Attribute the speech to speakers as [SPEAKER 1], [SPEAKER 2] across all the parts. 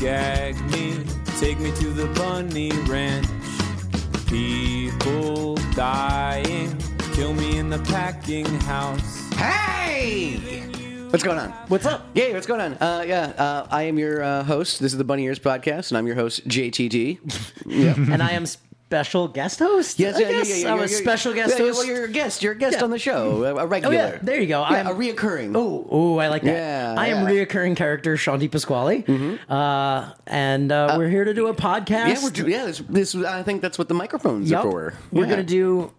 [SPEAKER 1] gag me, take me to the bunny ranch. People dying, kill me in the packing house.
[SPEAKER 2] Hey! What's going on? What's up? Yay, what's going on? Uh, yeah, uh, I am your uh, host. This is the Bunny Ears Podcast, and I'm your host, JTT.
[SPEAKER 3] and I am special guest host.
[SPEAKER 2] Yes,
[SPEAKER 3] I
[SPEAKER 2] yeah, yeah,
[SPEAKER 3] guess
[SPEAKER 2] yeah, yeah,
[SPEAKER 3] I'm
[SPEAKER 2] yeah,
[SPEAKER 3] a
[SPEAKER 2] yeah.
[SPEAKER 3] special guest
[SPEAKER 2] Yeah, yeah,
[SPEAKER 3] host.
[SPEAKER 2] well, you're a guest. You're a guest
[SPEAKER 3] Yeah.
[SPEAKER 2] on the show, a, a regular.
[SPEAKER 3] there you go.
[SPEAKER 2] Yeah,
[SPEAKER 3] I'm-
[SPEAKER 2] a reoccurring.
[SPEAKER 3] Oh, oh, I like that.
[SPEAKER 2] Yeah,
[SPEAKER 3] I am
[SPEAKER 2] yeah. Mm-hmm.
[SPEAKER 3] reoccurring character Shanti Pasquale, uh, and uh, we're here to do a podcast.
[SPEAKER 2] yeah, we're do- yeah. This, this, I think that's what the microphones
[SPEAKER 3] Yup.
[SPEAKER 2] are for.
[SPEAKER 3] We're
[SPEAKER 2] Yeah.
[SPEAKER 3] gonna do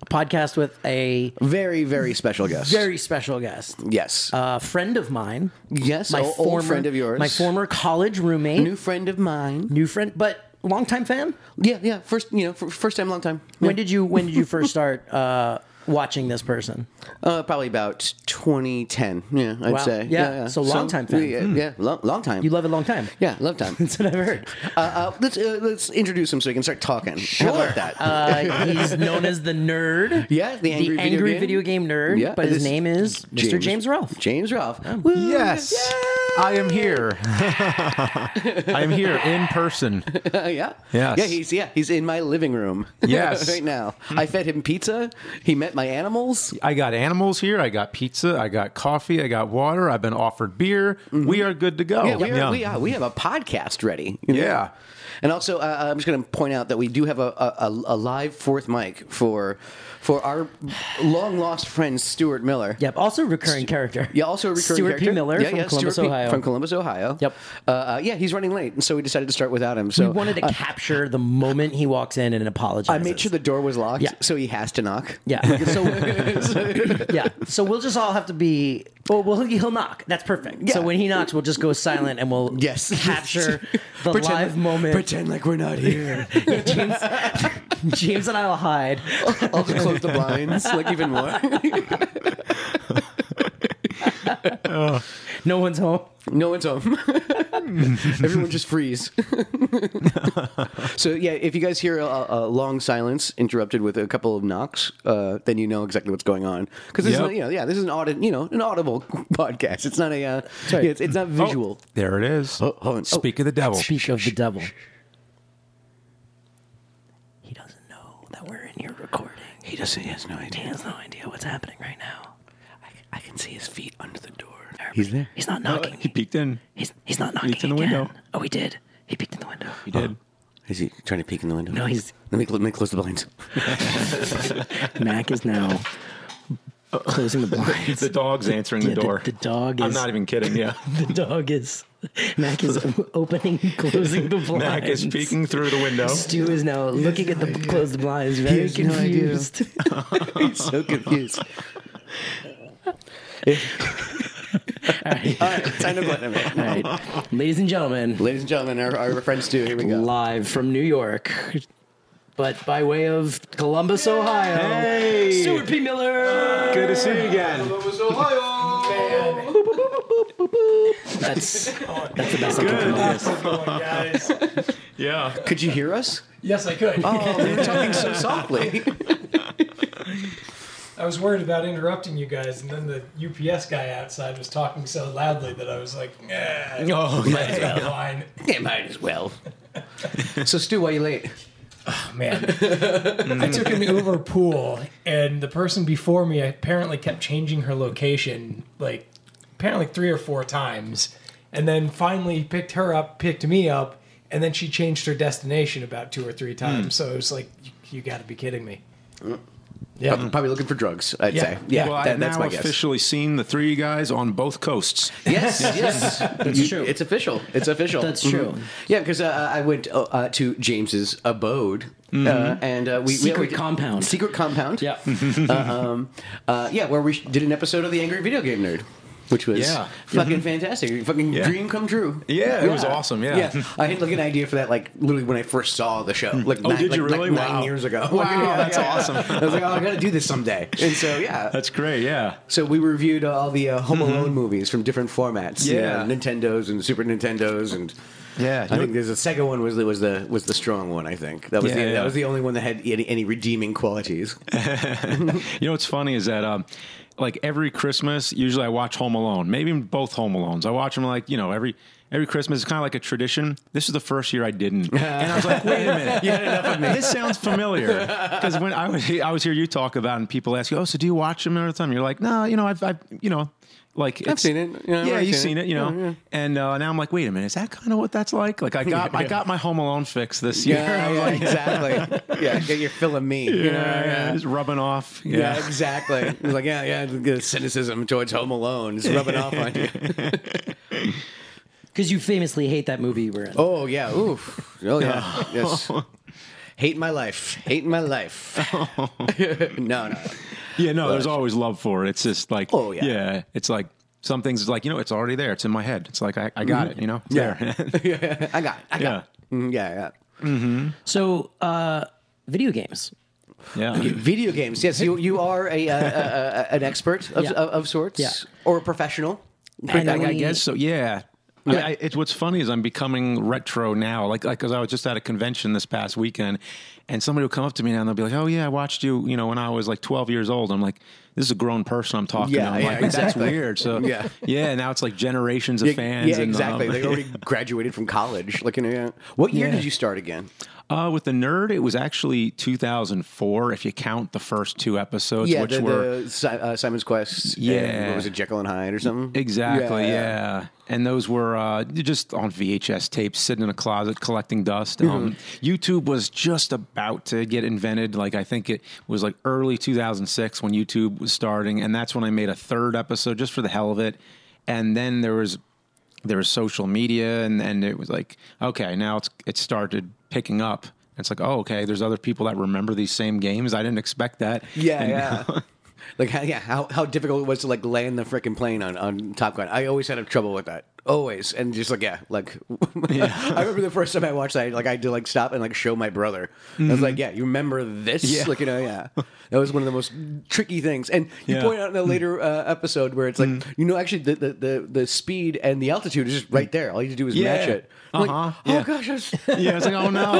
[SPEAKER 3] a podcast with a
[SPEAKER 2] very, very special guest.
[SPEAKER 3] very special guest,
[SPEAKER 2] yes,
[SPEAKER 3] a friend of mine,
[SPEAKER 2] yes.
[SPEAKER 3] my
[SPEAKER 2] o- old
[SPEAKER 3] former
[SPEAKER 2] friend of yours,
[SPEAKER 3] my former college roommate,
[SPEAKER 2] new friend of mine.
[SPEAKER 3] new friend, but longtime fan.
[SPEAKER 2] Yeah, yeah. First, you know, fir- first time, long time.
[SPEAKER 3] When did you when did you first start uh, watching this person?
[SPEAKER 2] Uh, probably about 2010. Yeah, I'd
[SPEAKER 3] Wow.
[SPEAKER 2] say.
[SPEAKER 3] Yeah, so long time fan.
[SPEAKER 2] Yeah, yeah long, long time.
[SPEAKER 3] You love it long time.
[SPEAKER 2] yeah, love time.
[SPEAKER 3] That's what I've heard.
[SPEAKER 2] uh, uh, let's uh, let's introduce him so we can start talking. How about that?
[SPEAKER 3] Uh, he's known as the nerd.
[SPEAKER 2] Yeah, the angry video game.
[SPEAKER 3] nerd.
[SPEAKER 2] Yeah,
[SPEAKER 3] but his
[SPEAKER 2] this-
[SPEAKER 3] name is Mr. James Ralph. Oh.
[SPEAKER 2] James Ralph.
[SPEAKER 4] Yes. I am here. I am here in person.
[SPEAKER 2] Uh, yeah.
[SPEAKER 4] Yes.
[SPEAKER 2] Yeah, he's yeah, he's in my living room.
[SPEAKER 4] Yes. Hmm.
[SPEAKER 2] right now. I fed him pizza. He met my animals.
[SPEAKER 4] I got animals here. I got pizza. I got coffee. I got water. I've been offered beer. We are good to go.
[SPEAKER 2] yeah, we, are,
[SPEAKER 4] Oh, Yum.
[SPEAKER 2] we are. We have a podcast ready. you know?
[SPEAKER 4] Yeah.
[SPEAKER 2] And also, uh, I'm just going to point out that we do have a, a, a a live fourth mic for for our long lost friend Stuart Miller.
[SPEAKER 3] Yep. Also recurring character.
[SPEAKER 2] Yeah, also a recurring
[SPEAKER 3] Stuart
[SPEAKER 2] character.
[SPEAKER 3] P. Miller
[SPEAKER 2] Yeah,
[SPEAKER 3] from
[SPEAKER 2] yeah,
[SPEAKER 3] Columbus,
[SPEAKER 2] Stuart P.
[SPEAKER 3] Ohio.
[SPEAKER 2] From Columbus, Ohio.
[SPEAKER 3] Yep.
[SPEAKER 2] Uh, uh, yeah, he's running late, and so we decided to start without him.
[SPEAKER 3] we
[SPEAKER 2] So
[SPEAKER 3] wanted to capture the moment he walks in and apologizes.
[SPEAKER 2] Uh, I made sure the door was locked,
[SPEAKER 3] Yeah.
[SPEAKER 2] so he has to knock.
[SPEAKER 3] Yeah.
[SPEAKER 2] So-
[SPEAKER 3] yeah. So we'll just all have to be. Oh well, he'll, he'll knock. That's perfect. So
[SPEAKER 2] Yeah.
[SPEAKER 3] when he knocks, we'll just go silent and we'll
[SPEAKER 2] Yes.
[SPEAKER 3] capture the
[SPEAKER 2] Pretend-
[SPEAKER 3] live moment.
[SPEAKER 2] Pretend like we're not here.
[SPEAKER 3] James, James and I will hide.
[SPEAKER 2] I'll just close the blinds, like even more.
[SPEAKER 3] No one's home.
[SPEAKER 2] no one's home. Everyone just freeze. so yeah, if you guys hear a, a long silence interrupted with a couple of knocks, uh, then you know exactly what's going on. Because this
[SPEAKER 4] Yep.
[SPEAKER 2] is you know, yeah, this is an audit, you know, an audible podcast. It's not a uh, yeah, it's, it's not visual.
[SPEAKER 4] Oh, There it is.
[SPEAKER 2] hold on.
[SPEAKER 4] Speak of the devil.
[SPEAKER 3] Speak of the devil. He doesn't know that we're in here recording.
[SPEAKER 2] He doesn't. He has no
[SPEAKER 3] He
[SPEAKER 2] idea.
[SPEAKER 3] has no idea what's happening right now.
[SPEAKER 2] I, I can see his feet under the door. He's there.
[SPEAKER 3] He's not knocking.
[SPEAKER 4] He peeked in.
[SPEAKER 3] he's he's not knocking
[SPEAKER 4] in the
[SPEAKER 3] again.
[SPEAKER 4] window.
[SPEAKER 3] Oh, he did. He peeked in the window.
[SPEAKER 4] He did.
[SPEAKER 2] Is he trying to peek in the window?
[SPEAKER 3] No, he's-
[SPEAKER 2] Let me, cl- let me close the blinds.
[SPEAKER 3] Mac is now closing the blinds.
[SPEAKER 4] The dog's answering
[SPEAKER 3] Yeah,
[SPEAKER 4] the
[SPEAKER 3] the-
[SPEAKER 4] door.
[SPEAKER 3] the dog
[SPEAKER 4] I'm
[SPEAKER 3] is-
[SPEAKER 4] not even kidding. Yeah.
[SPEAKER 3] the dog is Mac is opening, and closing the blinds.
[SPEAKER 4] Mac is peeking through the window.
[SPEAKER 3] Stu is now looking at the closed blinds, very
[SPEAKER 2] has no idea.
[SPEAKER 3] confused.
[SPEAKER 2] he's so confused. All right, time to button him.
[SPEAKER 3] All right, ladies and gentlemen,
[SPEAKER 2] Ladies and gentlemen, our, our friends too. Here we go.
[SPEAKER 3] live from New York, but by way of Columbus, Ohio.
[SPEAKER 4] Hey.
[SPEAKER 3] Stuart P. Miller.
[SPEAKER 4] Good to see you again.
[SPEAKER 3] That's that's the best I can come up with.
[SPEAKER 4] Yeah.
[SPEAKER 2] Could you hear us?
[SPEAKER 5] Yes, I could.
[SPEAKER 2] Oh, we were talking so softly.
[SPEAKER 5] I was worried about interrupting you guys, and then the UPS guy outside was talking so loudly that I was like, eh,
[SPEAKER 4] Oh,
[SPEAKER 5] it's not fine.
[SPEAKER 2] yeah, might as well. So, Stu, why are you late?
[SPEAKER 5] Oh, Man, I took an Uber pool, and the person before me apparently kept changing her location, like apparently three or four times, and then finally picked her up, picked me up, and then she changed her destination about two or three
[SPEAKER 4] Hmm.
[SPEAKER 5] times. So it was like, you, you got to be kidding me. Yeah.
[SPEAKER 2] Probably looking for drugs, I'd
[SPEAKER 5] Yeah.
[SPEAKER 2] say. Yeah,
[SPEAKER 4] well,
[SPEAKER 2] that-
[SPEAKER 4] I've
[SPEAKER 2] that's
[SPEAKER 4] now
[SPEAKER 2] my guess.
[SPEAKER 4] officially seen the three guys on both coasts.
[SPEAKER 2] Yes, yes, that's
[SPEAKER 3] true.
[SPEAKER 2] It's official. It's official.
[SPEAKER 3] That's true.
[SPEAKER 2] Mhm. Yeah, because uh, I went uh, uh, to James's abode, uh, and uh, we
[SPEAKER 3] Mm-hmm. Secret
[SPEAKER 2] we, we,
[SPEAKER 3] compound.
[SPEAKER 2] secret compound.
[SPEAKER 3] Yeah.
[SPEAKER 2] um, uh, yeah, where we sh- did an episode of the Angry Video Game Nerd, which was
[SPEAKER 4] Yeah. Mm-hmm.
[SPEAKER 2] fucking fantastic. Fucking
[SPEAKER 4] Yeah.
[SPEAKER 2] dream come true.
[SPEAKER 4] Yeah, it was awesome, yeah.
[SPEAKER 2] I had like an idea for that, like literally when I first saw the show, like
[SPEAKER 4] Oh,
[SPEAKER 2] nine-
[SPEAKER 4] did
[SPEAKER 2] like-
[SPEAKER 4] you
[SPEAKER 2] like
[SPEAKER 4] really?
[SPEAKER 2] nine
[SPEAKER 4] Wow.
[SPEAKER 2] years ago.
[SPEAKER 4] Wow,
[SPEAKER 2] Like,
[SPEAKER 4] that's awesome.
[SPEAKER 2] I was like, oh, I got to do this someday. And so yeah,
[SPEAKER 4] That's great. Yeah.
[SPEAKER 2] so we reviewed all the uh, Home Alone movies from different formats. you
[SPEAKER 4] Yeah.
[SPEAKER 2] know, Nintendo's and Super Nintendos and.
[SPEAKER 4] Yeah,
[SPEAKER 2] I
[SPEAKER 4] you-
[SPEAKER 2] think there's a Sega one was the, was the was the strong one. I think that was
[SPEAKER 4] Yeah,
[SPEAKER 2] the,
[SPEAKER 4] yeah.
[SPEAKER 2] that was the only one that had any, any redeeming qualities.
[SPEAKER 4] You know what's funny is that um, like every Christmas, usually I watch Home Alone, maybe even both Home Alones. I watch them like you know every every Christmas. It's kind of like a tradition. This is the first year I didn't, and I was like, wait a minute, This sounds familiar because when I was I was hear you talk about, it and people ask you, oh, so do you watch them all the time? You're like, no, you know, I've, I've you know. Like it's-
[SPEAKER 2] seen it. Yeah,
[SPEAKER 4] Yeah,
[SPEAKER 2] I've
[SPEAKER 4] you've
[SPEAKER 2] seen
[SPEAKER 4] seen
[SPEAKER 2] it.
[SPEAKER 4] it. You know, and uh, now I'm like, wait a minute, is that kind of what that's like? Like I got, I got my Home Alone fix this year.
[SPEAKER 2] Yeah,
[SPEAKER 4] I'm
[SPEAKER 2] yeah,
[SPEAKER 4] like,
[SPEAKER 2] exactly. Yeah, get your fill of me.
[SPEAKER 4] yeah, yeah, it's rubbing off. Yeah,
[SPEAKER 2] Yeah, exactly. It's like, yeah, yeah, the cynicism towards Home Alone is rubbing off on you.
[SPEAKER 3] Because you famously hate that movie we're in.
[SPEAKER 2] Oh yeah, oof. Oh yeah, yes. Hate my life. Hate my life. no, no.
[SPEAKER 4] Yeah, no, there's always love for it. It's just like,
[SPEAKER 2] Oh, yeah.
[SPEAKER 4] it's like some things. It's like you know, it's already there. It's in my head. It's like I, I got it. You know, It's
[SPEAKER 2] Mm-hmm. Yeah.
[SPEAKER 4] there.
[SPEAKER 2] I got. It. I got.
[SPEAKER 4] yeah,
[SPEAKER 2] it. Mm, Yeah,
[SPEAKER 3] So, uh, video games.
[SPEAKER 4] yeah.
[SPEAKER 2] yeah. Video games. Yes, you you are a, uh, uh, an expert of,
[SPEAKER 3] Yeah.
[SPEAKER 2] of, of sorts,
[SPEAKER 3] Yeah.
[SPEAKER 2] or a professional.
[SPEAKER 3] And
[SPEAKER 4] I, I
[SPEAKER 3] we-
[SPEAKER 4] guess so. Yeah. I mean, I, it's what's funny is I'm becoming retro now. Like, like, cause I was just at a convention this past weekend, and somebody will come up to me now and they'll be like, "Oh yeah, I watched you, you know, when I was like 12 years old." I'm like, "This is a grown person I'm talking
[SPEAKER 2] Yeah,
[SPEAKER 4] to." I'm
[SPEAKER 2] yeah,
[SPEAKER 4] like,
[SPEAKER 2] exactly.
[SPEAKER 4] That's weird. So
[SPEAKER 2] Yeah.
[SPEAKER 4] yeah, yeah. Now it's like generations of fans.
[SPEAKER 2] yeah,
[SPEAKER 4] and,
[SPEAKER 2] exactly. oh,
[SPEAKER 4] um,
[SPEAKER 2] they already graduated from college. Like, you know, what year
[SPEAKER 4] Yeah.
[SPEAKER 2] did you start again?
[SPEAKER 4] Uh, with the nerd, it was actually 2004. If you count the first two episodes,
[SPEAKER 2] Yeah,
[SPEAKER 4] which
[SPEAKER 2] the,
[SPEAKER 4] were
[SPEAKER 2] the Si- uh, Simon's Quest. and
[SPEAKER 4] Yeah.
[SPEAKER 2] what was it Jekyll and Hyde or something?
[SPEAKER 4] exactly, yeah, and those were uh, just on VHS tapes, sitting in a closet collecting dust. Um, YouTube was just about to get invented. Like I think it was like early 2006 when YouTube was starting, and that's when I made a third episode just for the hell of it. And then there was there was social media and, and it was like okay now it's it started picking up it's like oh okay there's other people that remember these same games i didn't expect that
[SPEAKER 2] Yeah,
[SPEAKER 4] And-
[SPEAKER 2] yeah. like how, yeah, how how difficult it was to like land the freaking plane on on Top Gun. I always had trouble with that. Always, and just like yeah, like I remember the first time I watched that, like I had to like stop and like show my brother. I was like, yeah, you remember this?
[SPEAKER 4] Mm-hmm. Yeah.
[SPEAKER 2] Like you know, yeah, that was one of the most tricky things. And you
[SPEAKER 4] Yeah. Mm.
[SPEAKER 2] point out in a later uh, episode where it's like you know actually the, the the the speed and the altitude is just right there. All you do is
[SPEAKER 4] Yeah.
[SPEAKER 2] match it. I'm
[SPEAKER 4] Uh-huh.
[SPEAKER 2] like, oh
[SPEAKER 4] Yeah.
[SPEAKER 2] gosh, I was,
[SPEAKER 4] yeah it's like oh no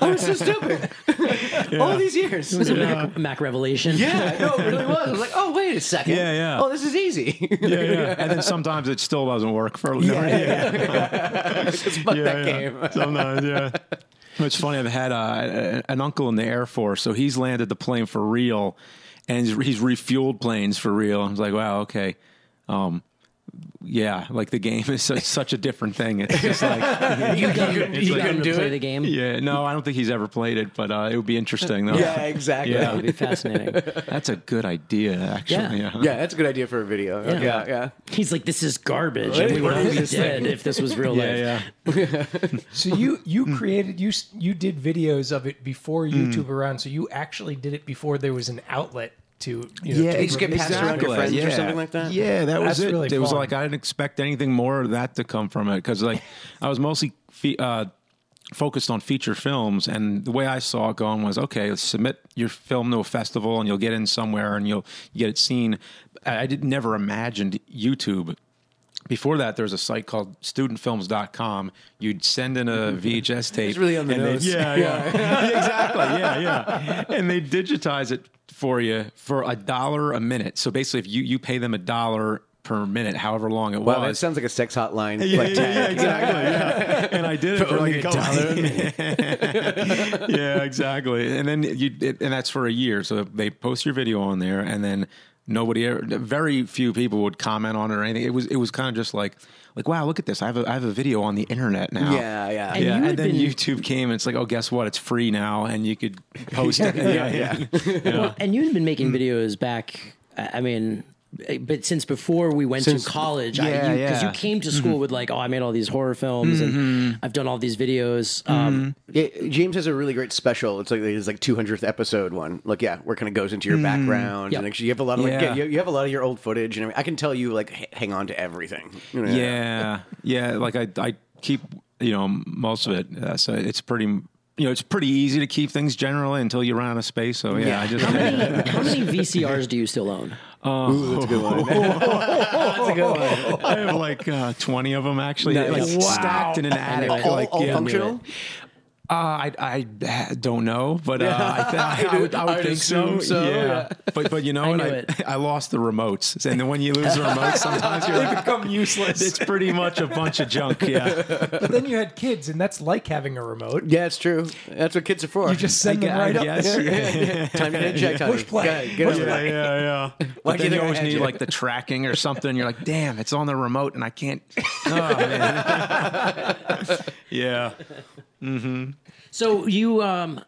[SPEAKER 2] I was so stupid all these years.
[SPEAKER 3] It was a Mac, Mac revelation.
[SPEAKER 2] Yeah, no, it really was. I was like, oh, wait a second.
[SPEAKER 4] Yeah, yeah.
[SPEAKER 2] Oh, this is easy.
[SPEAKER 4] yeah, yeah. and then sometimes it still doesn't work for
[SPEAKER 2] yeah, Just fuck
[SPEAKER 4] Yeah,
[SPEAKER 2] that
[SPEAKER 4] yeah.
[SPEAKER 2] game.
[SPEAKER 4] Sometimes, yeah. It's funny. I've had uh, an uncle in the Air Force, so he's landed the plane for real, and he's, he's refueled planes for real. I was like, wow, okay, um, yeah. Like the game is such, such a different thing. It's just like,
[SPEAKER 3] You got
[SPEAKER 2] couldn't-
[SPEAKER 3] you
[SPEAKER 2] you
[SPEAKER 3] got him
[SPEAKER 2] couldn't
[SPEAKER 3] to
[SPEAKER 2] do
[SPEAKER 3] play
[SPEAKER 2] it?
[SPEAKER 3] the game.
[SPEAKER 4] yeah. No, I don't think he's ever played it, but uh, it would be interesting though.
[SPEAKER 2] Yeah, exactly. Yeah.
[SPEAKER 4] Yeah.
[SPEAKER 3] It'd be fascinating.
[SPEAKER 4] that's a good idea. Actually,
[SPEAKER 3] Yeah.
[SPEAKER 4] yeah.
[SPEAKER 2] that's a good idea for a video. Yeah,
[SPEAKER 3] Yeah.
[SPEAKER 2] yeah.
[SPEAKER 3] He's like, this is garbage. and we would all be dead if this was real life.
[SPEAKER 4] yeah.
[SPEAKER 5] So you you created you s- you did videos of it before YouTube around. So you actually did it before there was an outlet to you know,
[SPEAKER 4] Yeah,
[SPEAKER 5] to
[SPEAKER 2] They just get passed around to your
[SPEAKER 4] Exactly.
[SPEAKER 2] friends or
[SPEAKER 4] Yeah.
[SPEAKER 2] something like that.
[SPEAKER 4] Yeah, that was
[SPEAKER 5] That's
[SPEAKER 4] it.
[SPEAKER 5] really
[SPEAKER 4] it was
[SPEAKER 5] fun.
[SPEAKER 4] like I didn't expect anything more of that to come from it because like I was mostly fe- uh, focused on feature films, and the way I saw it going was okay, let's submit your film to a festival, and you'll get in somewhere, and you'll get it seen. I, I did never imagined YouTube before that, there was a site called studentfilms.com. You'd send in a VHS tape. It's
[SPEAKER 2] really on the nose.
[SPEAKER 4] Yeah, yeah. exactly. Yeah, yeah. And they digitize it for you for a dollar a minute. So basically, if you, you pay them a dollar per minute, however long it
[SPEAKER 2] Wow, that
[SPEAKER 4] was.
[SPEAKER 2] sounds like a sex hotline.
[SPEAKER 4] yeah,
[SPEAKER 2] like,
[SPEAKER 4] yeah,
[SPEAKER 2] tag.
[SPEAKER 4] yeah, exactly. Yeah, and I did it for like
[SPEAKER 2] only
[SPEAKER 4] a
[SPEAKER 2] a
[SPEAKER 4] couple. yeah, exactly. And then you, it, and that's for a year. So they post your video on there, and then nobody, ever, very few people would comment on it or anything. It was, it was kind of just like, like, wow, look at this. I have a, I have a video on the internet now.
[SPEAKER 2] Yeah, yeah.
[SPEAKER 3] And
[SPEAKER 4] yeah,
[SPEAKER 3] you had
[SPEAKER 4] and then
[SPEAKER 3] been-
[SPEAKER 4] YouTube came, and it's like, oh, guess what? It's free now, and you could post it. yeah, yeah,
[SPEAKER 3] Well, and you had been
[SPEAKER 2] Mm.
[SPEAKER 3] making videos back. I I mean, eh, but since before we went
[SPEAKER 2] Since-
[SPEAKER 3] to college,
[SPEAKER 4] Yeah,
[SPEAKER 3] I, you, 'cause
[SPEAKER 4] yeah.
[SPEAKER 3] you came to
[SPEAKER 2] Mm-hmm.
[SPEAKER 3] school with like, oh, I made all these horror films and I've done all these videos. Um,
[SPEAKER 2] Yeah, James has a really great special. It's like his like 200th episode one. Like, yeah, where kind of goes into your background.
[SPEAKER 3] Yep.
[SPEAKER 2] And actually, you have a lot of like,
[SPEAKER 4] Yeah.
[SPEAKER 2] yeah. you, you have a lot of your old footage. And everything. I can tell you like h- hang on to everything. You know?
[SPEAKER 4] yeah, yeah. Like I, I keep you know most of it, uh, so it's pretty. You know, it's pretty easy to keep things generally until you run out of space. So yeah, I just
[SPEAKER 3] how, many, how many VCRs do you still own?
[SPEAKER 2] Ooh, that's a good one. that's a good one.
[SPEAKER 4] I have like uh, twenty of them actually,
[SPEAKER 2] Nice.
[SPEAKER 4] like
[SPEAKER 2] Wow.
[SPEAKER 4] stacked in an
[SPEAKER 3] I knew
[SPEAKER 4] attic.
[SPEAKER 3] it.
[SPEAKER 2] All-
[SPEAKER 4] like,
[SPEAKER 2] all
[SPEAKER 4] yeah.
[SPEAKER 2] functional?
[SPEAKER 4] Uh, I, I don't know, but uh, I, th- I, would, I would
[SPEAKER 2] I'd
[SPEAKER 4] think so.
[SPEAKER 2] assume so, yeah.
[SPEAKER 4] but but you know,
[SPEAKER 3] I
[SPEAKER 4] what?
[SPEAKER 3] knew
[SPEAKER 4] I,
[SPEAKER 3] it.
[SPEAKER 4] I lost the remotes, and then when you lose the remotes, sometimes you're like,
[SPEAKER 5] become useless.
[SPEAKER 4] it's pretty much a bunch of junk. Yeah,
[SPEAKER 5] but then you had kids, and that's like having a remote.
[SPEAKER 2] Yeah, it's true. That's what kids are for.
[SPEAKER 5] You just send
[SPEAKER 4] I
[SPEAKER 5] them right up
[SPEAKER 4] guess.
[SPEAKER 5] there.
[SPEAKER 4] Yeah, yeah,
[SPEAKER 2] time to get checked.
[SPEAKER 5] Push
[SPEAKER 2] honey.
[SPEAKER 5] play.
[SPEAKER 2] Go ahead, get
[SPEAKER 5] Push
[SPEAKER 2] over it.
[SPEAKER 4] yeah.
[SPEAKER 2] Why'd
[SPEAKER 4] But
[SPEAKER 2] you
[SPEAKER 4] then you
[SPEAKER 2] think I
[SPEAKER 4] always
[SPEAKER 2] had
[SPEAKER 4] need
[SPEAKER 2] you?
[SPEAKER 4] like the tracking or something. You're like, damn, it's on the remote, and I can't. Oh, man. yeah.
[SPEAKER 3] So you, um,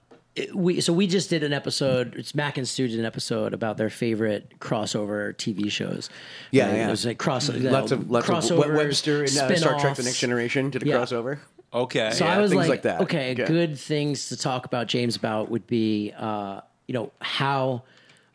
[SPEAKER 3] we so we just did an episode. It's Mac and Stu did an episode about their favorite crossover TV shows.
[SPEAKER 2] Yeah,
[SPEAKER 3] Uh,
[SPEAKER 2] yeah.
[SPEAKER 3] it was like cross
[SPEAKER 2] Lots of lots of
[SPEAKER 3] crossovers,
[SPEAKER 2] Web- Webster and uh, Star Trek: The Next
[SPEAKER 3] spin-offs.
[SPEAKER 2] Generation did a
[SPEAKER 3] Yeah.
[SPEAKER 2] crossover.
[SPEAKER 4] Okay.
[SPEAKER 3] So
[SPEAKER 4] yeah.
[SPEAKER 3] I was
[SPEAKER 2] things
[SPEAKER 3] like,
[SPEAKER 2] like that.
[SPEAKER 3] okay,
[SPEAKER 2] Yeah.
[SPEAKER 3] good things to talk about James about would be, uh, you know, how,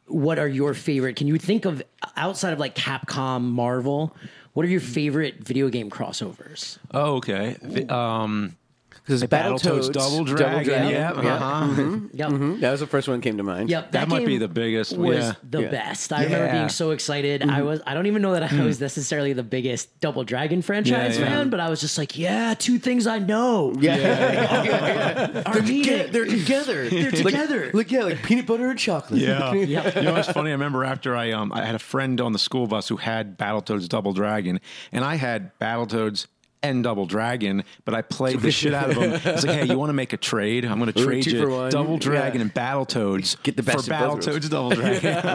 [SPEAKER 3] what are your favorite? Can you think of outside of like Capcom, Marvel? What are your favorite video game crossovers?
[SPEAKER 4] oh, okay. Vi- Um,
[SPEAKER 2] Because
[SPEAKER 4] Battletoads, Double Dragon. Yeah.
[SPEAKER 2] yeah.
[SPEAKER 4] Uh-huh.
[SPEAKER 3] Yep.
[SPEAKER 2] Hmm? That was the first one that came to mind.
[SPEAKER 3] Yep.
[SPEAKER 4] That might
[SPEAKER 3] game
[SPEAKER 4] be the biggest.
[SPEAKER 3] Was
[SPEAKER 4] yeah.
[SPEAKER 3] the
[SPEAKER 2] Yeah.
[SPEAKER 3] best. I remember
[SPEAKER 4] Yeah.
[SPEAKER 3] being so excited. I was. I don't even know that I was necessarily the biggest Double Dragon franchise
[SPEAKER 4] Mm. yeah.
[SPEAKER 3] fan, but I was just like, yeah, two things I know
[SPEAKER 2] Yeah. yeah.
[SPEAKER 3] are
[SPEAKER 2] Yeah,
[SPEAKER 3] needed.
[SPEAKER 2] They're together.
[SPEAKER 3] They're together.
[SPEAKER 2] Like, like yeah, like peanut butter and chocolate.
[SPEAKER 4] Yeah. You know what's funny? I remember after I um I had a friend on the school bus who had Battletoads Double Dragon, and I had Battletoads and Double Dragon, but I played the shit out of them. I was like, hey, you want to make a trade? I'm going to trade
[SPEAKER 2] two
[SPEAKER 4] you
[SPEAKER 2] for one.
[SPEAKER 4] Double
[SPEAKER 2] Yeah.
[SPEAKER 4] Dragon and Battletoads
[SPEAKER 2] Get the best
[SPEAKER 4] for
[SPEAKER 2] of both worlds."
[SPEAKER 4] Battletoads Double Dragon.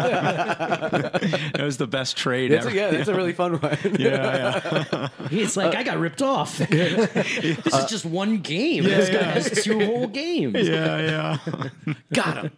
[SPEAKER 4] it was the best trade
[SPEAKER 2] That's
[SPEAKER 4] ever.
[SPEAKER 2] a, yeah, that's a really fun one.
[SPEAKER 4] yeah, yeah.
[SPEAKER 3] It's like I got ripped off. this is just one game. this guy has two whole games.
[SPEAKER 4] Yeah, yeah.
[SPEAKER 2] Got him.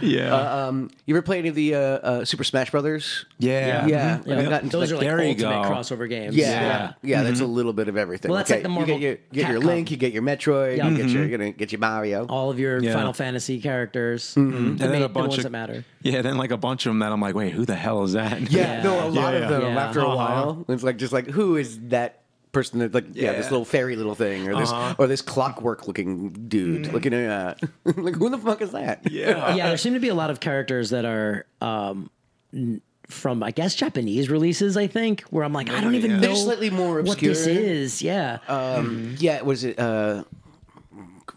[SPEAKER 4] Yeah.
[SPEAKER 2] Um, you ever play any of the uh, uh, Super Smash Brothers?
[SPEAKER 4] yeah.
[SPEAKER 2] Yeah.
[SPEAKER 3] Yeah.
[SPEAKER 2] I got into
[SPEAKER 3] Those
[SPEAKER 2] like-
[SPEAKER 3] are like
[SPEAKER 4] there you
[SPEAKER 3] ultimate
[SPEAKER 4] go.
[SPEAKER 3] crossover games.
[SPEAKER 2] Yeah, yeah, that's a little bit of everything.
[SPEAKER 3] Well, that's like the Marvel
[SPEAKER 2] you get your, you get your
[SPEAKER 3] Capcom.
[SPEAKER 2] Link, you get your Metroid,
[SPEAKER 3] Yeah.
[SPEAKER 2] you get your
[SPEAKER 4] Mm-hmm.
[SPEAKER 2] you know, get your Mario.
[SPEAKER 3] All of your
[SPEAKER 4] Yeah.
[SPEAKER 3] Final Fantasy characters.
[SPEAKER 2] Mm-hmm.
[SPEAKER 3] The,
[SPEAKER 4] And then
[SPEAKER 3] ma-
[SPEAKER 4] a bunch
[SPEAKER 3] the ones
[SPEAKER 4] of-
[SPEAKER 3] that matter.
[SPEAKER 4] Yeah, then like a bunch of them that I'm like, wait, who the hell is that?
[SPEAKER 2] Yeah,
[SPEAKER 3] Yeah.
[SPEAKER 2] no, a lot
[SPEAKER 4] Yeah.
[SPEAKER 2] of them
[SPEAKER 3] Yeah.
[SPEAKER 2] after a
[SPEAKER 4] Uh-huh.
[SPEAKER 2] while. It's like just like who is that person that like yeah, this
[SPEAKER 4] Yeah.
[SPEAKER 2] little fairy little thing or this
[SPEAKER 3] Uh-huh.
[SPEAKER 2] or this clockwork looking dude looking at like who the fuck is that?
[SPEAKER 4] Yeah.
[SPEAKER 3] Mm. yeah, there seem to be a lot of characters that are um, n- from, I guess, Japanese releases. I think where I'm like, I don't even know.
[SPEAKER 2] They're slightly more
[SPEAKER 3] what this
[SPEAKER 2] obscure.
[SPEAKER 3] is. Yeah,
[SPEAKER 2] Um, yeah, was it uh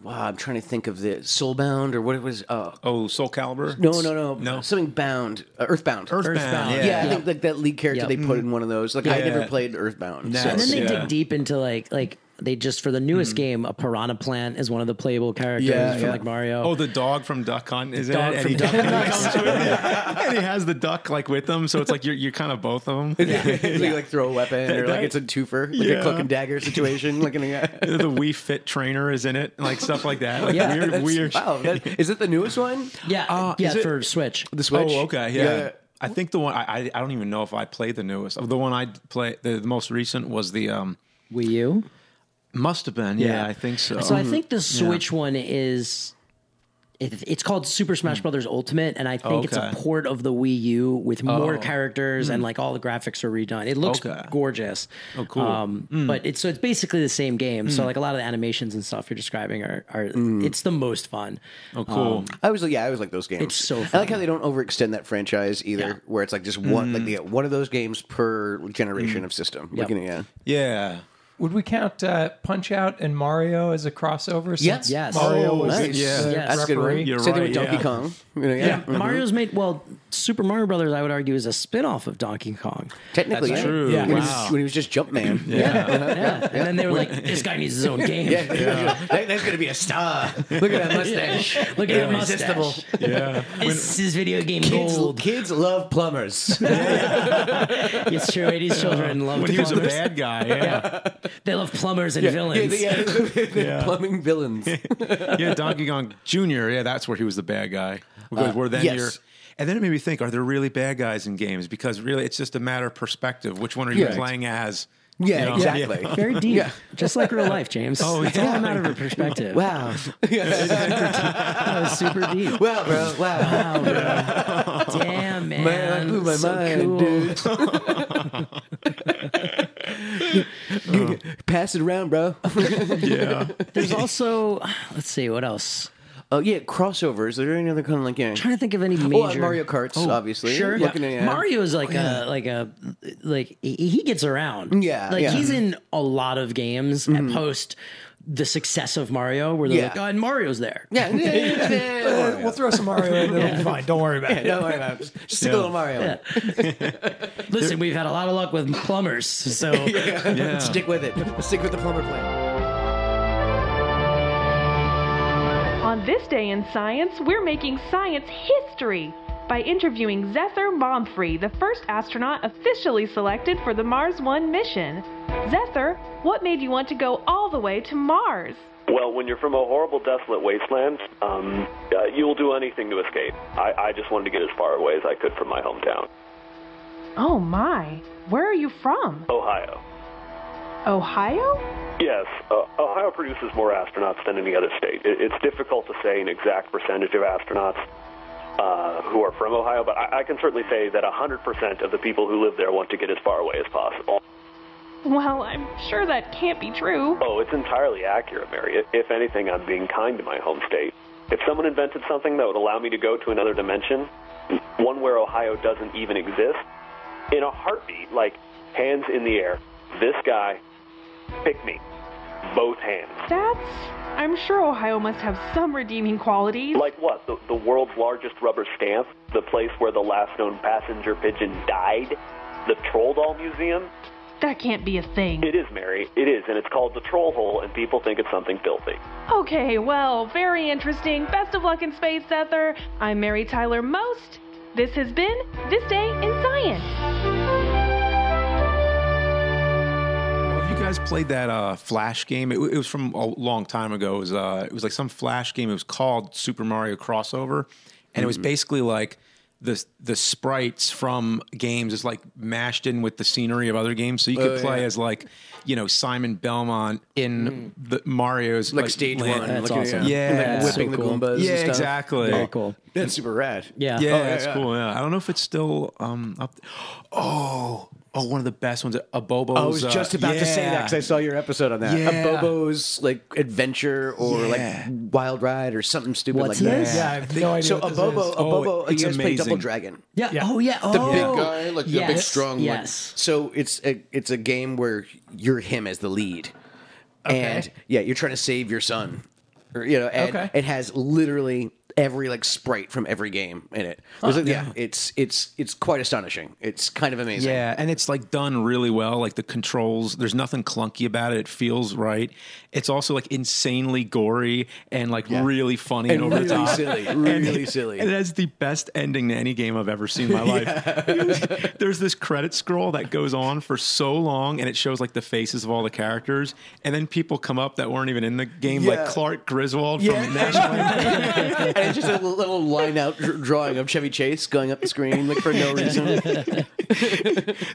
[SPEAKER 2] wow, I'm trying to think of the Soulbound or what it was uh
[SPEAKER 4] Oh, Soul Calibur?
[SPEAKER 2] no, no, no.
[SPEAKER 4] No.
[SPEAKER 2] Something bound. Uh, Earthbound.
[SPEAKER 4] Earthbound.
[SPEAKER 3] Earthbound.
[SPEAKER 2] Yeah, I think like that lead character
[SPEAKER 3] Yep.
[SPEAKER 2] they put in one of those. Like I
[SPEAKER 4] Yeah.
[SPEAKER 2] never played Earthbound.
[SPEAKER 4] No.
[SPEAKER 2] so-
[SPEAKER 3] and then they
[SPEAKER 4] Yeah.
[SPEAKER 3] dig deep into like like they just for the
[SPEAKER 4] Mm-hmm.
[SPEAKER 3] newest game, a piranha plant is one of the playable characters
[SPEAKER 2] Yeah,
[SPEAKER 3] from
[SPEAKER 2] yeah.
[SPEAKER 3] like Mario.
[SPEAKER 4] Oh, the dog from Duck Hunt is
[SPEAKER 3] Dog
[SPEAKER 4] it?
[SPEAKER 3] from
[SPEAKER 4] and he-
[SPEAKER 3] Duck Hunt.
[SPEAKER 4] and he has the duck like with him, so it's like you're you're kind of both of them.
[SPEAKER 2] They like throw a weapon or like
[SPEAKER 4] That-
[SPEAKER 2] it's a twofer, like a
[SPEAKER 4] Yeah.
[SPEAKER 2] cloak and dagger situation. Like in a,
[SPEAKER 4] the Wii Fit trainer is in it, like stuff like that. Like
[SPEAKER 3] Yeah,
[SPEAKER 4] weird,
[SPEAKER 2] That's-
[SPEAKER 4] weird.
[SPEAKER 2] Wow, that, is it the newest one?
[SPEAKER 3] yeah,
[SPEAKER 4] Uh,
[SPEAKER 3] yeah,
[SPEAKER 4] is it-
[SPEAKER 3] for Switch.
[SPEAKER 2] The Switch.
[SPEAKER 4] Oh, okay, yeah. I think the one I, I I don't even know if I played the newest. The one I play the, the most recent was the um
[SPEAKER 3] Wii U.
[SPEAKER 4] must have been yeah, I think so.
[SPEAKER 3] So I
[SPEAKER 2] Mm-hmm.
[SPEAKER 3] think the Switch one is it, it's called Super
[SPEAKER 2] Mm.
[SPEAKER 3] Smash Brothers Ultimate, and I think it's a
[SPEAKER 4] Okay.
[SPEAKER 3] port of the Wii U with more
[SPEAKER 2] Oh.
[SPEAKER 3] characters
[SPEAKER 2] Mm.
[SPEAKER 3] and like all the graphics are redone. It looks
[SPEAKER 4] Okay.
[SPEAKER 3] gorgeous. Oh,
[SPEAKER 4] cool.
[SPEAKER 2] Mm.
[SPEAKER 3] But it's so it's basically the same game. So like a lot of the animations and stuff you're describing are are
[SPEAKER 2] Mm.
[SPEAKER 3] it's the most fun.
[SPEAKER 4] oh cool.
[SPEAKER 2] I always like, yeah, I always like those games.
[SPEAKER 3] It's so
[SPEAKER 2] I like how they don't overextend that franchise either,
[SPEAKER 3] Yeah.
[SPEAKER 2] where it's like just one,
[SPEAKER 4] Mm.
[SPEAKER 2] like they get one of those games per generation of system. Like, you know, yeah.
[SPEAKER 4] yeah.
[SPEAKER 5] Would we count uh, Punch Out and Mario as a crossover? Since
[SPEAKER 3] Yes.
[SPEAKER 5] Mario
[SPEAKER 3] Oh,
[SPEAKER 5] was
[SPEAKER 2] nice.
[SPEAKER 4] Yeah.
[SPEAKER 5] the
[SPEAKER 3] Yes.
[SPEAKER 2] That's a good
[SPEAKER 5] referee.
[SPEAKER 2] one.
[SPEAKER 4] You're
[SPEAKER 2] Same
[SPEAKER 4] right,
[SPEAKER 2] thing with Donkey
[SPEAKER 4] yeah.
[SPEAKER 2] Kong. You know, yeah. Mm-hmm.
[SPEAKER 3] Yeah, Mario's made well. Super Mario Brothers, I would argue, is a spin-off of Donkey Kong.
[SPEAKER 2] Technically,
[SPEAKER 4] That's
[SPEAKER 2] yeah.
[SPEAKER 4] true.
[SPEAKER 2] When, he
[SPEAKER 4] Wow.
[SPEAKER 2] was, when he was just Jumpman. Yeah.
[SPEAKER 3] Yeah, and then they were like, "This guy needs his own game."
[SPEAKER 2] Yeah. That- that's going to be a star. Look at that mustache.
[SPEAKER 3] Look at that
[SPEAKER 2] Irresistible.
[SPEAKER 3] mustache.
[SPEAKER 4] Yeah.
[SPEAKER 3] This is video game gold.
[SPEAKER 2] Kids, kids love plumbers.
[SPEAKER 3] It's true. 80s children love
[SPEAKER 4] when he was a
[SPEAKER 3] plumbers.
[SPEAKER 4] bad guy, yeah.
[SPEAKER 3] They love plumbers and villains.
[SPEAKER 2] Yeah, yeah,
[SPEAKER 4] Yeah.
[SPEAKER 2] Plumbing villains.
[SPEAKER 4] yeah, Donkey Kong Junior. Yeah, that's where he was the bad guy. Because we're then
[SPEAKER 2] Uh, yes.
[SPEAKER 4] you're, and then it made me think: Are there really bad guys in games? Because really, it's just a matter of perspective. Which one are you
[SPEAKER 2] Yeah.
[SPEAKER 4] playing as?
[SPEAKER 2] Yeah,
[SPEAKER 4] You know?
[SPEAKER 2] exactly.
[SPEAKER 3] Very deep.
[SPEAKER 2] Yeah.
[SPEAKER 3] Just like real life, James. Oh, it's all a matter of perspective.
[SPEAKER 2] Wow.
[SPEAKER 3] That was super deep.
[SPEAKER 2] Wow, bro. Wow.
[SPEAKER 3] Wow, bro. Damn, man.
[SPEAKER 2] Man, I blew my
[SPEAKER 3] so
[SPEAKER 2] mind,
[SPEAKER 3] cool.
[SPEAKER 2] dude. Pass it around, bro.
[SPEAKER 4] Yeah,
[SPEAKER 3] There's also, let's see, what else?
[SPEAKER 2] Oh yeah, crossovers. Is there any other kind of like yeah?
[SPEAKER 3] trying to think of any major.
[SPEAKER 2] Oh, uh, Mario Karts, obviously.
[SPEAKER 3] Sure.
[SPEAKER 2] Looking at, Oh, yeah.
[SPEAKER 3] Mario is like a like a like he he gets around.
[SPEAKER 2] Yeah,
[SPEAKER 3] Like
[SPEAKER 2] yeah.
[SPEAKER 3] he's in a lot of games at post the success of Mario, where they're
[SPEAKER 2] Yeah.
[SPEAKER 3] like, "Oh, and Mario's there."
[SPEAKER 2] Yeah, yeah, yeah, yeah,
[SPEAKER 5] We'll throw some Mario in. It'll be fine. Don't worry about
[SPEAKER 2] yeah.
[SPEAKER 5] it.
[SPEAKER 2] Don't worry about it. Just stick a little Mario. in.
[SPEAKER 3] Listen, we've had a lot of luck with plumbers, so
[SPEAKER 4] Yeah.
[SPEAKER 2] Stick with it. Stick with the plumber plan.
[SPEAKER 6] On this day in science, we're making science history by interviewing Zephyr Momfrey, the first astronaut officially selected for the Mars 1 mission. Zephyr, what made you want to go all the way to Mars?
[SPEAKER 7] Well, when you're from a horrible, desolate wasteland, um, uh, you'll do anything to escape. I, I just wanted to get as far away as I could from my hometown,
[SPEAKER 6] Oh my, where are you from?
[SPEAKER 7] Ohio.
[SPEAKER 6] Ohio?
[SPEAKER 7] Yes, uh, Ohio produces more astronauts than any other state. It, it's difficult to say an exact percentage of astronauts uh, who are from Ohio, but I, I can certainly say that 100% of the people who live there want to get as far away as possible.
[SPEAKER 6] Well, I'm sure that can't be true.
[SPEAKER 7] Oh, it's entirely accurate, Mary. I- If anything, I'm being kind to my home state. If someone invented something that would allow me to go to another dimension, one where Ohio doesn't even exist, in a heartbeat, like hands in the air, this guy, pick me. Both hands.
[SPEAKER 6] That's. I'm sure Ohio must have some redeeming qualities.
[SPEAKER 7] Like what? The, the world's largest rubber stamp? The place where the last known passenger pigeon died? The Troll Doll Museum?
[SPEAKER 6] That can't be a thing.
[SPEAKER 7] It is, Mary. It is, and it's called the Troll Hole, and people think it's something filthy.
[SPEAKER 6] Okay, well, very interesting. Best of luck in space, Ether. I'm Mary Tyler Most. This has been This Day in Science.
[SPEAKER 4] Have you guys played that uh, Flash game? It, w- it was from a long time ago. It was, uh, it was like some Flash game. It was called Super Mario Crossover, and it
[SPEAKER 2] Mm-hmm.
[SPEAKER 4] was basically like the the sprites from games is like mashed in with the scenery of other games. So you
[SPEAKER 2] Oh,
[SPEAKER 4] could play as like you know Simon Belmont in the Mario's
[SPEAKER 2] Mm. Like stage
[SPEAKER 4] land-
[SPEAKER 2] one.
[SPEAKER 3] That's
[SPEAKER 2] looking at-
[SPEAKER 3] awesome.
[SPEAKER 4] Yeah.
[SPEAKER 2] Like whipping
[SPEAKER 3] So
[SPEAKER 2] the
[SPEAKER 3] cool.
[SPEAKER 2] Goombas. and
[SPEAKER 4] Yeah,
[SPEAKER 2] stuff.
[SPEAKER 4] exactly.
[SPEAKER 3] Very cool.
[SPEAKER 2] That's super rad.
[SPEAKER 3] Yeah.
[SPEAKER 4] Yeah,
[SPEAKER 3] Oh,
[SPEAKER 4] that's
[SPEAKER 2] yeah.
[SPEAKER 4] cool. Yeah, I don't know if it's still um up. th- Oh, oh, one of the best ones. A Bobo's.
[SPEAKER 2] I was just about to say that because I saw your episode on that. A
[SPEAKER 4] uh, Yeah.
[SPEAKER 2] Bobo's like adventure or
[SPEAKER 4] Yeah.
[SPEAKER 2] like wild ride or something stupid
[SPEAKER 3] What's
[SPEAKER 2] like
[SPEAKER 3] this?
[SPEAKER 2] that.
[SPEAKER 5] Yeah, I have no idea.
[SPEAKER 2] So a
[SPEAKER 5] what this
[SPEAKER 2] Bobo,
[SPEAKER 5] is.
[SPEAKER 2] a
[SPEAKER 4] Oh,
[SPEAKER 2] Bobo,
[SPEAKER 4] it's
[SPEAKER 2] you guys play Double
[SPEAKER 4] amazing.
[SPEAKER 2] Dragon.
[SPEAKER 3] yeah.
[SPEAKER 5] Yeah.
[SPEAKER 3] Oh yeah. Oh,
[SPEAKER 2] The big guy,
[SPEAKER 8] like the big strong one.
[SPEAKER 3] Yes.
[SPEAKER 2] So it's a it's a game where you're him as the lead, and yeah, you're trying to save your son. Or, you know, and
[SPEAKER 5] Okay.
[SPEAKER 2] it has literally every like sprite from every game in it. There's, like, yeah. it's it's it's quite astonishing. It's kind of amazing.
[SPEAKER 4] Yeah, and it's like done really well. Like the controls, there's nothing clunky about it. It feels right. It's also like insanely gory and like really funny and,
[SPEAKER 2] And
[SPEAKER 4] over the
[SPEAKER 2] really
[SPEAKER 4] top.
[SPEAKER 2] silly,
[SPEAKER 4] And
[SPEAKER 2] really
[SPEAKER 4] it-
[SPEAKER 2] silly.
[SPEAKER 4] And it has the best ending to any game I've ever seen in my life. there's this credit scroll that goes on for so long and it shows like the faces of all the characters. And then people come up that weren't even in the game,
[SPEAKER 2] Yeah.
[SPEAKER 4] like Clark Griswold
[SPEAKER 2] Yeah.
[SPEAKER 4] from National
[SPEAKER 2] and it's just a little line out dr- drawing of Chevy Chase going up the screen like for no reason.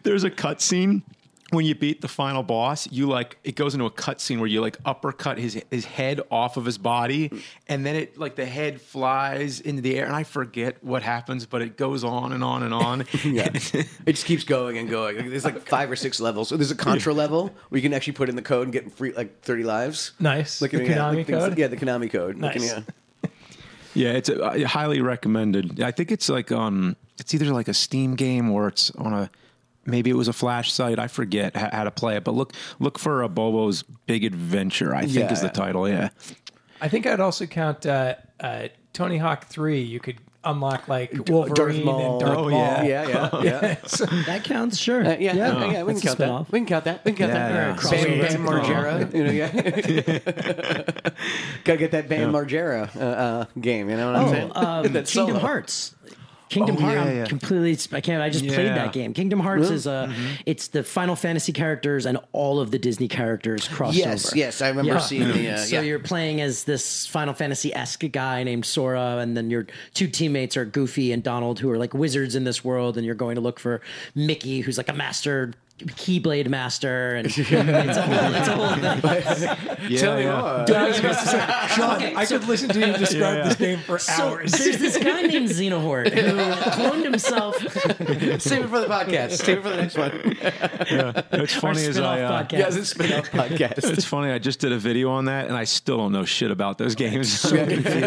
[SPEAKER 4] there's a cutscene when you beat the final boss. You like it goes into a cutscene where you like uppercut his his head off of his body, and then it like the head flies into the air. And I forget what happens, but it goes on and on and on.
[SPEAKER 2] Yeah. It just keeps going and going. Like, there's like five or six levels. So there's a contra level where you can actually put in the code and get free like 30 lives.
[SPEAKER 5] Nice.
[SPEAKER 2] Like
[SPEAKER 5] The
[SPEAKER 2] yeah,
[SPEAKER 5] Konami
[SPEAKER 2] like things-
[SPEAKER 5] code?
[SPEAKER 2] yeah, the Konami code. Like,
[SPEAKER 5] Nice.
[SPEAKER 2] yeah.
[SPEAKER 4] Yeah, it's uh, I highly recommended. I think it's like um, it's either like a Steam game or it's on a maybe it was a Flash site. I forget ho- how to play it, but look look for a Bobo's Big Adventure. I think is the
[SPEAKER 2] Yeah.
[SPEAKER 4] title. Yeah,
[SPEAKER 5] I think I'd also count uh, uh, Tony Hawk 3. You could unlock like Wolverine
[SPEAKER 2] Maul.
[SPEAKER 5] and Darth
[SPEAKER 4] Oh,
[SPEAKER 5] Maul.
[SPEAKER 4] yeah.
[SPEAKER 2] Yeah, yeah, yeah.
[SPEAKER 3] That counts. Sure.
[SPEAKER 2] Uh, yeah, yeah, yeah, we can count
[SPEAKER 3] That's a
[SPEAKER 2] that.
[SPEAKER 3] spin-off.
[SPEAKER 2] We can count that. We can count
[SPEAKER 4] Yeah, yeah.
[SPEAKER 2] that. Bam,
[SPEAKER 3] Crossover.
[SPEAKER 2] Bam Margera. You know, yeah. Gotta get that Bam Margera uh, uh, game. You know what I'm saying?
[SPEAKER 3] Oh, um,
[SPEAKER 2] That's
[SPEAKER 3] Kingdom
[SPEAKER 2] solo.
[SPEAKER 3] Hearts. Kingdom
[SPEAKER 4] Oh,
[SPEAKER 3] Hearts.
[SPEAKER 4] yeah,
[SPEAKER 3] I'm
[SPEAKER 4] yeah.
[SPEAKER 3] completely. I can't. I just played
[SPEAKER 4] Yeah.
[SPEAKER 3] that game. Kingdom Hearts is a. It's the Final Fantasy characters and all of the Disney characters crossover.
[SPEAKER 2] Yes, yes, I remember
[SPEAKER 3] Yeah.
[SPEAKER 2] seeing the. Uh,
[SPEAKER 3] so
[SPEAKER 2] yeah.
[SPEAKER 3] you're playing as this Final Fantasy esque guy named Sora, and then your two teammates are Goofy and Donald, who are like wizards in this world, and you're going to look for Mickey, who's like a master Keyblade master, and it's a whole, it's a whole thing.
[SPEAKER 4] yeah
[SPEAKER 2] Tell me
[SPEAKER 4] yeah.
[SPEAKER 2] more.
[SPEAKER 5] Dude, I was about to say, Sean,
[SPEAKER 3] Okay,
[SPEAKER 5] I
[SPEAKER 3] so-
[SPEAKER 5] could listen to you describe
[SPEAKER 4] Yeah, yeah.
[SPEAKER 5] this game for
[SPEAKER 3] So
[SPEAKER 5] hours.
[SPEAKER 3] there's this guy named Xenohorde who cloned himself.
[SPEAKER 2] Save it for the podcast. Save it for the next one.
[SPEAKER 4] It's
[SPEAKER 3] Our
[SPEAKER 4] funny as I
[SPEAKER 3] spin-off
[SPEAKER 4] uh,
[SPEAKER 3] podcast.
[SPEAKER 2] Yeah, this spin off podcast.
[SPEAKER 4] It's funny. I just did a video on that, and I still don't know shit about those games.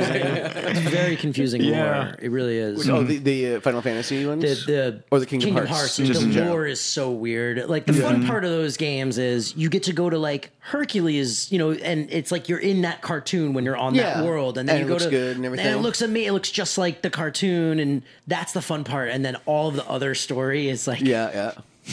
[SPEAKER 3] It's very confusing
[SPEAKER 4] Yeah.
[SPEAKER 3] lore. It really is. Mm.
[SPEAKER 2] Oh, the, the uh, Final Fantasy ones?
[SPEAKER 3] the, the
[SPEAKER 2] or the Kingdom, Hearts?
[SPEAKER 3] the
[SPEAKER 2] Just in
[SPEAKER 3] lore
[SPEAKER 2] general.
[SPEAKER 3] is so weird. weird. Like the fun part of those games is you get to go to like Hercules, you know, and it's like you're in that cartoon when you're on
[SPEAKER 2] Yeah.
[SPEAKER 3] that world, and then
[SPEAKER 2] And
[SPEAKER 3] you
[SPEAKER 2] it
[SPEAKER 3] go
[SPEAKER 2] looks
[SPEAKER 3] to
[SPEAKER 2] good and everything.
[SPEAKER 3] it looks amazing. It looks just like the cartoon, and that's the fun part. And then all of the other story is like
[SPEAKER 2] Yeah, yeah.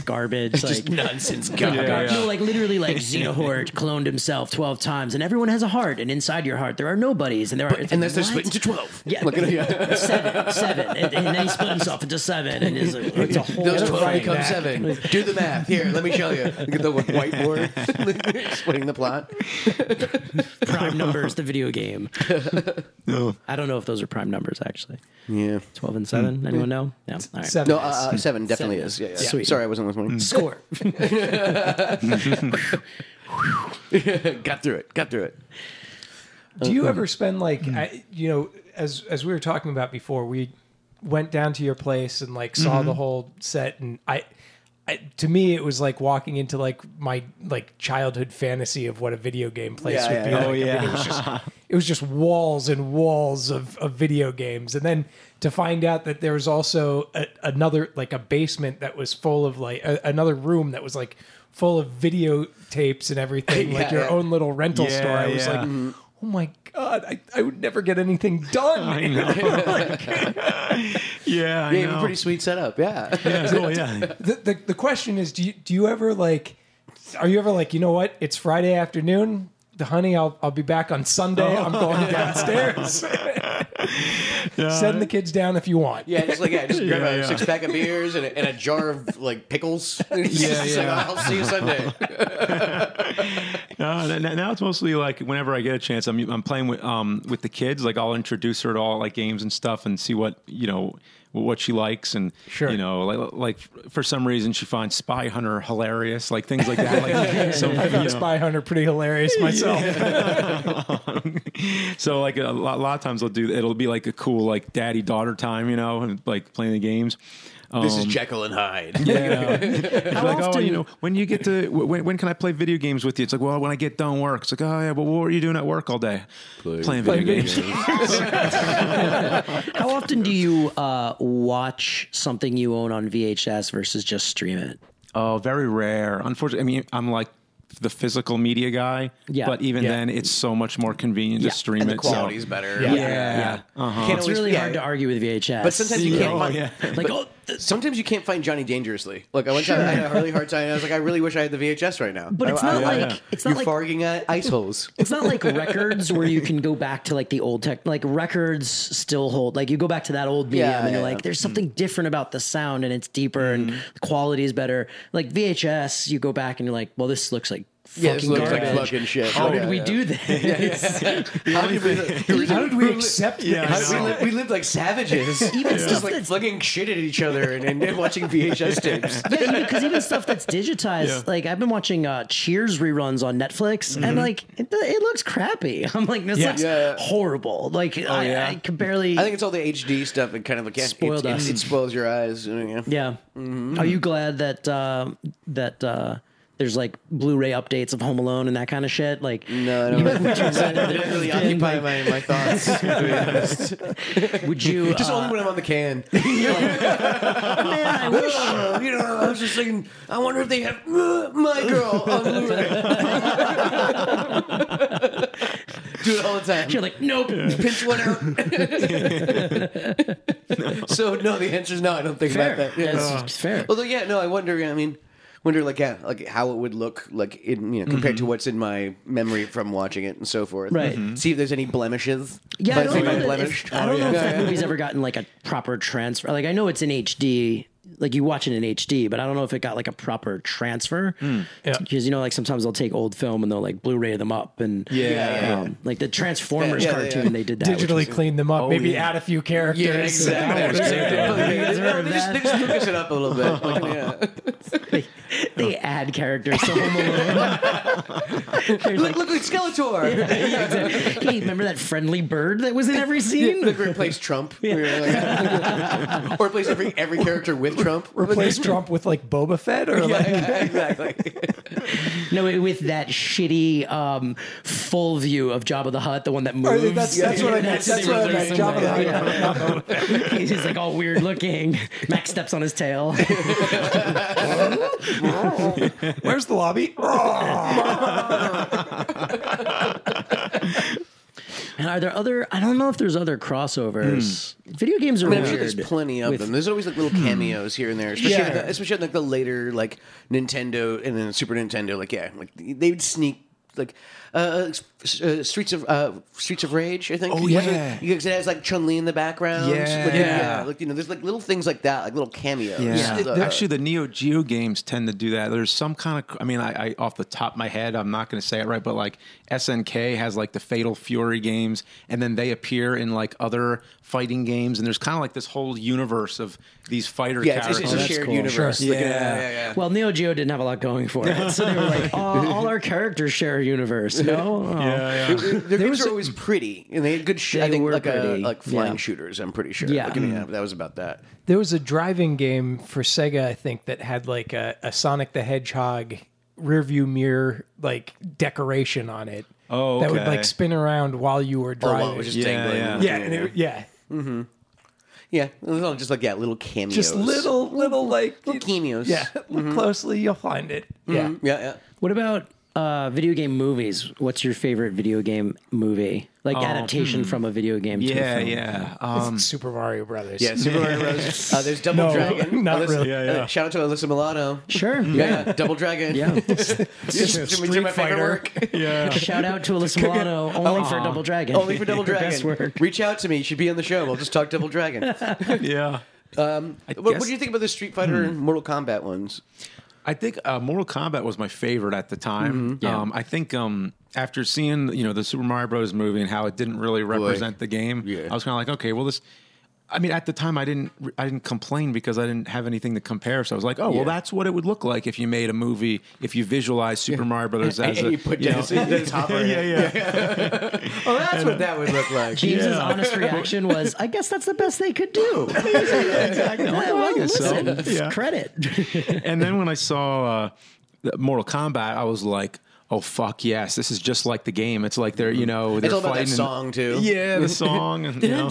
[SPEAKER 3] garbage, like
[SPEAKER 2] nonsense.
[SPEAKER 3] God, No, like literally, like Xenohort cloned himself twelve times, and everyone has a heart, and inside your heart there are nobodies, and there are it's
[SPEAKER 2] Unless they're
[SPEAKER 3] like,
[SPEAKER 2] split
[SPEAKER 3] what?
[SPEAKER 2] into twelve.
[SPEAKER 3] Yeah.
[SPEAKER 2] Look at yeah.
[SPEAKER 3] seven, seven, and, and then he split himself into seven, and it's, a- it's a whole.
[SPEAKER 2] Those twelve
[SPEAKER 3] thing.
[SPEAKER 2] become seven. Do the math. Here, let me show you. Look at the whiteboard explaining the plot.
[SPEAKER 3] prime numbers. The video game. I don't know if those are prime numbers actually.
[SPEAKER 2] Yeah.
[SPEAKER 3] Twelve and
[SPEAKER 2] Hmm.
[SPEAKER 3] seven. Anyone know? No. All right.
[SPEAKER 5] Seven.
[SPEAKER 2] No, uh, uh, seven definitely
[SPEAKER 3] Seven.
[SPEAKER 2] is. Yeah, yeah.
[SPEAKER 3] Sweet.
[SPEAKER 2] Sorry, I wasn't listening.
[SPEAKER 3] Score.
[SPEAKER 2] got through it. Got through it.
[SPEAKER 5] Do
[SPEAKER 2] Uh,
[SPEAKER 5] you ever spend like
[SPEAKER 2] mm.
[SPEAKER 5] I, you know as as we were talking about before we went down to your place and like saw
[SPEAKER 2] Mm-hmm.
[SPEAKER 5] the whole set and I, I to me it was like walking into like my like childhood fantasy of what a video game place
[SPEAKER 2] Yeah,
[SPEAKER 5] would
[SPEAKER 2] yeah,
[SPEAKER 5] be like. I
[SPEAKER 2] yeah. Oh,
[SPEAKER 5] mean, it was just it was just walls and walls of, of video games and then to find out that there was also a, another like a basement that was full of like a, another room that was like full of videotapes and everything like
[SPEAKER 2] Yeah, Mm-hmm.
[SPEAKER 5] your
[SPEAKER 2] yeah.
[SPEAKER 5] own little rental
[SPEAKER 4] Yeah,
[SPEAKER 5] store i was
[SPEAKER 4] yeah.
[SPEAKER 5] like oh my god I, I would never get anything done
[SPEAKER 4] yeah, I
[SPEAKER 2] Yeah,
[SPEAKER 4] know.
[SPEAKER 2] pretty sweet setup. Yeah.
[SPEAKER 4] yeah, cool, yeah.
[SPEAKER 5] the, the, the question is do you, do you ever like are you ever like you know what it's friday afternoon the honey I'll, I'll be back on sunday i'm
[SPEAKER 2] Oh.
[SPEAKER 5] going downstairs send the kids down if you want
[SPEAKER 2] Yeah, just like yeah, just grab
[SPEAKER 4] Yeah,
[SPEAKER 2] a
[SPEAKER 4] yeah.
[SPEAKER 2] six pack of beers and a, and a jar of like pickles. yeah,
[SPEAKER 4] yeah.
[SPEAKER 2] "Oh, I'll see you Sunday.
[SPEAKER 4] No, n- n- now it's mostly like whenever I get a chance, I'm I'm playing with um with the kids. Like I'll introduce her to all like games and stuff, and see what you know what she likes, and
[SPEAKER 5] Sure.
[SPEAKER 4] you know like like for some reason she finds Spy Hunter hilarious, like things like that. Like so,
[SPEAKER 5] i
[SPEAKER 4] you
[SPEAKER 5] found
[SPEAKER 4] know.
[SPEAKER 5] spy hunter pretty hilarious myself
[SPEAKER 4] so like a lot, lot of times they'll do it'll be like a cool like daddy daughter time, you know, and like playing the games.
[SPEAKER 2] this is Jekyll and Hyde.
[SPEAKER 4] How like, oh, you know, when you get to, when, when can I play video games with you? It's like, well, when I get done work. It's like, oh, yeah, but what were you doing at work all day? playing video games.
[SPEAKER 3] How often do you uh, watch something you own on VHS versus just stream it?
[SPEAKER 4] Oh, very rare. Unfortunately, I mean, I'm like the physical media guy.
[SPEAKER 3] Yeah.
[SPEAKER 4] But even
[SPEAKER 3] Yeah.
[SPEAKER 4] then, it's so much more convenient
[SPEAKER 3] Yeah.
[SPEAKER 4] to stream
[SPEAKER 2] And the
[SPEAKER 4] it. so-
[SPEAKER 2] quality's better.
[SPEAKER 3] Yeah.
[SPEAKER 4] Yeah. Uh-huh.
[SPEAKER 2] Can't
[SPEAKER 3] It's
[SPEAKER 2] always-
[SPEAKER 3] really
[SPEAKER 2] yeah.
[SPEAKER 3] hard to argue with VHS.
[SPEAKER 2] But sometimes you can't
[SPEAKER 4] Oh,
[SPEAKER 2] find.
[SPEAKER 4] yeah.
[SPEAKER 3] like oh, th-
[SPEAKER 2] Sometimes you can't find Johnny Dangerously. Like I went time I had a really hard time. and I was like, I really wish I had the VHS right now.
[SPEAKER 3] But it's not
[SPEAKER 4] Yeah,
[SPEAKER 3] like
[SPEAKER 4] yeah.
[SPEAKER 3] it's
[SPEAKER 2] you're
[SPEAKER 3] not like
[SPEAKER 2] farting at ice holes.
[SPEAKER 3] it's not like records where you can go back to like the old tech. Like records still hold. Like you go back to that old medium
[SPEAKER 2] Yeah,
[SPEAKER 3] and you're
[SPEAKER 2] yeah, Mm. Mm-hmm.
[SPEAKER 3] like,
[SPEAKER 2] yeah.
[SPEAKER 3] there's something different about the sound and it's deeper and the quality is better. Like VHS, you go back and you're like, well, this looks like fucking
[SPEAKER 2] Yeah, this looks like
[SPEAKER 3] garbage.
[SPEAKER 2] fucking shit.
[SPEAKER 3] How
[SPEAKER 2] Yeah,
[SPEAKER 3] did
[SPEAKER 2] yeah,
[SPEAKER 3] we
[SPEAKER 2] yeah.
[SPEAKER 3] do this?
[SPEAKER 2] How did we,
[SPEAKER 5] how did we accept
[SPEAKER 4] Yeah, I
[SPEAKER 5] this
[SPEAKER 2] we, lived, we lived like savages. Even
[SPEAKER 3] stuff
[SPEAKER 2] just like
[SPEAKER 3] that's-
[SPEAKER 2] looking shit at each other and, and watching VHS tapes.
[SPEAKER 3] yeah, because even, stuff that's digitized,
[SPEAKER 4] Yeah.
[SPEAKER 3] like I've been watching uh, Cheers reruns on Netflix, and like it, it looks crappy. I'm like, this looks
[SPEAKER 2] Mm-hmm. Yeah. Oh,
[SPEAKER 3] horrible. Like I,
[SPEAKER 4] yeah.
[SPEAKER 3] I can barely.
[SPEAKER 2] I think it's all the HD stuff and kind of like yeah,
[SPEAKER 3] Spoiled
[SPEAKER 2] it,
[SPEAKER 3] us.
[SPEAKER 2] It, it spoils your eyes. you know, yeah.
[SPEAKER 3] Yeah.
[SPEAKER 2] Mm-hmm.
[SPEAKER 3] Are you glad that uh, that uh, there's like Blu-ray updates of Home Alone and that kind of shit? Like,
[SPEAKER 2] No, I don't
[SPEAKER 3] uh, would,
[SPEAKER 2] really occupy my, my thoughts. to be honest.
[SPEAKER 3] would you?
[SPEAKER 2] Just
[SPEAKER 3] uh,
[SPEAKER 2] only when I'm on the can. you
[SPEAKER 3] man, I wish.
[SPEAKER 2] know, I was just thinking, I wonder if they have uh, my girl on Blu-ray. Do it all the time.
[SPEAKER 3] You're like, nope.
[SPEAKER 2] Pinch one out. so no, the answer is no. I don't think
[SPEAKER 3] Fair.
[SPEAKER 2] about that. Yeah. Oh.
[SPEAKER 3] That's it's fair.
[SPEAKER 2] Although, yeah, no, I wonder. I mean, wonder like yeah, like how it would look like in you know compared to what's in my memory from watching it and so forth.
[SPEAKER 3] Mm-hmm.
[SPEAKER 2] Mm-hmm.
[SPEAKER 3] Right. Mhm.
[SPEAKER 2] See if there's any blemishes. If
[SPEAKER 3] Yeah, I
[SPEAKER 2] I
[SPEAKER 3] don't
[SPEAKER 2] say by
[SPEAKER 3] know, that
[SPEAKER 2] blemish.
[SPEAKER 3] if, I don't know if
[SPEAKER 2] Oh, Yeah,
[SPEAKER 3] that
[SPEAKER 2] yeah.
[SPEAKER 3] movie's ever gotten like a proper transfer. Like I know it's in HD, like you watch it in HD, but I don't know if it got like a proper transfer. Because you know, like sometimes they'll take old film and they'll like Blu-ray them up and
[SPEAKER 4] Yeah, yeah,
[SPEAKER 3] um, like the Transformers
[SPEAKER 2] Yeah, yeah,
[SPEAKER 3] cartoon
[SPEAKER 2] yeah.
[SPEAKER 3] they did that which was-
[SPEAKER 5] digitally clean them up maybe
[SPEAKER 4] yeah.
[SPEAKER 5] add a few characters
[SPEAKER 2] Oh, Yeah, exactly.
[SPEAKER 4] Yeah.
[SPEAKER 2] They
[SPEAKER 3] You guys
[SPEAKER 2] just-
[SPEAKER 3] heard of
[SPEAKER 2] they just
[SPEAKER 3] that?
[SPEAKER 2] they just hook us it up a little bit. Like, yeah.
[SPEAKER 3] they dad character. So Home Alone. There's like,
[SPEAKER 2] look at Skeletor.
[SPEAKER 3] yeah, exactly. Hey, remember that friendly bird that was in every scene?
[SPEAKER 2] Look, replace Trump. We were like- or replace every every character with Trump.
[SPEAKER 5] Replace Trump with like Boba Fett or like
[SPEAKER 2] Yeah, exactly.
[SPEAKER 3] No, with that shitty um, full view of Jabba the Hutt, the one that
[SPEAKER 5] Or
[SPEAKER 3] moves.
[SPEAKER 5] that's, that's what I meant. That's what I meant. Jabba the Hutt.
[SPEAKER 3] He's just like all weird looking. Max steps on his tail.
[SPEAKER 5] Where's the lobby?
[SPEAKER 3] And are there other? I don't know if there's other crossovers. Video games are
[SPEAKER 2] I mean, Hmm. I'm
[SPEAKER 3] weird.
[SPEAKER 2] sure there's plenty of
[SPEAKER 3] With-
[SPEAKER 2] them. There's always like
[SPEAKER 4] Hmm.
[SPEAKER 2] little cameos here and there, especially
[SPEAKER 5] Yeah.
[SPEAKER 2] on the- especially on like the later like Nintendo and then Super Nintendo. Like yeah, like they would sneak like uh, s- uh Streets of uh Streets of Rage. I think.
[SPEAKER 4] Oh,
[SPEAKER 2] Was it?
[SPEAKER 4] yeah.
[SPEAKER 2] because it has like Chun Li in the background. Like,
[SPEAKER 4] Yeah.
[SPEAKER 2] like you know, there's like little things like that, like little cameos.
[SPEAKER 4] Yeah.
[SPEAKER 2] Uh,
[SPEAKER 4] Actually, the Neo Geo games tend to do that. There's some kind of, I mean, I, I off the top of my head, I'm not going to say it right, but like SNK has like the Fatal Fury games, and then they appear in like other fighting games, and there's kind of like this whole universe of these fighter
[SPEAKER 2] yeah, it's,
[SPEAKER 4] characters.
[SPEAKER 2] it's a shared universe.
[SPEAKER 4] Sure.
[SPEAKER 2] Like,
[SPEAKER 4] Yeah.
[SPEAKER 2] yeah, yeah.
[SPEAKER 3] Well, Neo Geo didn't have a lot going for it, so they were like, all, all our characters share a universe. No, Oh.
[SPEAKER 4] yeah, yeah.
[SPEAKER 2] uh, Their games were always pretty, and they had good. Sh- I
[SPEAKER 3] They
[SPEAKER 2] think
[SPEAKER 3] were
[SPEAKER 2] like uh,
[SPEAKER 3] pretty,
[SPEAKER 2] like flying
[SPEAKER 3] yeah.
[SPEAKER 2] shooters. I'm pretty sure.
[SPEAKER 3] Yeah.
[SPEAKER 2] Like, yeah,
[SPEAKER 4] Mm-hmm.
[SPEAKER 2] that was about that.
[SPEAKER 5] There was a driving game for Sega, I think, that had like a, a Sonic the Hedgehog rearview mirror like decoration on it.
[SPEAKER 4] Oh,
[SPEAKER 5] that would
[SPEAKER 4] okay.
[SPEAKER 5] like spin around while you were
[SPEAKER 2] Or
[SPEAKER 5] driving.
[SPEAKER 2] while it was just
[SPEAKER 4] Yeah,
[SPEAKER 2] dangling.
[SPEAKER 4] yeah.
[SPEAKER 5] yeah, and it, yeah,
[SPEAKER 2] Yeah, it was all just like yeah, little cameos.
[SPEAKER 5] just little, little like
[SPEAKER 2] Little Mm-hmm. cameos.
[SPEAKER 5] Yeah, look closely, you'll find it. Yeah,
[SPEAKER 2] yeah, yeah.
[SPEAKER 3] What about uh, video game movies? What's your favorite video game movie? Like
[SPEAKER 2] Oh,
[SPEAKER 3] adaptation
[SPEAKER 2] hmm.
[SPEAKER 3] from a video game. to a
[SPEAKER 4] Yeah,
[SPEAKER 3] film.
[SPEAKER 4] yeah. Um,
[SPEAKER 5] Super Mario Brothers.
[SPEAKER 2] Yeah, Super Mario Bros. Uh, there's Double
[SPEAKER 5] No,
[SPEAKER 2] Dragon.
[SPEAKER 5] not
[SPEAKER 2] Alyssa-
[SPEAKER 5] really.
[SPEAKER 4] Yeah, yeah.
[SPEAKER 2] uh, shout out to Alyssa Milano.
[SPEAKER 3] Sure.
[SPEAKER 2] Yeah, Double Dragon.
[SPEAKER 3] Yeah.
[SPEAKER 2] Just
[SPEAKER 5] Street
[SPEAKER 2] doing my favorite
[SPEAKER 5] Fighter.
[SPEAKER 2] work.
[SPEAKER 3] Shout out to Alyssa Milano, only for Double Dragon.
[SPEAKER 2] Oh, Only for Double
[SPEAKER 3] Her Best
[SPEAKER 2] Dragon.
[SPEAKER 3] work.
[SPEAKER 2] Reach out to me. You should be on the show. We'll just talk Double Dragon. what,
[SPEAKER 4] yeah.
[SPEAKER 2] Um, what
[SPEAKER 4] guess-
[SPEAKER 2] do you think about the Street Fighter and Mortal Kombat ones?
[SPEAKER 4] I think uh, Mortal Kombat was my favorite at the time.
[SPEAKER 2] Mm-hmm.
[SPEAKER 4] Um, I think um, after seeing you know the Super Mario Bros. movie and how it didn't really represent the game, I was kind of like, okay, well this. I mean, at the time, I didn't I didn't complain because I didn't have anything to compare. So I was like, oh, well, that's what it would look like if you made a movie if you visualize Super Mario Brothers as a
[SPEAKER 2] you put
[SPEAKER 4] you
[SPEAKER 2] down
[SPEAKER 4] know,
[SPEAKER 2] the top right
[SPEAKER 4] yeah,
[SPEAKER 2] here.
[SPEAKER 4] yeah.
[SPEAKER 2] Oh, that's what that would look like.
[SPEAKER 3] James's honest reaction was, "I guess that's the best they could do." exactly.
[SPEAKER 2] Oh,
[SPEAKER 3] well,
[SPEAKER 4] guess so.
[SPEAKER 3] listen,
[SPEAKER 4] Yeah.
[SPEAKER 3] credit.
[SPEAKER 4] and then when I saw uh, the Mortal Kombat, I was like, "Oh fuck yes, this is just like the game." It's like they're you know they're
[SPEAKER 2] all about that
[SPEAKER 4] fighting and-
[SPEAKER 2] song, too.
[SPEAKER 4] Yeah, the song and you know,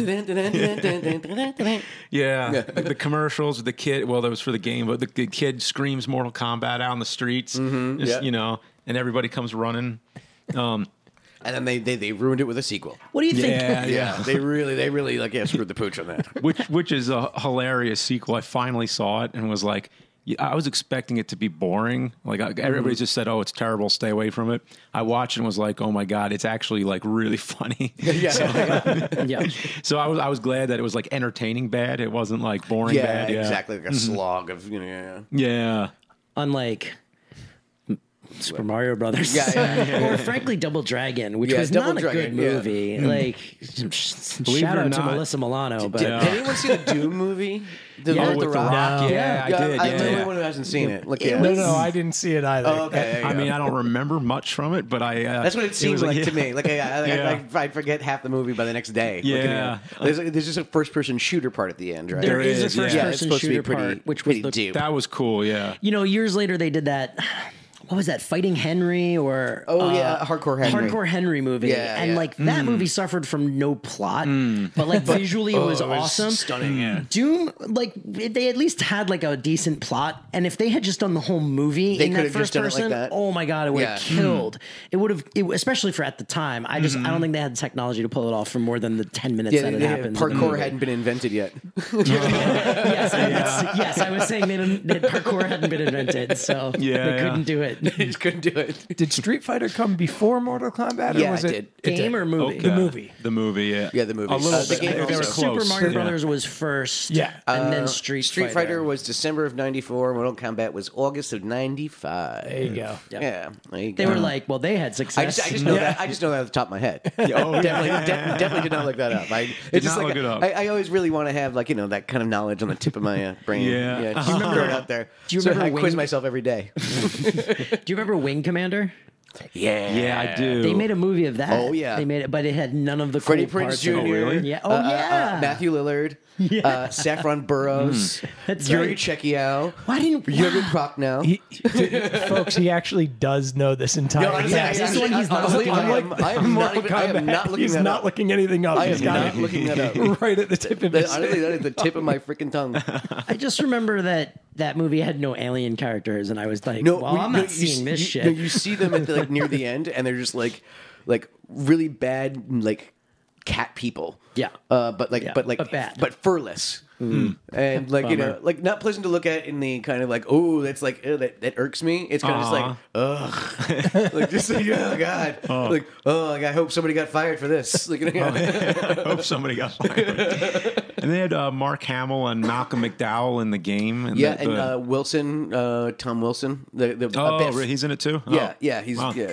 [SPEAKER 4] yeah, the, the commercials with the kid. Well, that was for the game, but the, the kid screams Mortal Kombat out on the streets, just,
[SPEAKER 2] Mm-hmm. yeah.
[SPEAKER 4] you know, and everybody comes running. Um,
[SPEAKER 2] And then they, they they ruined it with a sequel.
[SPEAKER 3] What do you
[SPEAKER 4] yeah,
[SPEAKER 3] think?
[SPEAKER 4] yeah.
[SPEAKER 2] they really they really like yeah screwed the pooch on that.
[SPEAKER 4] which which is a hilarious sequel. I finally saw it and was like, yeah, I was expecting it to be boring. Like
[SPEAKER 2] Mm-hmm.
[SPEAKER 4] I, everybody just said, "Oh, it's terrible. Stay away from it." I watched and was like, "Oh my god, it's actually like really funny."
[SPEAKER 2] Yeah,
[SPEAKER 3] Yeah.
[SPEAKER 4] so I was I was glad that it was like entertaining bad. It wasn't like boring
[SPEAKER 2] yeah,
[SPEAKER 4] bad. Yeah,
[SPEAKER 2] exactly like a slog of you know. yeah,
[SPEAKER 4] Yeah.
[SPEAKER 3] Unlike Super Mario Brothers,
[SPEAKER 2] Yeah, yeah,
[SPEAKER 3] or frankly Double Dragon, which
[SPEAKER 2] Yeah,
[SPEAKER 3] was
[SPEAKER 2] Double
[SPEAKER 3] not a good
[SPEAKER 2] Dragon, yeah. Mm.
[SPEAKER 3] movie. Like, shout
[SPEAKER 4] it or
[SPEAKER 3] out to
[SPEAKER 4] not-
[SPEAKER 3] Melissa Milano, but
[SPEAKER 2] Did anyone see the Doom movie? The
[SPEAKER 3] Yeah,
[SPEAKER 2] one
[SPEAKER 3] with
[SPEAKER 2] with the
[SPEAKER 3] The
[SPEAKER 2] rock.
[SPEAKER 3] Rock,
[SPEAKER 4] Yeah, I did.
[SPEAKER 2] I,
[SPEAKER 4] yeah,
[SPEAKER 2] am the
[SPEAKER 4] yeah.
[SPEAKER 2] only one who hasn't seen it. Look, yeah.
[SPEAKER 5] No, no, I didn't see it either.
[SPEAKER 2] Oh, okay. there you
[SPEAKER 4] I
[SPEAKER 2] go.
[SPEAKER 4] mean, I don't remember much from it, but I uh,
[SPEAKER 2] that's what it seems
[SPEAKER 4] was
[SPEAKER 2] like, to
[SPEAKER 4] yeah.
[SPEAKER 2] me. Like I, I,
[SPEAKER 4] Yeah.
[SPEAKER 2] I, I forget half the movie by the next day. Like, you
[SPEAKER 4] Yeah.
[SPEAKER 2] know, there's, there's just a first-person shooter part at the end, right?
[SPEAKER 3] there
[SPEAKER 4] There
[SPEAKER 3] is,
[SPEAKER 4] is,
[SPEAKER 3] a
[SPEAKER 4] yeah.
[SPEAKER 3] first
[SPEAKER 2] yeah, it's
[SPEAKER 3] person
[SPEAKER 2] supposed
[SPEAKER 3] shooter
[SPEAKER 2] to be pretty,
[SPEAKER 3] part, which was
[SPEAKER 2] pretty
[SPEAKER 3] the
[SPEAKER 2] deep.
[SPEAKER 4] That was cool. Yeah.
[SPEAKER 3] you know, years later they did that. What was that? Fighting Henry or uh,
[SPEAKER 2] Oh, yeah, Hardcore Henry.
[SPEAKER 3] Hardcore Henry movie,
[SPEAKER 2] Yeah,
[SPEAKER 3] and
[SPEAKER 2] yeah.
[SPEAKER 3] like that movie suffered from no plot, but like visually it was
[SPEAKER 2] Mm. oh, it was
[SPEAKER 3] awesome,
[SPEAKER 2] stunning, yeah.
[SPEAKER 3] Doom, like if they at least had like a decent plot, and if they had just done the whole movie
[SPEAKER 2] They
[SPEAKER 3] in
[SPEAKER 2] could
[SPEAKER 3] that
[SPEAKER 2] have just
[SPEAKER 3] first
[SPEAKER 2] done it like
[SPEAKER 3] person,
[SPEAKER 2] that.
[SPEAKER 3] oh my god, it would have
[SPEAKER 2] Yeah.
[SPEAKER 3] killed. It would have, it, especially for at the time. I just
[SPEAKER 2] Mm-hmm.
[SPEAKER 3] I don't think they had the technology to pull it off for more than the ten minutes
[SPEAKER 2] yeah,
[SPEAKER 3] that it
[SPEAKER 2] yeah,
[SPEAKER 3] happens. in the
[SPEAKER 2] parkour
[SPEAKER 3] movie.
[SPEAKER 2] hadn't been invented yet.
[SPEAKER 3] yes, I, that's- yes, I was saying that, that parkour hadn't been invented, so
[SPEAKER 4] Yeah,
[SPEAKER 3] they
[SPEAKER 4] yeah.
[SPEAKER 3] couldn't do it.
[SPEAKER 2] it. I just couldn't do it.
[SPEAKER 5] Did Street Fighter come before Mortal Kombat? Or
[SPEAKER 2] Yeah,
[SPEAKER 5] was
[SPEAKER 2] it
[SPEAKER 5] it,
[SPEAKER 2] did.
[SPEAKER 3] Game or movie?
[SPEAKER 5] The movie.
[SPEAKER 4] The movie, yeah.
[SPEAKER 2] Yeah, the movie.
[SPEAKER 4] A little
[SPEAKER 2] Uh, the
[SPEAKER 4] bit.
[SPEAKER 2] game
[SPEAKER 4] they,
[SPEAKER 2] also.
[SPEAKER 4] were
[SPEAKER 3] Super
[SPEAKER 4] close.
[SPEAKER 3] Mario
[SPEAKER 4] yeah.
[SPEAKER 3] Brothers was first.
[SPEAKER 5] Yeah.
[SPEAKER 3] and then Street,
[SPEAKER 2] Uh, Street Fighter. was December of '94. Mortal Kombat was August of '95.
[SPEAKER 5] There you go.
[SPEAKER 2] Yeah, there you
[SPEAKER 3] They
[SPEAKER 2] go.
[SPEAKER 3] were like, well, they had
[SPEAKER 2] I
[SPEAKER 3] success.
[SPEAKER 2] just, I just know that. I just know that off the top of my head. definitely, de- definitely did not look that up. I it's just
[SPEAKER 4] Oh, not
[SPEAKER 2] like
[SPEAKER 4] look it up.
[SPEAKER 2] I, I always really want to have like you know that kind of knowledge on the tip of my uh, brain.
[SPEAKER 4] Yeah. Uh-huh.
[SPEAKER 2] yeah just throw it out there.
[SPEAKER 3] do you
[SPEAKER 2] So
[SPEAKER 3] remember
[SPEAKER 2] I quiz
[SPEAKER 3] Wing-
[SPEAKER 2] myself every day.
[SPEAKER 3] Do you remember Wing Commander?
[SPEAKER 2] Yeah,
[SPEAKER 4] Yeah, I do.
[SPEAKER 3] They made a movie of that.
[SPEAKER 2] Oh, yeah.
[SPEAKER 3] they made it, but it had none of the
[SPEAKER 2] Freddie
[SPEAKER 3] cool
[SPEAKER 2] Prince
[SPEAKER 3] parts
[SPEAKER 2] Jr.
[SPEAKER 3] of it. Yeah. Oh
[SPEAKER 2] uh, uh, uh,
[SPEAKER 3] yeah.
[SPEAKER 2] Matthew Lillard. Uh, Saffron Burrows.
[SPEAKER 4] Hmm.
[SPEAKER 3] That's
[SPEAKER 2] Yuri
[SPEAKER 3] right.
[SPEAKER 2] Chekiao.
[SPEAKER 3] Why didn't-
[SPEAKER 2] Jurgen
[SPEAKER 3] wow.
[SPEAKER 2] Prochnow?
[SPEAKER 5] Folks, he actually does know this entire.
[SPEAKER 2] No, honestly,
[SPEAKER 5] Yeah,
[SPEAKER 2] I-
[SPEAKER 5] he's-
[SPEAKER 3] this one he's not
[SPEAKER 2] honestly,
[SPEAKER 5] looking
[SPEAKER 2] I
[SPEAKER 5] up.
[SPEAKER 2] am- I am not
[SPEAKER 5] Mortal
[SPEAKER 2] even- I am
[SPEAKER 5] Kombat.
[SPEAKER 2] not looking
[SPEAKER 5] He's
[SPEAKER 2] that
[SPEAKER 5] not
[SPEAKER 2] up.
[SPEAKER 5] looking anything up.
[SPEAKER 2] I am
[SPEAKER 5] He's got
[SPEAKER 2] not
[SPEAKER 5] it
[SPEAKER 2] looking that up.
[SPEAKER 5] right at the tip of
[SPEAKER 2] That-
[SPEAKER 5] his.
[SPEAKER 2] honestly, that is the tip of my freaking tongue.
[SPEAKER 3] I just remember that that movie had no alien characters, and I was like, well,
[SPEAKER 2] we-
[SPEAKER 3] I'm
[SPEAKER 2] no,
[SPEAKER 3] not
[SPEAKER 2] you
[SPEAKER 3] seeing
[SPEAKER 2] s-
[SPEAKER 3] this
[SPEAKER 2] you-
[SPEAKER 3] shit.
[SPEAKER 2] No, you see them at the, like near the end, and they're just like, like really bad, like cat people.
[SPEAKER 3] Yeah.
[SPEAKER 2] Uh, but like,
[SPEAKER 3] Yeah,
[SPEAKER 2] but like,
[SPEAKER 3] but bad. Hmm.
[SPEAKER 2] but furless. And like you know, like not pleasant to look at in the kind of like oh that's like ew, that, that irks me. It's kind of just like ugh, like just like oh god, like oh like I hope somebody got fired for this. Like,
[SPEAKER 3] Oh,
[SPEAKER 4] I hope somebody got fired. and they had uh, Mark Hamill and Malcolm McDowell in the game. And
[SPEAKER 2] yeah,
[SPEAKER 4] the,
[SPEAKER 2] and
[SPEAKER 4] the-
[SPEAKER 2] uh, Wilson, uh, Tom Wilson, the, the uh,
[SPEAKER 4] oh,
[SPEAKER 2] Biff.
[SPEAKER 4] re- he's in it too.
[SPEAKER 2] Yeah,
[SPEAKER 4] Oh.
[SPEAKER 2] yeah, he's
[SPEAKER 4] Wow. Hmm.
[SPEAKER 2] yeah.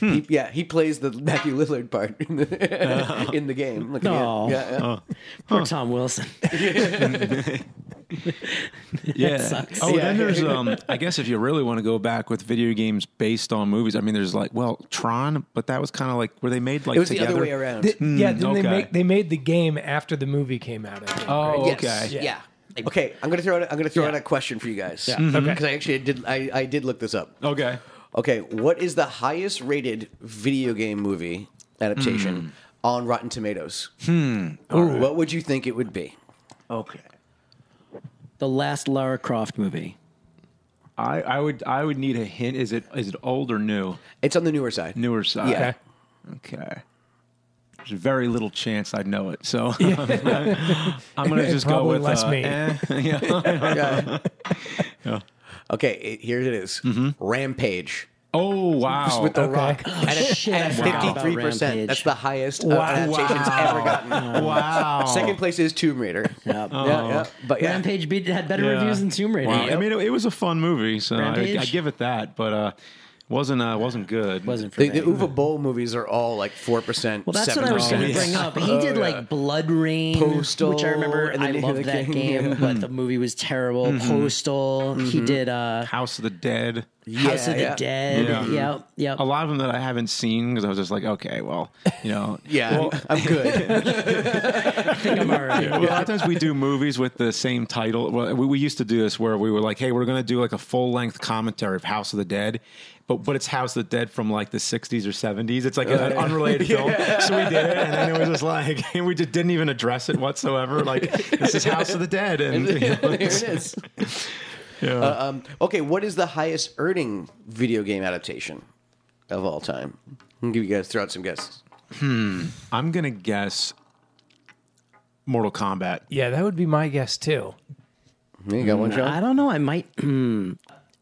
[SPEAKER 2] He, yeah, he plays the Matthew Lillard part in the, in the game. Look at him.
[SPEAKER 3] Aw.
[SPEAKER 2] yeah,
[SPEAKER 4] Oh,
[SPEAKER 2] yeah.
[SPEAKER 3] Poor Tom Wilson.
[SPEAKER 4] Yeah.
[SPEAKER 3] sucks.
[SPEAKER 4] Oh,
[SPEAKER 2] Yeah.
[SPEAKER 4] then there's um. I guess if you really want to go back with video games based on movies, I mean, there's like well Tron, but that was kind of like where they made like
[SPEAKER 2] it was
[SPEAKER 4] together.
[SPEAKER 2] the other way around.
[SPEAKER 5] Th- yeah, then
[SPEAKER 4] Hmm,
[SPEAKER 5] they
[SPEAKER 4] okay.
[SPEAKER 5] make they made the game after the movie came out. I think, right?
[SPEAKER 4] Oh,
[SPEAKER 2] Yes,
[SPEAKER 4] okay.
[SPEAKER 2] Yeah. Okay, I'm gonna throw out I'm gonna throw out a question for you guys. Yeah.
[SPEAKER 4] Mm-hmm.
[SPEAKER 2] Because
[SPEAKER 5] Okay.
[SPEAKER 2] I actually did I, I did look this up.
[SPEAKER 4] Okay.
[SPEAKER 2] Okay, what is the highest rated video game movie adaptation
[SPEAKER 4] Hmm.
[SPEAKER 2] on Rotten Tomatoes? Hmm. What would you think it would be?
[SPEAKER 4] Okay.
[SPEAKER 3] the last Lara Croft movie.
[SPEAKER 4] I, I would I would need a hint. Is it is it old or new?
[SPEAKER 2] It's on the newer side.
[SPEAKER 4] Newer side.
[SPEAKER 2] Yeah.
[SPEAKER 5] Okay.
[SPEAKER 4] Okay. There's very little chance I'd know it, so I'm gonna
[SPEAKER 5] And
[SPEAKER 4] just go
[SPEAKER 5] probably
[SPEAKER 4] with
[SPEAKER 5] less
[SPEAKER 4] uh,
[SPEAKER 5] me.
[SPEAKER 4] eh, yeah.
[SPEAKER 2] Yeah. Okay, it, here it is.
[SPEAKER 4] Mm-hmm.
[SPEAKER 2] Rampage.
[SPEAKER 4] Oh wow!
[SPEAKER 2] with The
[SPEAKER 5] Okay.
[SPEAKER 2] Rock. And it's-
[SPEAKER 3] shit, I
[SPEAKER 2] and
[SPEAKER 3] forgot about
[SPEAKER 2] 53%.
[SPEAKER 3] Rampage.
[SPEAKER 2] That's the highest uh, adaptations
[SPEAKER 4] Wow.
[SPEAKER 2] ever gotten.
[SPEAKER 4] wow.
[SPEAKER 2] Second place is Tomb Raider.
[SPEAKER 3] Yep. Oh.
[SPEAKER 2] Yeah, yeah. But yeah.
[SPEAKER 3] Rampage beat had better
[SPEAKER 4] Yeah.
[SPEAKER 3] reviews than Tomb Raider.
[SPEAKER 4] Wow. I mean, it, it was a fun movie, so I,
[SPEAKER 3] Rampage?
[SPEAKER 4] I give it that, but uh, wasn't uh, wasn't good.
[SPEAKER 3] wasn't for
[SPEAKER 2] The,
[SPEAKER 3] me.
[SPEAKER 2] the Uva Bowl movies are all like 4%.
[SPEAKER 3] well, that's what I was going to
[SPEAKER 2] 7%.
[SPEAKER 3] bring up. He did like Blood Rain,
[SPEAKER 2] Postal,
[SPEAKER 3] which I remember.
[SPEAKER 2] and
[SPEAKER 3] I
[SPEAKER 2] then
[SPEAKER 3] loved
[SPEAKER 2] the
[SPEAKER 3] that
[SPEAKER 2] King,
[SPEAKER 3] game,
[SPEAKER 2] yeah.
[SPEAKER 3] but the movie was terrible. Postal. He did uh,
[SPEAKER 4] House of the Dead.
[SPEAKER 3] House of the
[SPEAKER 2] yeah.
[SPEAKER 3] Dead.
[SPEAKER 4] Yeah.
[SPEAKER 3] Yep, yep.
[SPEAKER 4] A lot of them that I haven't seen because I was just like, okay, well, you know,
[SPEAKER 2] Yeah,
[SPEAKER 4] Well,
[SPEAKER 2] I'm good.
[SPEAKER 3] I think I'm alright.
[SPEAKER 4] well, a lot of times we do movies with the same title. Well, we, we used to do this where we were like, hey, we're going to do like a full length commentary of House of the Dead. But, but it's House of the Dead from like the 60s or 70s. It's like an unrelated film. So we did it. And then it was just like, and we just didn't even address it whatsoever. Like, this is House of the Dead. And, you know,
[SPEAKER 2] Here it is.
[SPEAKER 4] yeah.
[SPEAKER 2] Um, okay, what is the highest earning video game adaptation of all time? I'll give you guys, throw out some guesses.
[SPEAKER 4] I'm going to guess Mortal Kombat.
[SPEAKER 5] Yeah, that would be my guess too.
[SPEAKER 2] You got one
[SPEAKER 3] Mm. I
[SPEAKER 2] shot?
[SPEAKER 3] don't know. I might. Hmm.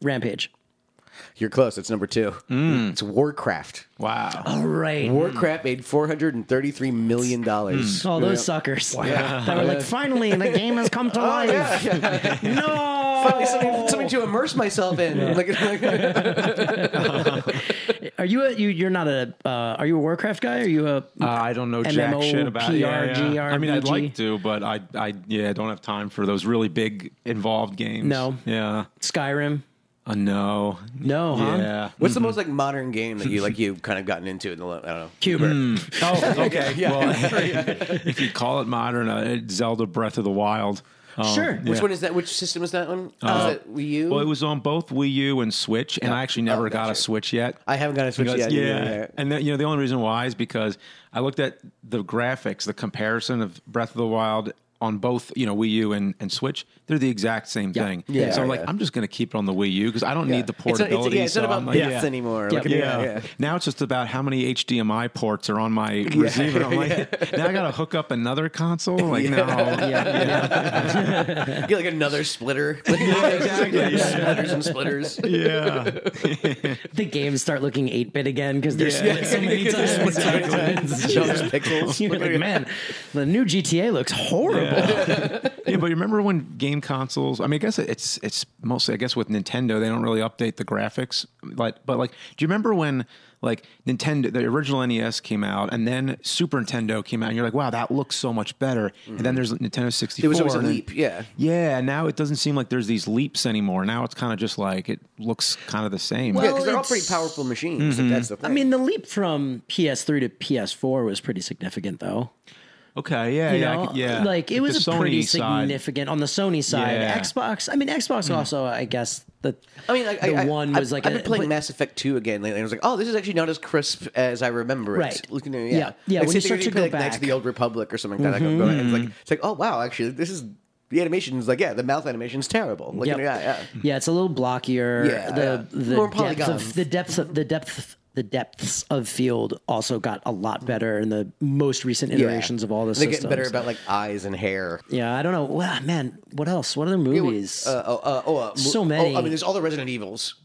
[SPEAKER 3] Rampage.
[SPEAKER 2] You're close. It's number two.
[SPEAKER 3] Mm.
[SPEAKER 2] It's Warcraft.
[SPEAKER 4] Wow.
[SPEAKER 3] All right.
[SPEAKER 2] Warcraft made $433 million.
[SPEAKER 3] All those suckers. They were like, finally, the game has come to life. No.
[SPEAKER 2] Finally, something, something to immerse myself in. Like, like-
[SPEAKER 3] Are you a you? You're not a. Uh, are you a Warcraft guy? Are you a?
[SPEAKER 4] Uh, I don't know jack
[SPEAKER 3] MMO,
[SPEAKER 4] shit about it. Yeah, yeah. I mean, I'd
[SPEAKER 3] PRGRPG.
[SPEAKER 4] like to, but I, I, yeah, don't have time for those really big involved games.
[SPEAKER 3] No.
[SPEAKER 4] Yeah.
[SPEAKER 3] Skyrim.
[SPEAKER 4] Uh, no.
[SPEAKER 3] No, huh?
[SPEAKER 4] Yeah.
[SPEAKER 2] what's the most like modern game that you like you've kind of gotten into in the lo- I don't know.
[SPEAKER 3] Cuber.
[SPEAKER 4] Oh, okay. Well, if you call it modern, uh, it's Zelda Breath of the Wild. Um,
[SPEAKER 3] Sure.
[SPEAKER 2] Which
[SPEAKER 4] yeah.
[SPEAKER 2] one is that? Which system is that one? is that Wii U?
[SPEAKER 4] Well, it was on both Wii U and Switch, and I actually never got a
[SPEAKER 2] Oh, gotcha.
[SPEAKER 4] Switch yet.
[SPEAKER 2] I haven't got a Switch
[SPEAKER 4] Because-
[SPEAKER 2] yet.
[SPEAKER 4] Yeah. And then, you know, the only reason why is because I looked at the graphics, the comparison of Breath of the Wild on both, you know, Wii U and, and Switch, they're the exact same thing.
[SPEAKER 2] Yeah,
[SPEAKER 4] so I'm like,
[SPEAKER 2] yeah.
[SPEAKER 4] I'm just going to keep it on the Wii U because I don't need the
[SPEAKER 2] It's not-
[SPEAKER 4] portability.
[SPEAKER 2] it's- yeah, it's not
[SPEAKER 4] so
[SPEAKER 2] about
[SPEAKER 4] I'm like,
[SPEAKER 2] depth anymore. Like,
[SPEAKER 4] yeah. Now it's just about how many HDMI ports are on my receiver. I'm like, now I got to hook up another console. Like, no,
[SPEAKER 2] yeah. Get like another splitter. yeah, exactly. Splitters and splitters.
[SPEAKER 4] yeah,
[SPEAKER 3] the games start looking 8 bit again because they're split so many times.
[SPEAKER 2] Chunks, pixels.
[SPEAKER 3] You're like, man, the new GTA looks horrible.
[SPEAKER 4] yeah, but you remember when game consoles? I mean, I guess it's it's mostly I guess with Nintendo they don't really update the graphics. Like, but like, do you remember when like Nintendo the original NES came out and then Super Nintendo came out and you're like, wow, that looks so much better. And then there's Nintendo 64.
[SPEAKER 2] It was always a
[SPEAKER 4] and then-
[SPEAKER 2] leap, yeah.
[SPEAKER 4] yeah. Now it doesn't seem like there's these leaps anymore. Now it's kind of just like it looks kind of the same.
[SPEAKER 2] Yeah,
[SPEAKER 3] Well,
[SPEAKER 2] because they're all pretty
[SPEAKER 3] it's-
[SPEAKER 2] powerful machines. if That's the thing.
[SPEAKER 3] I mean, the leap from PS3 to PS4 was pretty significant, though.
[SPEAKER 4] Okay, yeah,
[SPEAKER 3] You
[SPEAKER 4] yeah, I
[SPEAKER 3] know,
[SPEAKER 4] could- yeah.
[SPEAKER 3] like it was
[SPEAKER 4] the
[SPEAKER 3] a pretty
[SPEAKER 4] Sony side.
[SPEAKER 3] significant on the Sony side.
[SPEAKER 4] Yeah. Hmm.
[SPEAKER 3] Xbox, I mean, Xbox also, I guess the,
[SPEAKER 2] I mean, like,
[SPEAKER 3] the
[SPEAKER 2] I- I,
[SPEAKER 3] one
[SPEAKER 2] I,
[SPEAKER 3] was like
[SPEAKER 2] I've
[SPEAKER 3] a-
[SPEAKER 2] been playing
[SPEAKER 3] but-
[SPEAKER 2] Mass Effect two again lately. and I was like, oh, this is actually not as crisp as I remember it.
[SPEAKER 3] Right.
[SPEAKER 2] Looking at, yeah,
[SPEAKER 3] Yeah, yeah,
[SPEAKER 2] Like,
[SPEAKER 3] when you
[SPEAKER 2] same
[SPEAKER 3] start
[SPEAKER 2] thing
[SPEAKER 3] to
[SPEAKER 2] play,
[SPEAKER 3] go
[SPEAKER 2] like, Knights of the
[SPEAKER 3] back.
[SPEAKER 2] Old Republic or something like that. I go, go, and it's like, it's like, oh wow, actually, this is the animation is like, yeah, the mouth animation is terrible. Like,
[SPEAKER 3] Yep.
[SPEAKER 2] yeah, yeah.
[SPEAKER 3] Yeah, it's a little blockier.
[SPEAKER 2] Yeah,
[SPEAKER 3] the
[SPEAKER 2] yeah.
[SPEAKER 3] the
[SPEAKER 2] More
[SPEAKER 3] depth
[SPEAKER 2] polygons.
[SPEAKER 3] of the depth of the depth the depths of field also got a lot better in the most recent
[SPEAKER 2] Yeah.
[SPEAKER 3] iterations of all the
[SPEAKER 2] They're
[SPEAKER 3] systems.
[SPEAKER 2] getting better about like eyes and hair.
[SPEAKER 3] yeah, I don't know. Wow, man, what else? What other movies?
[SPEAKER 2] Uh, oh, uh, oh, uh,
[SPEAKER 3] So
[SPEAKER 2] oh,
[SPEAKER 3] many.
[SPEAKER 2] I mean, there's all the Resident Evils.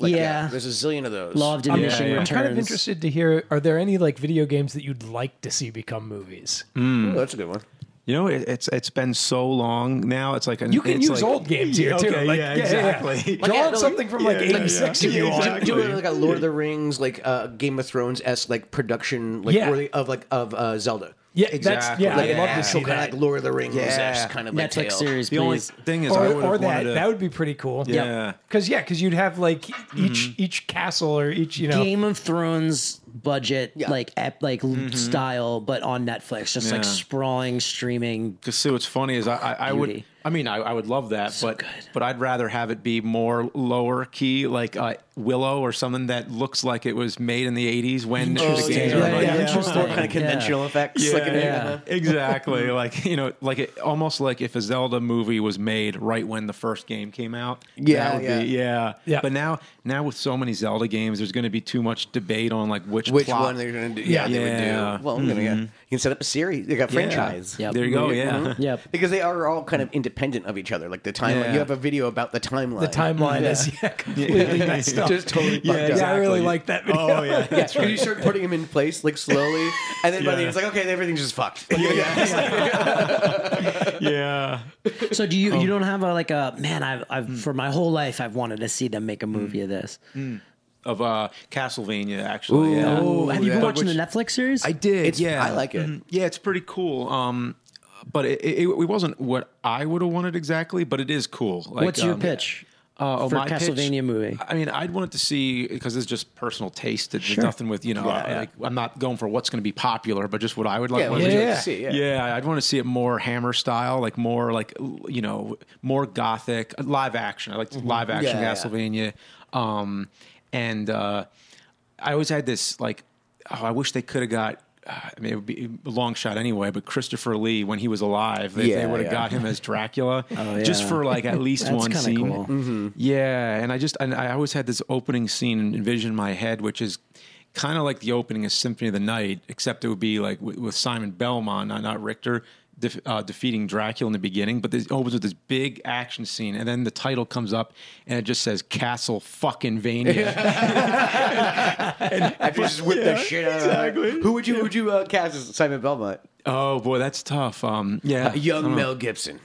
[SPEAKER 3] Yeah.
[SPEAKER 2] there's a zillion of those.
[SPEAKER 3] Law of diminishing
[SPEAKER 4] yeah. I'm
[SPEAKER 3] returns.
[SPEAKER 5] I'm kind of interested to hear. Are there any like video games that you'd like to see become movies?
[SPEAKER 2] Ooh, that's a good one.
[SPEAKER 4] You know, it, it's it's been so long now. It's like
[SPEAKER 5] You can use old games here too.
[SPEAKER 4] Okay,
[SPEAKER 5] like,
[SPEAKER 4] yeah, exactly.
[SPEAKER 5] Draw
[SPEAKER 2] yeah,
[SPEAKER 5] on
[SPEAKER 2] no,
[SPEAKER 5] something from like
[SPEAKER 4] yeah, yeah,
[SPEAKER 5] '86
[SPEAKER 4] yeah.
[SPEAKER 5] if you
[SPEAKER 4] Yeah,
[SPEAKER 5] want.
[SPEAKER 4] exactly.
[SPEAKER 2] Do it like a Lord of the Rings, like uh, Game of Thrones esque like production, like
[SPEAKER 5] Yeah.
[SPEAKER 2] worthy of like of uh, Zelda.
[SPEAKER 5] Yeah, that's
[SPEAKER 4] Exactly.
[SPEAKER 5] yeah. I'd
[SPEAKER 4] Yeah.
[SPEAKER 5] love to see
[SPEAKER 2] kind of
[SPEAKER 5] that.
[SPEAKER 2] like Lord of the Rings
[SPEAKER 4] Yeah.
[SPEAKER 2] kind of like
[SPEAKER 3] Netflix
[SPEAKER 2] tale.
[SPEAKER 3] series,
[SPEAKER 4] The
[SPEAKER 3] please.
[SPEAKER 4] only thing is,
[SPEAKER 5] or,
[SPEAKER 4] I would
[SPEAKER 5] or
[SPEAKER 4] have
[SPEAKER 5] that
[SPEAKER 4] wanted to.
[SPEAKER 5] that would be pretty cool.
[SPEAKER 4] yeah. Mm-hmm.
[SPEAKER 5] Because yeah, because you'd have like e-, each each castle or each you know
[SPEAKER 3] Game of Thrones budget,
[SPEAKER 2] Yeah.
[SPEAKER 3] like ep, like l- style, but on Netflix, just like
[SPEAKER 4] Mm-hmm. Yeah.
[SPEAKER 3] sprawling streaming.
[SPEAKER 4] Because see, what's funny is I I, I would
[SPEAKER 3] Beauty.
[SPEAKER 4] I mean I, I would love that, but
[SPEAKER 3] good.
[SPEAKER 4] but I'd rather have it be more lower key, like uh, Willow or something that looks like it was made in the '80s when the games
[SPEAKER 2] yeah,
[SPEAKER 4] were
[SPEAKER 2] yeah,
[SPEAKER 4] made.
[SPEAKER 2] yeah.
[SPEAKER 3] Interesting.
[SPEAKER 2] More kind of conventional effects. like,
[SPEAKER 4] Yeah,
[SPEAKER 3] yeah.
[SPEAKER 4] exactly. like you know, like it, almost like if a Zelda movie was made right when the first game came out.
[SPEAKER 2] Yeah,
[SPEAKER 4] that would
[SPEAKER 2] yeah.
[SPEAKER 4] Be, yeah,
[SPEAKER 5] Yeah.
[SPEAKER 4] But now, now with so many Zelda games, there's going to be too much debate on like which
[SPEAKER 2] Which
[SPEAKER 4] plot.
[SPEAKER 2] one they're going to do? Yeah, they
[SPEAKER 4] Yeah.
[SPEAKER 2] would do. Well, I'm gonna, yeah. you can set up a series, like a
[SPEAKER 4] Yeah.
[SPEAKER 2] franchise.
[SPEAKER 3] Mm-hmm. Yep.
[SPEAKER 4] There you go. Yeah.
[SPEAKER 3] Yep.
[SPEAKER 2] Because they are all kind of independent of each other. Like the timeline,
[SPEAKER 4] Yeah.
[SPEAKER 2] you have a video about the timeline.
[SPEAKER 5] the timeline is yeah completely messed up.
[SPEAKER 2] Just totally
[SPEAKER 5] yeah,
[SPEAKER 2] fucked up.
[SPEAKER 5] I really like that video.
[SPEAKER 4] Oh yeah.
[SPEAKER 2] Yeah, because you start putting them in place like slowly, and then by the end it's like okay, everything's just fucked.
[SPEAKER 4] yeah.
[SPEAKER 3] So do
[SPEAKER 4] Oh.
[SPEAKER 3] you? you don't have a like a man? I've, I've
[SPEAKER 4] Hmm.
[SPEAKER 3] for my whole life I've wanted to see them make a movie of this.
[SPEAKER 4] Of uh, Castlevania, actually. yeah.
[SPEAKER 3] Oh, have you been
[SPEAKER 2] yeah.
[SPEAKER 3] watching the Netflix series?
[SPEAKER 4] I did.
[SPEAKER 2] It's-
[SPEAKER 4] yeah,
[SPEAKER 2] I like it.
[SPEAKER 4] Mhm. Yeah, it's pretty cool. Um, but it, it, it wasn't what I would have wanted exactly. But it is cool. Like,
[SPEAKER 3] What's your
[SPEAKER 4] um,
[SPEAKER 3] pitch?
[SPEAKER 4] uh, oh,
[SPEAKER 3] for
[SPEAKER 4] my pitch?
[SPEAKER 3] Castlevania movie?
[SPEAKER 4] I mean, I'd wanted to see because it's just personal taste. It's nothing with you know. Like, I'm not going for what's going to be popular, but just what I would like.
[SPEAKER 2] Yeah,
[SPEAKER 4] wanna
[SPEAKER 2] what
[SPEAKER 4] see.
[SPEAKER 2] you'd like to see, yeah.
[SPEAKER 4] Yeah, I'd want to see it more Hammer style, like more like you know, more gothic uh, live action. I like live action
[SPEAKER 2] Mm-hmm. Yeah, yeah.
[SPEAKER 4] Castlevania. Um, and uh, I always had this like, oh, I wish they could have got. uh, I mean, it would be a long shot anyway, but Christopher Lee, when he was alive, they,
[SPEAKER 2] Yeah,
[SPEAKER 4] they would have
[SPEAKER 2] yeah. Oh,
[SPEAKER 4] got him as Dracula, just
[SPEAKER 3] yeah.
[SPEAKER 4] for like at least
[SPEAKER 3] That's
[SPEAKER 4] one
[SPEAKER 3] kinda
[SPEAKER 4] scene. Mm-hmm.
[SPEAKER 3] cool.
[SPEAKER 4] Yeah, and I just and I always had this opening scene and vision in my head, which is kind of like the opening of Symphony of the Night, except it would be like with, with Simon Belmont, not, not Richter, def, uh, defeating Dracula in the beginning. But this it opens with this big action scene, and then the title comes up, and it just says Castle Fucking Vania.
[SPEAKER 2] After you just whip the shit out of her. Who would you who would you uh, cast as Simon Belmont?
[SPEAKER 4] oh boy, that's tough. Um, yeah,
[SPEAKER 2] Young Mel Gibson,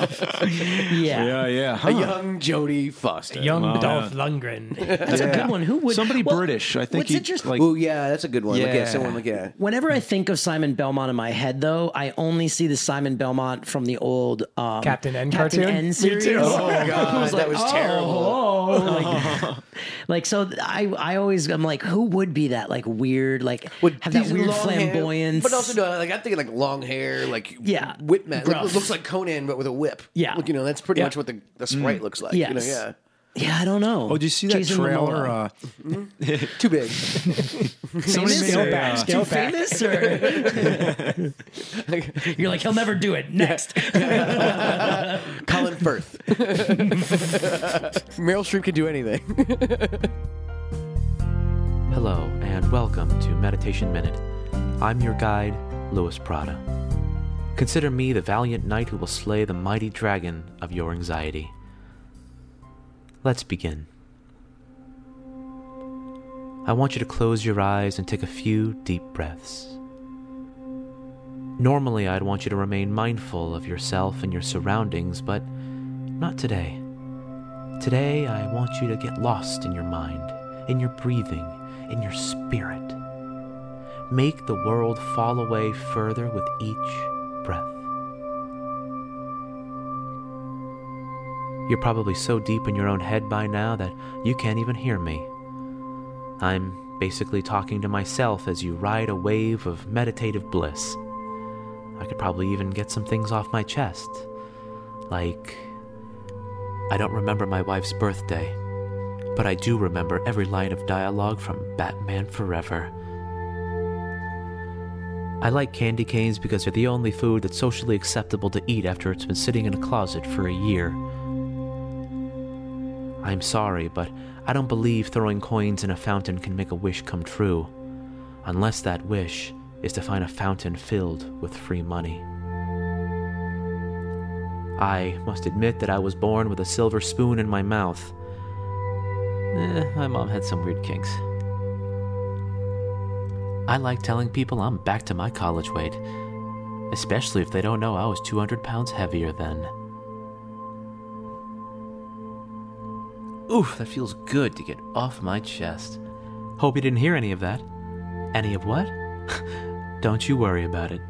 [SPEAKER 3] yeah.
[SPEAKER 4] yeah, yeah. huh.
[SPEAKER 2] a young Jodie Foster.
[SPEAKER 5] Young Dolph Lundgren.
[SPEAKER 3] that's a
[SPEAKER 4] Yeah.
[SPEAKER 3] good one. Who would
[SPEAKER 4] Somebody
[SPEAKER 3] well,
[SPEAKER 4] British, I think.
[SPEAKER 3] what's
[SPEAKER 4] he,
[SPEAKER 3] interesting-
[SPEAKER 4] Like,
[SPEAKER 2] oh yeah, that's a good one. Yeah, like, yeah
[SPEAKER 4] Yeah.
[SPEAKER 2] someone like yeah.
[SPEAKER 3] Whenever I think of Simon Belmont in my head, though, I only see the Simon Belmont from the old um,
[SPEAKER 5] Captain N
[SPEAKER 3] Captain
[SPEAKER 5] cartoon? Me
[SPEAKER 3] N series.
[SPEAKER 5] too.
[SPEAKER 2] Oh my god, that was terrible.
[SPEAKER 3] Oh, like, oh. like, so th- I I always I'm like who would be that like weird like
[SPEAKER 2] With
[SPEAKER 3] have that
[SPEAKER 2] these
[SPEAKER 3] weird
[SPEAKER 2] long
[SPEAKER 3] flamboyance
[SPEAKER 2] hair, but also no, like I'm thinking like long hair, like
[SPEAKER 3] Yeah.
[SPEAKER 2] whip man. Like,
[SPEAKER 3] Rough.
[SPEAKER 2] looks like Conan, but with a whip.
[SPEAKER 3] Yeah.
[SPEAKER 2] Like, you know that's pretty
[SPEAKER 3] Yeah.
[SPEAKER 2] Mm. much what the, the sprite looks like. You know,
[SPEAKER 3] Yes.
[SPEAKER 2] yeah,
[SPEAKER 3] Yeah, I don't know.
[SPEAKER 4] Oh, did you see that
[SPEAKER 3] Jason
[SPEAKER 4] trailer?
[SPEAKER 3] Momoa.
[SPEAKER 4] Uh,
[SPEAKER 2] Too big.
[SPEAKER 4] somebody
[SPEAKER 3] Famous
[SPEAKER 4] made
[SPEAKER 3] or
[SPEAKER 4] a, uh,
[SPEAKER 3] too famous, or you're like he'll never do it. Next,
[SPEAKER 2] Colin Firth. Meryl Streep can do anything.
[SPEAKER 8] Hello, and welcome to Meditation Minute. I'm your guide, Louis Prada. Consider me the valiant knight who will slay the mighty dragon of your anxiety. Let's begin. I want you to close your eyes and take a few deep breaths. Normally, I'd want you to remain mindful of yourself and your surroundings, but not today. Today, I want you to get lost in your mind, in your breathing, in your spirit. Make the world fall away further with each breath. You're probably so deep in your own head by now that you can't even hear me. I'm basically talking to myself as you ride a wave of meditative bliss. I could probably even get some things off my chest. Like, I don't remember my wife's birthday, but I do remember every line of dialogue from Batman Forever. I like candy canes because they're the only food that's socially acceptable to eat after it's been sitting in a closet for a year. I'm sorry, but I don't believe throwing coins in a fountain can make a wish come true, unless that wish is to find a fountain filled with free money. I must admit that I was born with a silver spoon in my mouth. Eh, my mom had some weird kinks. I like telling people I'm back to my college weight, especially if they don't know I was 200 pounds heavier then. Oof, that feels good to get off my chest. Hope you didn't hear any of that. Any of what? don't you worry about it.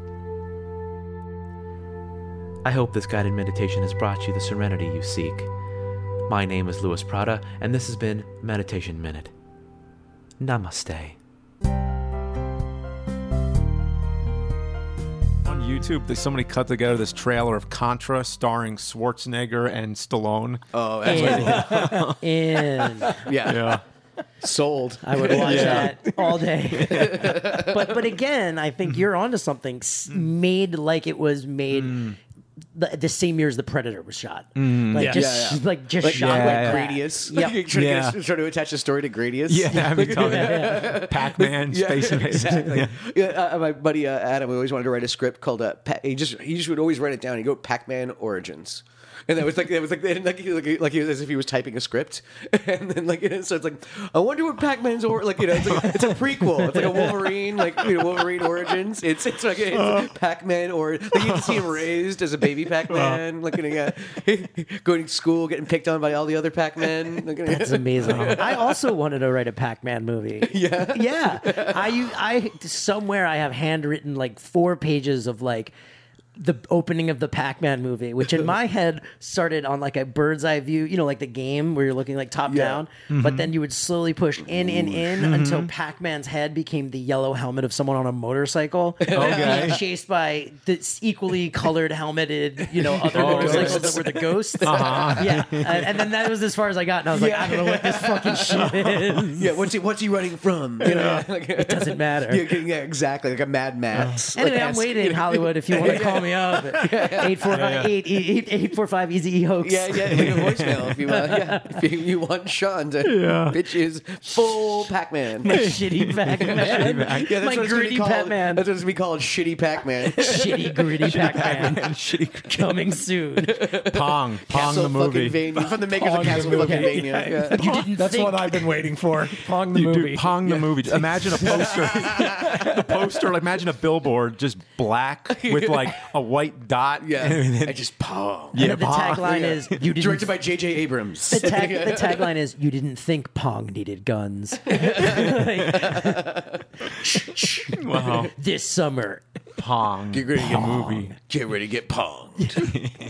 [SPEAKER 8] I hope this guided meditation has brought you the serenity you seek. My name is Louis Prada, and this has been Meditation Minute. Namaste.
[SPEAKER 4] on YouTube, they, somebody cut together this trailer of Contra starring Schwarzenegger and Stallone.
[SPEAKER 2] Oh,
[SPEAKER 3] and, and
[SPEAKER 2] yeah.
[SPEAKER 4] yeah.
[SPEAKER 2] Sold.
[SPEAKER 3] I would watch that all day. but but again, I think you're onto something. S- Made like it was made. The, the same year as the Predator was shot, like, just,
[SPEAKER 2] Yeah, yeah.
[SPEAKER 3] like just
[SPEAKER 2] Like,
[SPEAKER 3] shot
[SPEAKER 2] yeah,
[SPEAKER 3] like
[SPEAKER 4] yeah.
[SPEAKER 3] that.
[SPEAKER 2] Gradius.
[SPEAKER 3] Yeah.
[SPEAKER 2] Like, you're trying,
[SPEAKER 4] Yeah.
[SPEAKER 2] To get a- trying to attach a story to Gradius.
[SPEAKER 4] Yeah, I've been talking Pac Man, Space Invaders.
[SPEAKER 2] Exactly.
[SPEAKER 4] Yeah.
[SPEAKER 2] Yeah, uh, my buddy uh, Adam, we always wanted to write a script called uh, pa- he just he just would always write it down. He go Pac-Man Origins, and that was like that was like like he, like, he- like he was as if he was typing a script, and then like so it's like I wonder what Pac-Man's or like you know it's, like, it's a prequel. It's like a Wolverine like you know, Wolverine Origins. It's it's like it's
[SPEAKER 3] Uh-huh.
[SPEAKER 2] Pac-Man or like, you can see him raised as a baby
[SPEAKER 3] Uh-huh.
[SPEAKER 2] Pac-Man, like you know, going to school, getting picked on by all the other Pac-Men. Like, you know,
[SPEAKER 3] It's amazing. I also wanted to write a Pac-Man movie. Yeah, yeah. I u- I somewhere I have handwritten like four pages of like the opening of the Pac-Man movie, which in my head started on like a bird's eye view, you know, like the game where you're looking like top
[SPEAKER 2] Yeah. Mm-hmm.
[SPEAKER 3] down, but then you would slowly push in and in until Pac-Man's head became the yellow helmet of someone on a motorcycle, being chased by this equally colored helmeted, you know, other
[SPEAKER 2] Oh,
[SPEAKER 3] motorcycles
[SPEAKER 4] yes.
[SPEAKER 3] that were the ghosts.
[SPEAKER 2] Uh-huh.
[SPEAKER 3] Yeah, and, and then that was as far as I got, and I was like, I don't know what this fucking shit is.
[SPEAKER 2] yeah, what's he what's he running from? You know, like-
[SPEAKER 3] It doesn't matter.
[SPEAKER 2] Yeah, yeah, yeah, exactly. Like a Mad Max.
[SPEAKER 3] Anyway,
[SPEAKER 2] Like,
[SPEAKER 3] I'm
[SPEAKER 2] ask-
[SPEAKER 3] waiting, Hollywood, if you want to call me up. 845 Easy E hoax.
[SPEAKER 2] Yeah, yeah, leave a voicemail if you want. Yeah, if you, you want Sean to bitch is full Pac-Man.
[SPEAKER 3] My shitty Pac Man.
[SPEAKER 2] Yeah, that's
[SPEAKER 3] My
[SPEAKER 2] what it's gonna be
[SPEAKER 3] gritty
[SPEAKER 2] called.
[SPEAKER 3] Pac Man.
[SPEAKER 2] That's what it's gonna be called, shitty Pac-Man.
[SPEAKER 3] Shitty, gritty Pac Man.
[SPEAKER 4] Shitty
[SPEAKER 3] Coming soon.
[SPEAKER 4] Pong. Pong the
[SPEAKER 2] Castle
[SPEAKER 4] movie.
[SPEAKER 2] fucking Vania. From the makers
[SPEAKER 5] Pong
[SPEAKER 2] of
[SPEAKER 5] the
[SPEAKER 2] Castle
[SPEAKER 5] movie.
[SPEAKER 2] fucking Vania. Yeah.
[SPEAKER 3] You didn't
[SPEAKER 5] That's
[SPEAKER 3] think.
[SPEAKER 5] what I've been waiting for. Pong the
[SPEAKER 4] You
[SPEAKER 5] movie.
[SPEAKER 4] do Pong the movie. Imagine a poster. the poster, like imagine a billboard just black with like a white dot.
[SPEAKER 2] Yeah.
[SPEAKER 4] And then-
[SPEAKER 2] I just pong.
[SPEAKER 4] yeah,
[SPEAKER 3] the
[SPEAKER 4] Pong.
[SPEAKER 3] tagline is you didn't
[SPEAKER 2] Directed by J.J. Abrams.
[SPEAKER 3] The, tag, the tagline is "You didn't think Pong needed guns."
[SPEAKER 4] Wow.
[SPEAKER 3] this summer,
[SPEAKER 4] Pong.
[SPEAKER 2] You're gonna get
[SPEAKER 4] The movie.
[SPEAKER 2] Get ready to get ponged.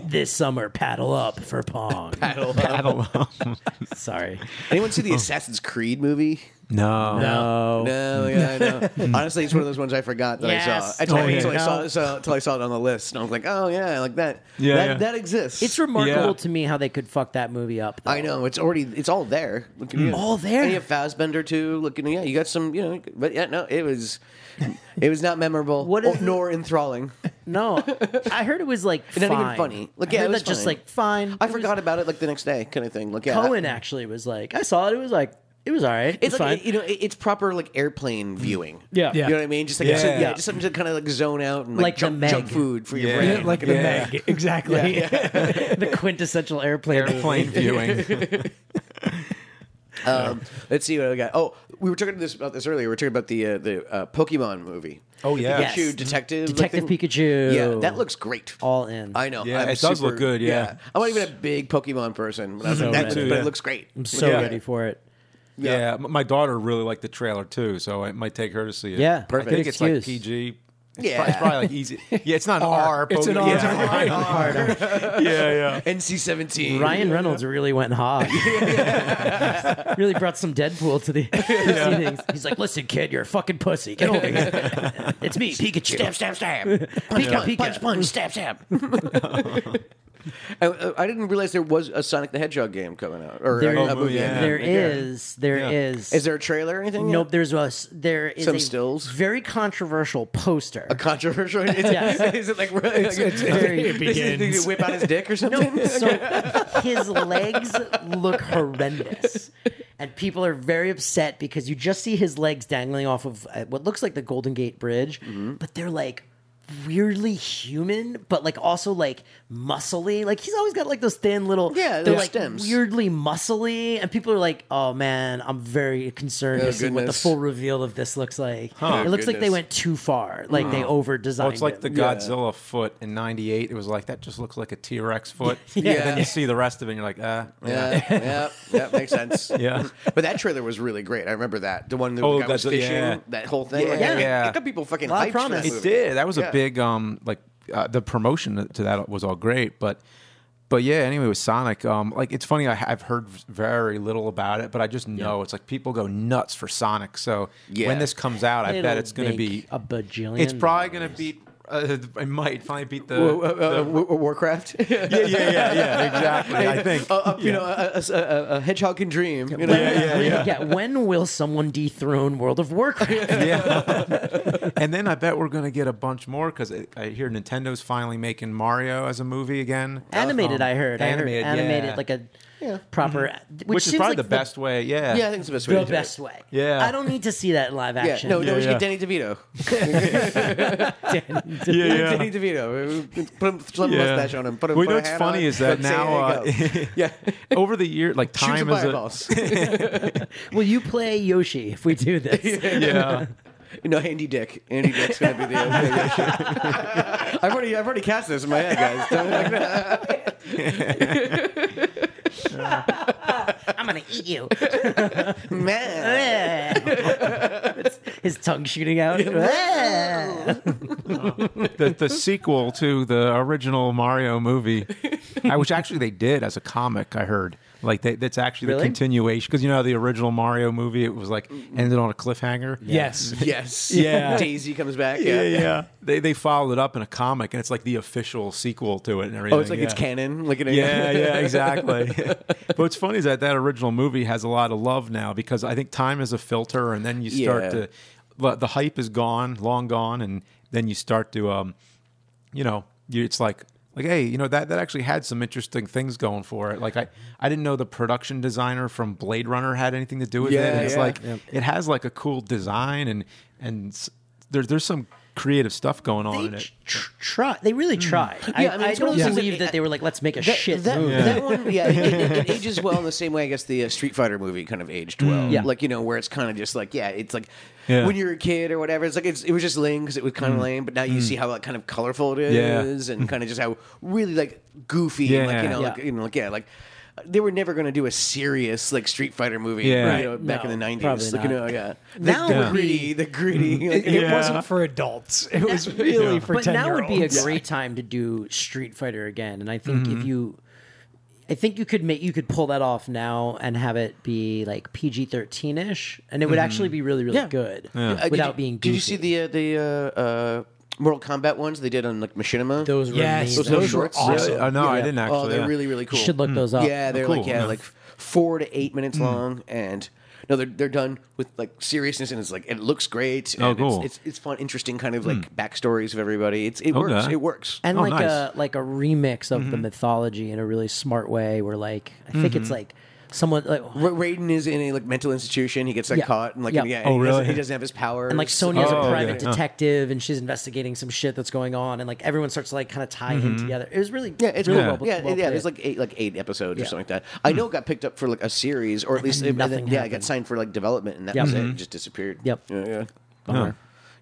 [SPEAKER 3] this summer, paddle up for Pong.
[SPEAKER 4] I don't know.
[SPEAKER 3] Sorry,
[SPEAKER 2] Anyone see the Assassin's Creed movie?
[SPEAKER 4] No.
[SPEAKER 2] Uh,
[SPEAKER 4] Oh.
[SPEAKER 3] No.
[SPEAKER 2] No, yeah, I know. Honestly, it's one of those ones I forgot that
[SPEAKER 3] Yes.
[SPEAKER 2] I saw until,
[SPEAKER 3] Oh, yeah.
[SPEAKER 2] until I saw
[SPEAKER 3] No.
[SPEAKER 2] so, until I saw it on the list, and I was like, oh yeah, like that.
[SPEAKER 4] Yeah,
[SPEAKER 2] that,
[SPEAKER 4] yeah.
[SPEAKER 2] that exists.
[SPEAKER 3] It's remarkable
[SPEAKER 4] Yeah.
[SPEAKER 3] to me how they could fuck that movie up. though.
[SPEAKER 2] I know it's already it's all there. Look at you.
[SPEAKER 3] Hmm. All there.
[SPEAKER 2] And you have Fassbender too. Look, at- yeah, you got some, you know, but yeah, no, it was, it was not memorable,
[SPEAKER 3] What
[SPEAKER 2] or,
[SPEAKER 3] is-
[SPEAKER 2] nor enthralling.
[SPEAKER 3] No, I heard it was like
[SPEAKER 2] Not even
[SPEAKER 3] fine.
[SPEAKER 2] funny. Look,
[SPEAKER 3] I
[SPEAKER 2] yeah,
[SPEAKER 3] heard
[SPEAKER 2] it was
[SPEAKER 3] that just
[SPEAKER 2] fine.
[SPEAKER 3] like fine.
[SPEAKER 2] I
[SPEAKER 3] It was-
[SPEAKER 2] forgot about it like the next day, kind of thing. Like yeah,
[SPEAKER 3] Cohen actually was like, I saw it. It was like it was all right.
[SPEAKER 2] It's
[SPEAKER 3] It's,
[SPEAKER 2] like
[SPEAKER 3] fine. Hmm.
[SPEAKER 2] you know, it- it's proper like airplane viewing.
[SPEAKER 3] Yeah.
[SPEAKER 5] Yeah.
[SPEAKER 2] you know what I mean. Just like
[SPEAKER 4] Yeah.
[SPEAKER 2] so- yeah, just something to kind of like zone out and like,
[SPEAKER 3] Like the
[SPEAKER 2] junk, junk
[SPEAKER 3] Meg.
[SPEAKER 2] food for your
[SPEAKER 4] Yeah.
[SPEAKER 2] brain.
[SPEAKER 4] Yeah,
[SPEAKER 5] like the
[SPEAKER 4] Yeah.
[SPEAKER 5] Meg, exactly.
[SPEAKER 3] the quintessential airplane.
[SPEAKER 4] Airplane viewing.
[SPEAKER 2] Um, let's see what I got. Oh, we were talking this about this earlier. We were talking about the uh, the uh, Pokemon movie.
[SPEAKER 4] oh yeah.
[SPEAKER 3] Yes.
[SPEAKER 2] Pikachu detective.
[SPEAKER 3] Detective
[SPEAKER 2] looking-
[SPEAKER 3] Pikachu.
[SPEAKER 2] Yeah, that looks great.
[SPEAKER 3] all in.
[SPEAKER 2] I know.
[SPEAKER 4] Yeah,
[SPEAKER 2] I'm
[SPEAKER 4] it does look good, yeah.
[SPEAKER 2] I'm not even a big Pokemon person, but I was
[SPEAKER 3] So
[SPEAKER 2] like, that
[SPEAKER 3] ready.
[SPEAKER 2] looks,
[SPEAKER 4] Too,
[SPEAKER 2] but
[SPEAKER 4] yeah.
[SPEAKER 2] it looks great.
[SPEAKER 3] I'm so
[SPEAKER 4] Yeah.
[SPEAKER 3] ready for it.
[SPEAKER 4] Yeah. m- my daughter really liked the trailer too, so I might take her to see it.
[SPEAKER 3] Yeah,
[SPEAKER 4] I
[SPEAKER 3] perfect
[SPEAKER 4] think it's like
[SPEAKER 3] excuse.
[SPEAKER 4] PG. It's
[SPEAKER 2] Yeah.
[SPEAKER 4] probably, it's probably like easy. Yeah, it's not an
[SPEAKER 5] R.
[SPEAKER 4] R.
[SPEAKER 5] It's an
[SPEAKER 4] Pokemon.
[SPEAKER 5] R.
[SPEAKER 4] Yeah, yeah, yeah.
[SPEAKER 2] NC-17.
[SPEAKER 3] Ryan Reynolds really went hot. really brought some Deadpool to the proceedings. He's like, "Listen, kid, you're a fucking pussy. Get over here. It's me, Pikachu. Stab, stab, stab. Pika, Pika. punch, punch, stab, stab.
[SPEAKER 2] I, I- I didn't realize there was a Sonic the Hedgehog game coming out. Or
[SPEAKER 3] There-
[SPEAKER 2] a- a
[SPEAKER 3] Oh,
[SPEAKER 2] movie.
[SPEAKER 4] yeah.
[SPEAKER 3] There
[SPEAKER 2] Yeah.
[SPEAKER 3] is, there is.
[SPEAKER 4] Yeah.
[SPEAKER 2] Is there a trailer or anything?
[SPEAKER 3] Nope. There's a. s- There is
[SPEAKER 2] Some
[SPEAKER 3] a
[SPEAKER 2] stills?
[SPEAKER 3] Very controversial poster.
[SPEAKER 2] Controversial? Is,
[SPEAKER 3] Yes.
[SPEAKER 2] is it like... It's,
[SPEAKER 3] very-
[SPEAKER 5] it
[SPEAKER 2] Did he
[SPEAKER 5] begins.
[SPEAKER 2] whip out his dick or something?
[SPEAKER 3] No, so his legs look horrendous. And people are very upset because you just see his legs dangling off of uh, what looks like the Golden Gate Bridge,
[SPEAKER 2] Mm-hmm.
[SPEAKER 3] but they're like weirdly human, but like also like muscly. Like he's always got like those thin little,
[SPEAKER 2] Yeah,
[SPEAKER 3] they're
[SPEAKER 2] those
[SPEAKER 3] like
[SPEAKER 2] stems.
[SPEAKER 3] weirdly muscly. And people are like, oh man, I'm very concerned
[SPEAKER 2] Oh,
[SPEAKER 3] to see what the
[SPEAKER 2] goodness.
[SPEAKER 3] full reveal of this looks like. It looks like they
[SPEAKER 2] goodness.
[SPEAKER 3] went too far. Like they over designed
[SPEAKER 4] Oh, it's like the
[SPEAKER 3] him.
[SPEAKER 4] Godzilla foot in '98. It was like that. Just looks like a T Rex foot.
[SPEAKER 3] Yeah.
[SPEAKER 4] And then you see the rest of it, and you're like, ah, yeah.
[SPEAKER 2] Yeah, yeah, yeah, makes sense.
[SPEAKER 4] Yeah.
[SPEAKER 2] but that trailer was really great. I remember that the one that
[SPEAKER 4] Oh,
[SPEAKER 2] the guy was
[SPEAKER 4] that's-
[SPEAKER 2] fishing,
[SPEAKER 4] yeah.
[SPEAKER 2] that whole thing. Like,
[SPEAKER 4] Yeah.
[SPEAKER 2] it-
[SPEAKER 4] Yeah.
[SPEAKER 2] it got people fucking hyped.
[SPEAKER 3] Lot of
[SPEAKER 2] for that
[SPEAKER 3] promise. It
[SPEAKER 2] movie.
[SPEAKER 4] It did. That was
[SPEAKER 2] Yeah.
[SPEAKER 4] a big um like uh, the promotion to that was all great, but but yeah. Anyway, with Sonic, um, like it's funny. I, I've heard very little about it, but I just know it's like people go nuts for Sonic. So
[SPEAKER 2] Yeah.
[SPEAKER 4] when this comes out, I bet
[SPEAKER 3] It'll
[SPEAKER 4] it's going to
[SPEAKER 3] make
[SPEAKER 4] be
[SPEAKER 3] a bajillion.
[SPEAKER 4] It's probably going to beat. Uh, it might finally beat the.
[SPEAKER 2] Wa- uh, uh,
[SPEAKER 4] the-
[SPEAKER 2] Wa- Wa- Warcraft. yeah,
[SPEAKER 4] yeah, yeah, yeah, yeah, exactly. I think.
[SPEAKER 2] you know, a, a- a- a hedgehog can dream. You know?
[SPEAKER 3] yeah, When will someone dethrone World of Warcraft?
[SPEAKER 4] Yeah. and then I bet we're going to get a bunch more because I hear Nintendo's finally making Mario as a movie again.
[SPEAKER 3] animated,
[SPEAKER 2] Um,
[SPEAKER 3] I heard.
[SPEAKER 4] Animated,
[SPEAKER 3] I heard animated,
[SPEAKER 4] yeah.
[SPEAKER 3] like a proper,
[SPEAKER 2] Mm-hmm.
[SPEAKER 3] which,
[SPEAKER 4] Which, is
[SPEAKER 3] seems
[SPEAKER 4] probably
[SPEAKER 3] like
[SPEAKER 4] the best way. Yeah.
[SPEAKER 2] Yeah, I think it's the best way.
[SPEAKER 3] The,
[SPEAKER 2] to do
[SPEAKER 3] best
[SPEAKER 2] It.
[SPEAKER 3] way.
[SPEAKER 4] Yeah.
[SPEAKER 3] I don't need to see that in live
[SPEAKER 2] Yeah,
[SPEAKER 3] action.
[SPEAKER 2] no, no, we should
[SPEAKER 4] yeah.
[SPEAKER 2] get Danny DeVito.
[SPEAKER 4] yeah,
[SPEAKER 2] Danny DeVito. Put him, slap a
[SPEAKER 4] Yeah.
[SPEAKER 2] mustache on him. Put him.
[SPEAKER 4] Well, you
[SPEAKER 2] put
[SPEAKER 4] know
[SPEAKER 2] a
[SPEAKER 4] what's
[SPEAKER 2] hat
[SPEAKER 4] funny
[SPEAKER 2] on,
[SPEAKER 4] is that
[SPEAKER 2] but say,
[SPEAKER 4] now,
[SPEAKER 2] "Hey,
[SPEAKER 4] uh,
[SPEAKER 2] go." yeah,
[SPEAKER 4] Over the year, like
[SPEAKER 2] shoot some
[SPEAKER 4] time is a
[SPEAKER 2] fireballs.
[SPEAKER 3] Will you play Yoshi if we do this?
[SPEAKER 4] yeah.
[SPEAKER 2] no, Andy Dick. Andy Dick's gonna be the. I've already, I've already cast this in my head, guys. Don't like that.
[SPEAKER 3] I'm gonna eat you.
[SPEAKER 2] Man.
[SPEAKER 3] His tongue shooting out.
[SPEAKER 4] The, the sequel to the original Mario movie, I, which actually they did as a comic, I heard. Like they, that's actually
[SPEAKER 3] Really?
[SPEAKER 4] the continuation because you know how the original Mario movie it was like ended on a cliffhanger.
[SPEAKER 5] Yes.
[SPEAKER 2] Yes.
[SPEAKER 4] Yeah.
[SPEAKER 2] Daisy comes back.
[SPEAKER 4] yeah, yeah. They they followed it up in a comic, and it's like the official sequel to it and everything.
[SPEAKER 2] Oh, it's like it's
[SPEAKER 4] yeah.
[SPEAKER 2] canon. Like it,
[SPEAKER 4] Yeah, yeah, exactly. but what's funny is that that original movie has a lot of love now because I think time is a filter, and then you start
[SPEAKER 2] Yeah.
[SPEAKER 4] to the- the hype is gone, long gone, and then you start to, um, you know, you, it's like. Like hey, you know that that actually had some interesting things going for it. Like I, I didn't know the production designer from Blade Runner had anything to do with it.
[SPEAKER 2] Yeah,
[SPEAKER 4] And it's
[SPEAKER 2] yeah.
[SPEAKER 4] like it has like a cool design and and s- there, there's some creative stuff going on
[SPEAKER 3] They
[SPEAKER 4] in it.
[SPEAKER 3] tr- try. They really tried. I,
[SPEAKER 2] Hmm. Yeah, I mean,
[SPEAKER 3] I
[SPEAKER 2] it's one
[SPEAKER 3] don't
[SPEAKER 2] of those things that-
[SPEAKER 3] believe that they were like, let's make a
[SPEAKER 2] That,
[SPEAKER 3] shit
[SPEAKER 2] that,
[SPEAKER 3] movie.
[SPEAKER 2] that one, yeah, it, it, it ages well in the same way I guess the uh, Street Fighter movie kind of aged well.
[SPEAKER 3] Yeah.
[SPEAKER 2] Like, you know, where it's kind of just like, yeah, it's like
[SPEAKER 4] Mm. Yeah. Mm.
[SPEAKER 2] when you're a kid or whatever, it's like it's, it was just lame because it was kind of lame, but now you see how like, kind of colorful it
[SPEAKER 4] Yeah.
[SPEAKER 2] is and kind of just how really like goofy and like, you
[SPEAKER 4] Yeah.
[SPEAKER 2] know, like,
[SPEAKER 3] Yeah.
[SPEAKER 2] you know, like, yeah, like they were never going to do a serious like Street Fighter movie
[SPEAKER 4] Yeah.
[SPEAKER 2] you know,
[SPEAKER 3] Right.
[SPEAKER 2] back in
[SPEAKER 3] No,
[SPEAKER 2] the 90s.
[SPEAKER 3] probably
[SPEAKER 2] like, you
[SPEAKER 3] not.
[SPEAKER 2] know, yeah.
[SPEAKER 3] Now
[SPEAKER 2] the, the
[SPEAKER 3] would be-
[SPEAKER 2] gritty, the gritty. like,
[SPEAKER 5] It
[SPEAKER 4] Mm. Yeah.
[SPEAKER 5] wasn't for adults. It was really for
[SPEAKER 3] but
[SPEAKER 5] ten
[SPEAKER 3] now
[SPEAKER 5] year
[SPEAKER 3] would
[SPEAKER 5] olds.
[SPEAKER 2] Mm-hmm.
[SPEAKER 3] be a great time to do Street Fighter again. And I think if you, I think you could make you could pull that off now and have it be like PG thirteen ish, and it would actually be really really
[SPEAKER 2] Mm-hmm. Yeah.
[SPEAKER 3] good
[SPEAKER 2] Uh, did
[SPEAKER 3] without
[SPEAKER 2] you-
[SPEAKER 3] being. Goofy.
[SPEAKER 2] Did you see the uh, the uh, uh, Mortal Kombat ones they did on like Machinima?
[SPEAKER 3] Those were
[SPEAKER 5] Yes,
[SPEAKER 3] amazing.
[SPEAKER 2] little
[SPEAKER 5] those were
[SPEAKER 2] shorts?
[SPEAKER 5] awesome.
[SPEAKER 4] Yeah, uh, no, I didn't
[SPEAKER 2] Oh,
[SPEAKER 4] actually,
[SPEAKER 2] they're
[SPEAKER 4] yeah. Mm.
[SPEAKER 2] really really cool.
[SPEAKER 3] You should look those up. Mm.
[SPEAKER 2] Yeah, they're
[SPEAKER 4] Cool,
[SPEAKER 2] like yeah,
[SPEAKER 4] yeah.
[SPEAKER 2] like four to eight minutes long, and no, they're they're done with like seriousness, and it's like it looks great. And
[SPEAKER 4] Oh,
[SPEAKER 2] it's-
[SPEAKER 4] cool. Mm.
[SPEAKER 2] It's, it's fun, interesting kind of like backstories of everybody. It's it works.
[SPEAKER 4] Okay.
[SPEAKER 2] It works.
[SPEAKER 3] and
[SPEAKER 4] Oh,
[SPEAKER 3] like
[SPEAKER 4] nice.
[SPEAKER 3] a like a remix of
[SPEAKER 2] Mm-hmm.
[SPEAKER 3] the mythology in a really smart way, where like I think it's like someone like
[SPEAKER 2] Ra- Raiden is in a like mental institution. He gets like
[SPEAKER 3] Yeah.
[SPEAKER 2] caught and like
[SPEAKER 3] Yeah.
[SPEAKER 2] yeah,
[SPEAKER 4] Oh,
[SPEAKER 2] he, doesn't,
[SPEAKER 4] really?
[SPEAKER 2] he doesn't have his power.
[SPEAKER 3] and like Sonya's
[SPEAKER 4] Oh,
[SPEAKER 3] a
[SPEAKER 4] okay.
[SPEAKER 3] private
[SPEAKER 2] Uh.
[SPEAKER 4] Huh.
[SPEAKER 3] detective and she's investigating some shit that's going on, and like everyone starts to like kind of tie
[SPEAKER 2] Mm-hmm.
[SPEAKER 3] in together. It was really
[SPEAKER 2] Yeah, it's
[SPEAKER 3] really
[SPEAKER 2] cool.
[SPEAKER 3] well,
[SPEAKER 2] yeah,
[SPEAKER 3] well
[SPEAKER 2] yeah.
[SPEAKER 3] played.
[SPEAKER 2] There's like eight, like eight episodes or
[SPEAKER 3] Yeah.
[SPEAKER 2] something like that. I know it got picked up for like a series, or at least
[SPEAKER 3] then
[SPEAKER 2] and then-
[SPEAKER 3] nothing
[SPEAKER 2] yeah, it got
[SPEAKER 3] happened.
[SPEAKER 2] signed for like development, and that
[SPEAKER 3] Yeah. Mm-hmm.
[SPEAKER 2] was it. It just disappeared.
[SPEAKER 3] Yep.
[SPEAKER 2] Yeah. Yeah.
[SPEAKER 3] Bummer.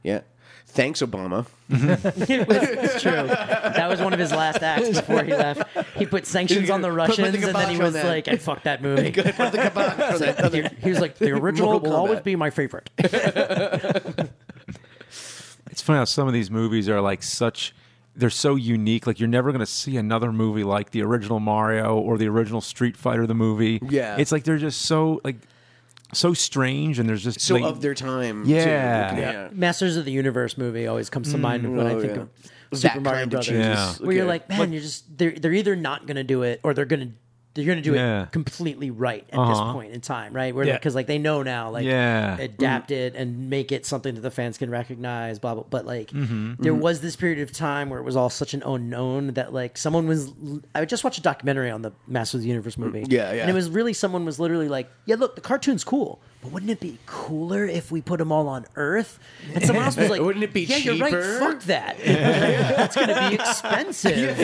[SPEAKER 2] yeah. Thanks, Obama.
[SPEAKER 3] It was- it's true. That was one of his last acts before he left. He put sanctions on the
[SPEAKER 2] Put- put the
[SPEAKER 3] Russians, and then
[SPEAKER 2] kibosh
[SPEAKER 3] he
[SPEAKER 2] on
[SPEAKER 3] was
[SPEAKER 2] that.
[SPEAKER 3] like, "I fuck that movie."
[SPEAKER 2] Put the kibosh on that other-
[SPEAKER 3] he was like, "The original
[SPEAKER 2] Mortal
[SPEAKER 3] will always
[SPEAKER 2] Kombat.
[SPEAKER 3] be my favorite."
[SPEAKER 4] It's funny how some of these movies are like such. They're so unique. Like you're never going to see another movie like the original Mario or the original Street Fighter the movie.
[SPEAKER 2] Yeah.
[SPEAKER 4] it's like they're just so like so strange, and there's just
[SPEAKER 2] so
[SPEAKER 4] like,
[SPEAKER 2] of their time.
[SPEAKER 4] Yeah.
[SPEAKER 2] too. yeah.
[SPEAKER 3] Masters of the Universe movie always comes to mind when I
[SPEAKER 2] oh,
[SPEAKER 3] think
[SPEAKER 2] yeah.
[SPEAKER 3] of
[SPEAKER 2] That
[SPEAKER 3] Super Mario
[SPEAKER 2] kind of
[SPEAKER 3] Brothers.
[SPEAKER 2] changes.
[SPEAKER 4] Yeah.
[SPEAKER 3] Where you're
[SPEAKER 2] Okay.
[SPEAKER 3] like, man, you're just they're they're either not gonna do it or they're gonna they're gonna do
[SPEAKER 4] Yeah.
[SPEAKER 3] it completely right at this
[SPEAKER 2] Uh-huh.
[SPEAKER 3] point in time, right? Where
[SPEAKER 5] Yeah.
[SPEAKER 3] because like they know now, like
[SPEAKER 4] Yeah.
[SPEAKER 3] adapt it and make it something that the fans can recognize, blah blah. But like
[SPEAKER 2] Mm-hmm.
[SPEAKER 3] there was this period of time where it was all such an unknown that like someone was I would just watch a documentary on the Masters of the Universe movie.
[SPEAKER 2] Mm, Yeah, yeah.
[SPEAKER 3] And it was really someone was literally like, Yeah, look, the cartoon's cool. But wouldn't it be cooler if we put them all on Earth? And someone else was like,
[SPEAKER 2] Wouldn't it be
[SPEAKER 3] yeah, you're right.
[SPEAKER 2] cheaper?"
[SPEAKER 3] Fuck that. That's going to be expensive.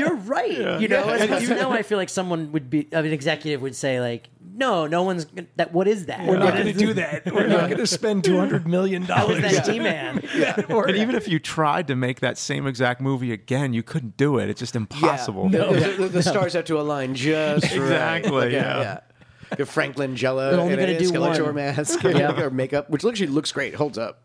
[SPEAKER 3] You're right. You know, as opposed to now I feel like someone would be, of an executive would say like, no, no one's gonna, that. What is that?
[SPEAKER 5] We're not going to do that. We're not going to spend two hundred million
[SPEAKER 3] How is
[SPEAKER 5] dollars.
[SPEAKER 3] that He-Man?
[SPEAKER 4] and even if you tried to make that same exact movie again, you couldn't do it. It's just impossible.
[SPEAKER 2] No, the, the- the stars have to align just right.
[SPEAKER 4] Exactly,
[SPEAKER 2] Like,
[SPEAKER 4] yeah.
[SPEAKER 2] Your Franklin Jello
[SPEAKER 3] They're only
[SPEAKER 2] and
[SPEAKER 3] gonna
[SPEAKER 2] a
[SPEAKER 3] do
[SPEAKER 2] Skeletor
[SPEAKER 3] one.
[SPEAKER 2] mask
[SPEAKER 3] Yeah.
[SPEAKER 2] or makeup, which actually looks great. Holds up.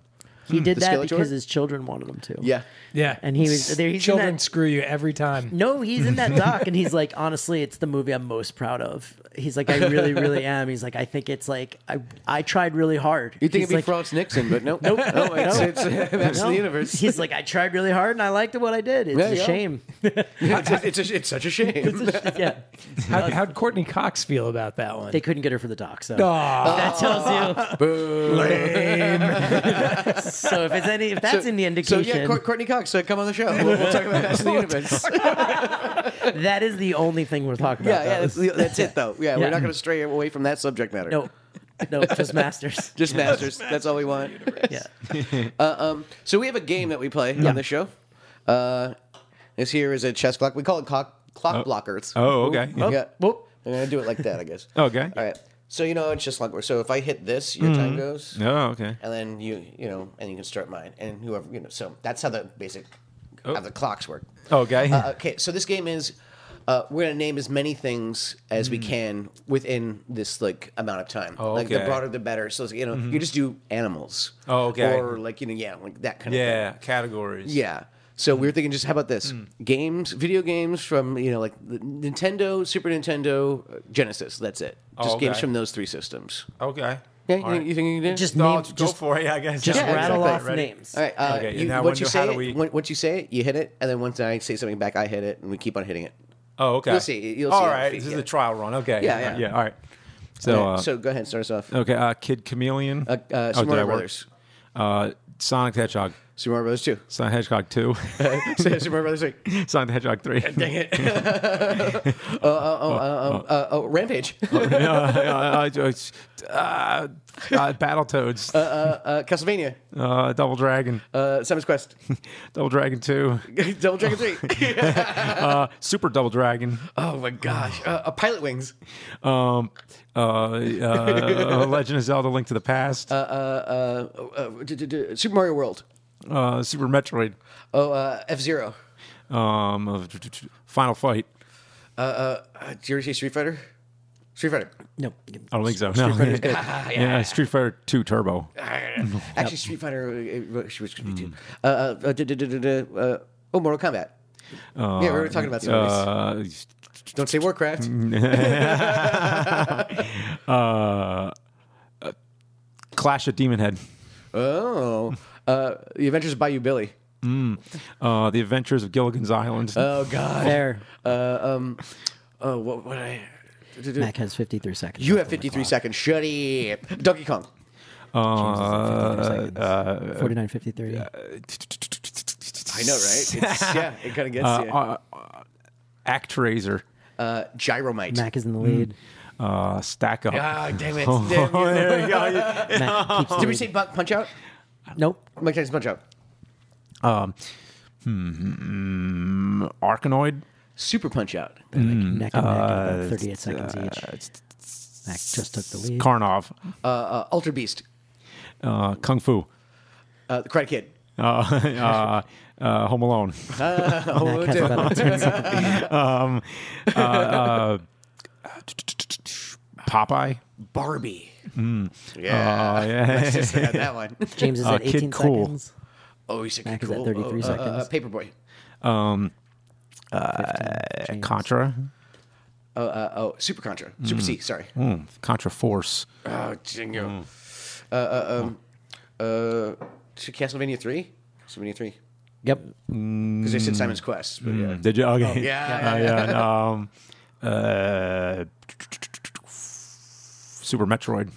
[SPEAKER 3] He did
[SPEAKER 2] The
[SPEAKER 3] that
[SPEAKER 2] Skeletor?
[SPEAKER 3] because his children wanted him to.
[SPEAKER 2] Yeah.
[SPEAKER 5] Yeah,
[SPEAKER 3] And he was- there- he's in
[SPEAKER 5] children
[SPEAKER 3] that-
[SPEAKER 5] screw you every time.
[SPEAKER 3] No, he's in that doc and he's like, honestly, it's the movie I'm most proud of. He's like, I really, really am. He's like, I think it's like, I, I tried really hard.
[SPEAKER 2] You'd think it'd
[SPEAKER 3] He's
[SPEAKER 2] be
[SPEAKER 3] like,
[SPEAKER 2] France Nixon, but nope. nope. No, it's, it's, that's
[SPEAKER 3] No.
[SPEAKER 2] the universe.
[SPEAKER 3] He's like, I tried really hard and I liked what I did. It's
[SPEAKER 2] Yeah,
[SPEAKER 3] a
[SPEAKER 2] yeah.
[SPEAKER 3] shame.
[SPEAKER 2] it's, it's, a, it's such a shame.
[SPEAKER 3] yeah.
[SPEAKER 5] How, how'd Courtney Cox feel about that one? Oh,
[SPEAKER 3] They couldn't get her for the doc, so
[SPEAKER 5] Aw.
[SPEAKER 3] that tells you. So if it's any, if that's any
[SPEAKER 2] so
[SPEAKER 3] indication,
[SPEAKER 2] yeah, Cour- Courtney Cox, uh, come on the show. We'll, we'll talk about Master of the Universe.
[SPEAKER 3] that is the only thing we're talking
[SPEAKER 2] yeah,
[SPEAKER 3] about.
[SPEAKER 2] yeah,
[SPEAKER 3] though.
[SPEAKER 2] that's, the- that's it though. Yeah,
[SPEAKER 3] Yeah.
[SPEAKER 2] we're not going to stray away from that subject matter.
[SPEAKER 3] no, no, just masters.
[SPEAKER 2] just masters. That's all we want.
[SPEAKER 3] Yeah,
[SPEAKER 2] So we have a game that we play on the show. Uh, this here is a chess clock. We call it clock, clock blockers.
[SPEAKER 4] Oh, okay. Oh,
[SPEAKER 2] Yeah. I'm gonna do it like that, I guess.
[SPEAKER 4] Okay.
[SPEAKER 2] All right. So you know, it's just like so. If I hit this, your time goes,
[SPEAKER 4] Oh, okay.
[SPEAKER 2] and then you, you know, and you can start mine, and whoever, you know. So that's how the basic,
[SPEAKER 4] Oh.
[SPEAKER 2] how the clocks work.
[SPEAKER 4] Okay.
[SPEAKER 2] Uh, okay. So this game is, uh, we're gonna name as many things as
[SPEAKER 4] Hmm.
[SPEAKER 2] we can within this like amount of time.
[SPEAKER 4] Oh,
[SPEAKER 2] Like the
[SPEAKER 4] okay. Mm-hmm.
[SPEAKER 2] broader the better. So you know, you just do animals.
[SPEAKER 4] Oh, okay.
[SPEAKER 2] Or like you know, yeah, like that kind of thing.
[SPEAKER 4] yeah, Hmm. categories.
[SPEAKER 2] Yeah. So we were thinking, just how about this? Games, video games from you know, like the Nintendo, Super Nintendo, uh, Genesis. That's it.
[SPEAKER 4] Oh,
[SPEAKER 2] Just games
[SPEAKER 4] okay.
[SPEAKER 2] from those three systems.
[SPEAKER 4] Okay.
[SPEAKER 2] Yeah,
[SPEAKER 4] All
[SPEAKER 2] you,
[SPEAKER 4] right.
[SPEAKER 2] think, you think you can do? it?
[SPEAKER 3] just
[SPEAKER 4] No,
[SPEAKER 3] name,
[SPEAKER 4] go
[SPEAKER 3] just
[SPEAKER 4] for it. I guess.
[SPEAKER 3] just
[SPEAKER 2] Yeah,
[SPEAKER 3] rattle
[SPEAKER 2] exactly.
[SPEAKER 3] off
[SPEAKER 4] Ready?
[SPEAKER 3] names.
[SPEAKER 2] all right. Uh,
[SPEAKER 4] Okay,
[SPEAKER 2] you,
[SPEAKER 4] now
[SPEAKER 2] once
[SPEAKER 4] when
[SPEAKER 2] you
[SPEAKER 4] do- how do
[SPEAKER 2] say it,
[SPEAKER 4] we-
[SPEAKER 2] on- once you say it, you hit it, and then once I say something back, I hit it, and we keep on hitting it.
[SPEAKER 4] Oh, okay.
[SPEAKER 2] You'll see- you'll see
[SPEAKER 4] All
[SPEAKER 2] how it
[SPEAKER 4] right.
[SPEAKER 2] feels,
[SPEAKER 4] This
[SPEAKER 2] yeah.
[SPEAKER 4] is a trial run. Okay.
[SPEAKER 2] Yeah, yeah.
[SPEAKER 4] All right. So,
[SPEAKER 2] Okay,
[SPEAKER 4] uh,
[SPEAKER 2] so go ahead, start us off.
[SPEAKER 4] okay. Uh, Kid Chameleon. Oh,
[SPEAKER 2] Uh, uh, Super
[SPEAKER 4] did I
[SPEAKER 2] Mario
[SPEAKER 4] work?
[SPEAKER 2] Brothers.
[SPEAKER 4] Uh, Sonic the Hedgehog.
[SPEAKER 2] Super Mario Brothers two.
[SPEAKER 4] Sonic the Hedgehog two.
[SPEAKER 2] Super Mario Brothers three.
[SPEAKER 4] Sonic the Hedgehog three.
[SPEAKER 2] Dang it. Uh, oh, oh, oh, oh, uh, oh, Rampage.
[SPEAKER 4] uh, uh, uh, uh, uh, Battletoads. Uh,
[SPEAKER 2] uh, Castlevania.
[SPEAKER 4] Double Dragon.
[SPEAKER 2] Uh, Summer's Quest.
[SPEAKER 4] Double Dragon two.
[SPEAKER 2] Double Dragon three.
[SPEAKER 4] Uh, Super Double Dragon.
[SPEAKER 2] oh my gosh. Uh, uh, Pilot Wings.
[SPEAKER 4] Um, uh, uh, Legend of Zelda: Link to the Past. Uh,
[SPEAKER 2] uh, uh, uh, d- d- d- Super Mario World.
[SPEAKER 4] Uh, Super Metroid.
[SPEAKER 2] Oh, uh, F Zero.
[SPEAKER 4] Um, uh, Final Fight.
[SPEAKER 2] Uh, did you ever see Street Fighter? Street Fighter.
[SPEAKER 3] No,
[SPEAKER 4] I don't think so. no. yeah. Street Fighter Two Turbo.
[SPEAKER 2] Actually, Street Fighter. uh, uh, She was going to be too. Uh, uh, d- d- d- d- d- uh, oh, Mortal Kombat. yeah, we were talking about some movies.
[SPEAKER 4] Uh,
[SPEAKER 2] Don't say Warcraft.
[SPEAKER 4] Uh, Clash at Demon Head.
[SPEAKER 2] Oh, uh, The Adventures of Bayou Billy.
[SPEAKER 4] Uh, the Adventures of Gilligan's Island.
[SPEAKER 2] Oh God.
[SPEAKER 3] There.
[SPEAKER 2] Oh, Uh, what? What I?
[SPEAKER 3] Mac has 53 seconds.
[SPEAKER 2] You
[SPEAKER 3] left
[SPEAKER 2] have
[SPEAKER 3] on the
[SPEAKER 2] 53
[SPEAKER 3] clock.
[SPEAKER 2] seconds. Shut up. Donkey Kong.
[SPEAKER 3] James has 53
[SPEAKER 4] Uh,
[SPEAKER 3] seconds. 49, 53.
[SPEAKER 2] I know, right? It's, yeah, it kind of gets you.
[SPEAKER 4] uh, Actraiser.
[SPEAKER 2] Uh, Gyromite.
[SPEAKER 3] Mac is in the lead.
[SPEAKER 2] Hmm.
[SPEAKER 4] Uh, stack up.
[SPEAKER 2] Ah, damn it.
[SPEAKER 4] Oh,
[SPEAKER 2] Damn you.
[SPEAKER 4] there you go.
[SPEAKER 3] Mac keeps the
[SPEAKER 2] Did we
[SPEAKER 3] lead.
[SPEAKER 2] say Bu- Punch Out?
[SPEAKER 3] Nope.
[SPEAKER 2] Mike Tyson's Punch Out.
[SPEAKER 4] Arkanoid.
[SPEAKER 2] Super Punch Out.
[SPEAKER 3] Neck and neck,
[SPEAKER 4] Uh,
[SPEAKER 3] about 38 seconds each. Mac just took the lead.
[SPEAKER 4] Karnov.
[SPEAKER 2] Uh, Ultra Beast.
[SPEAKER 4] Uh, Kung Fu.
[SPEAKER 2] Uh, the Karate Kid.
[SPEAKER 4] Uh, uh, uh, Home Alone.
[SPEAKER 3] Mac has about a 10 second
[SPEAKER 4] Um, uh, Popeye.
[SPEAKER 2] Barbie.
[SPEAKER 4] Oh,
[SPEAKER 2] Yeah.
[SPEAKER 4] yeah.
[SPEAKER 2] Just I got that one.
[SPEAKER 3] James is
[SPEAKER 4] Uh,
[SPEAKER 3] at
[SPEAKER 4] Kid
[SPEAKER 3] 18
[SPEAKER 4] Cool.
[SPEAKER 3] seconds.
[SPEAKER 2] Oh, he's a
[SPEAKER 3] Mac is
[SPEAKER 2] cool.
[SPEAKER 3] at 33
[SPEAKER 2] oh, uh, uh,
[SPEAKER 3] seconds.
[SPEAKER 2] Paperboy.
[SPEAKER 3] James.
[SPEAKER 4] Uh, Contra.
[SPEAKER 2] Oh, uh, oh, Super Contra. Super C, sorry.
[SPEAKER 4] Hmm, Contra Force.
[SPEAKER 2] Oh, jingo. Uh, uh, um, uh, to Castlevania 3? Castlevania 3.
[SPEAKER 3] Yep.
[SPEAKER 2] Because they said Simon's Quest. But yeah.
[SPEAKER 4] Did you? Okay.
[SPEAKER 2] Hmm. Oh, yeah,
[SPEAKER 4] Uh, Mm. yeah, and, um, uh, Super Metroid.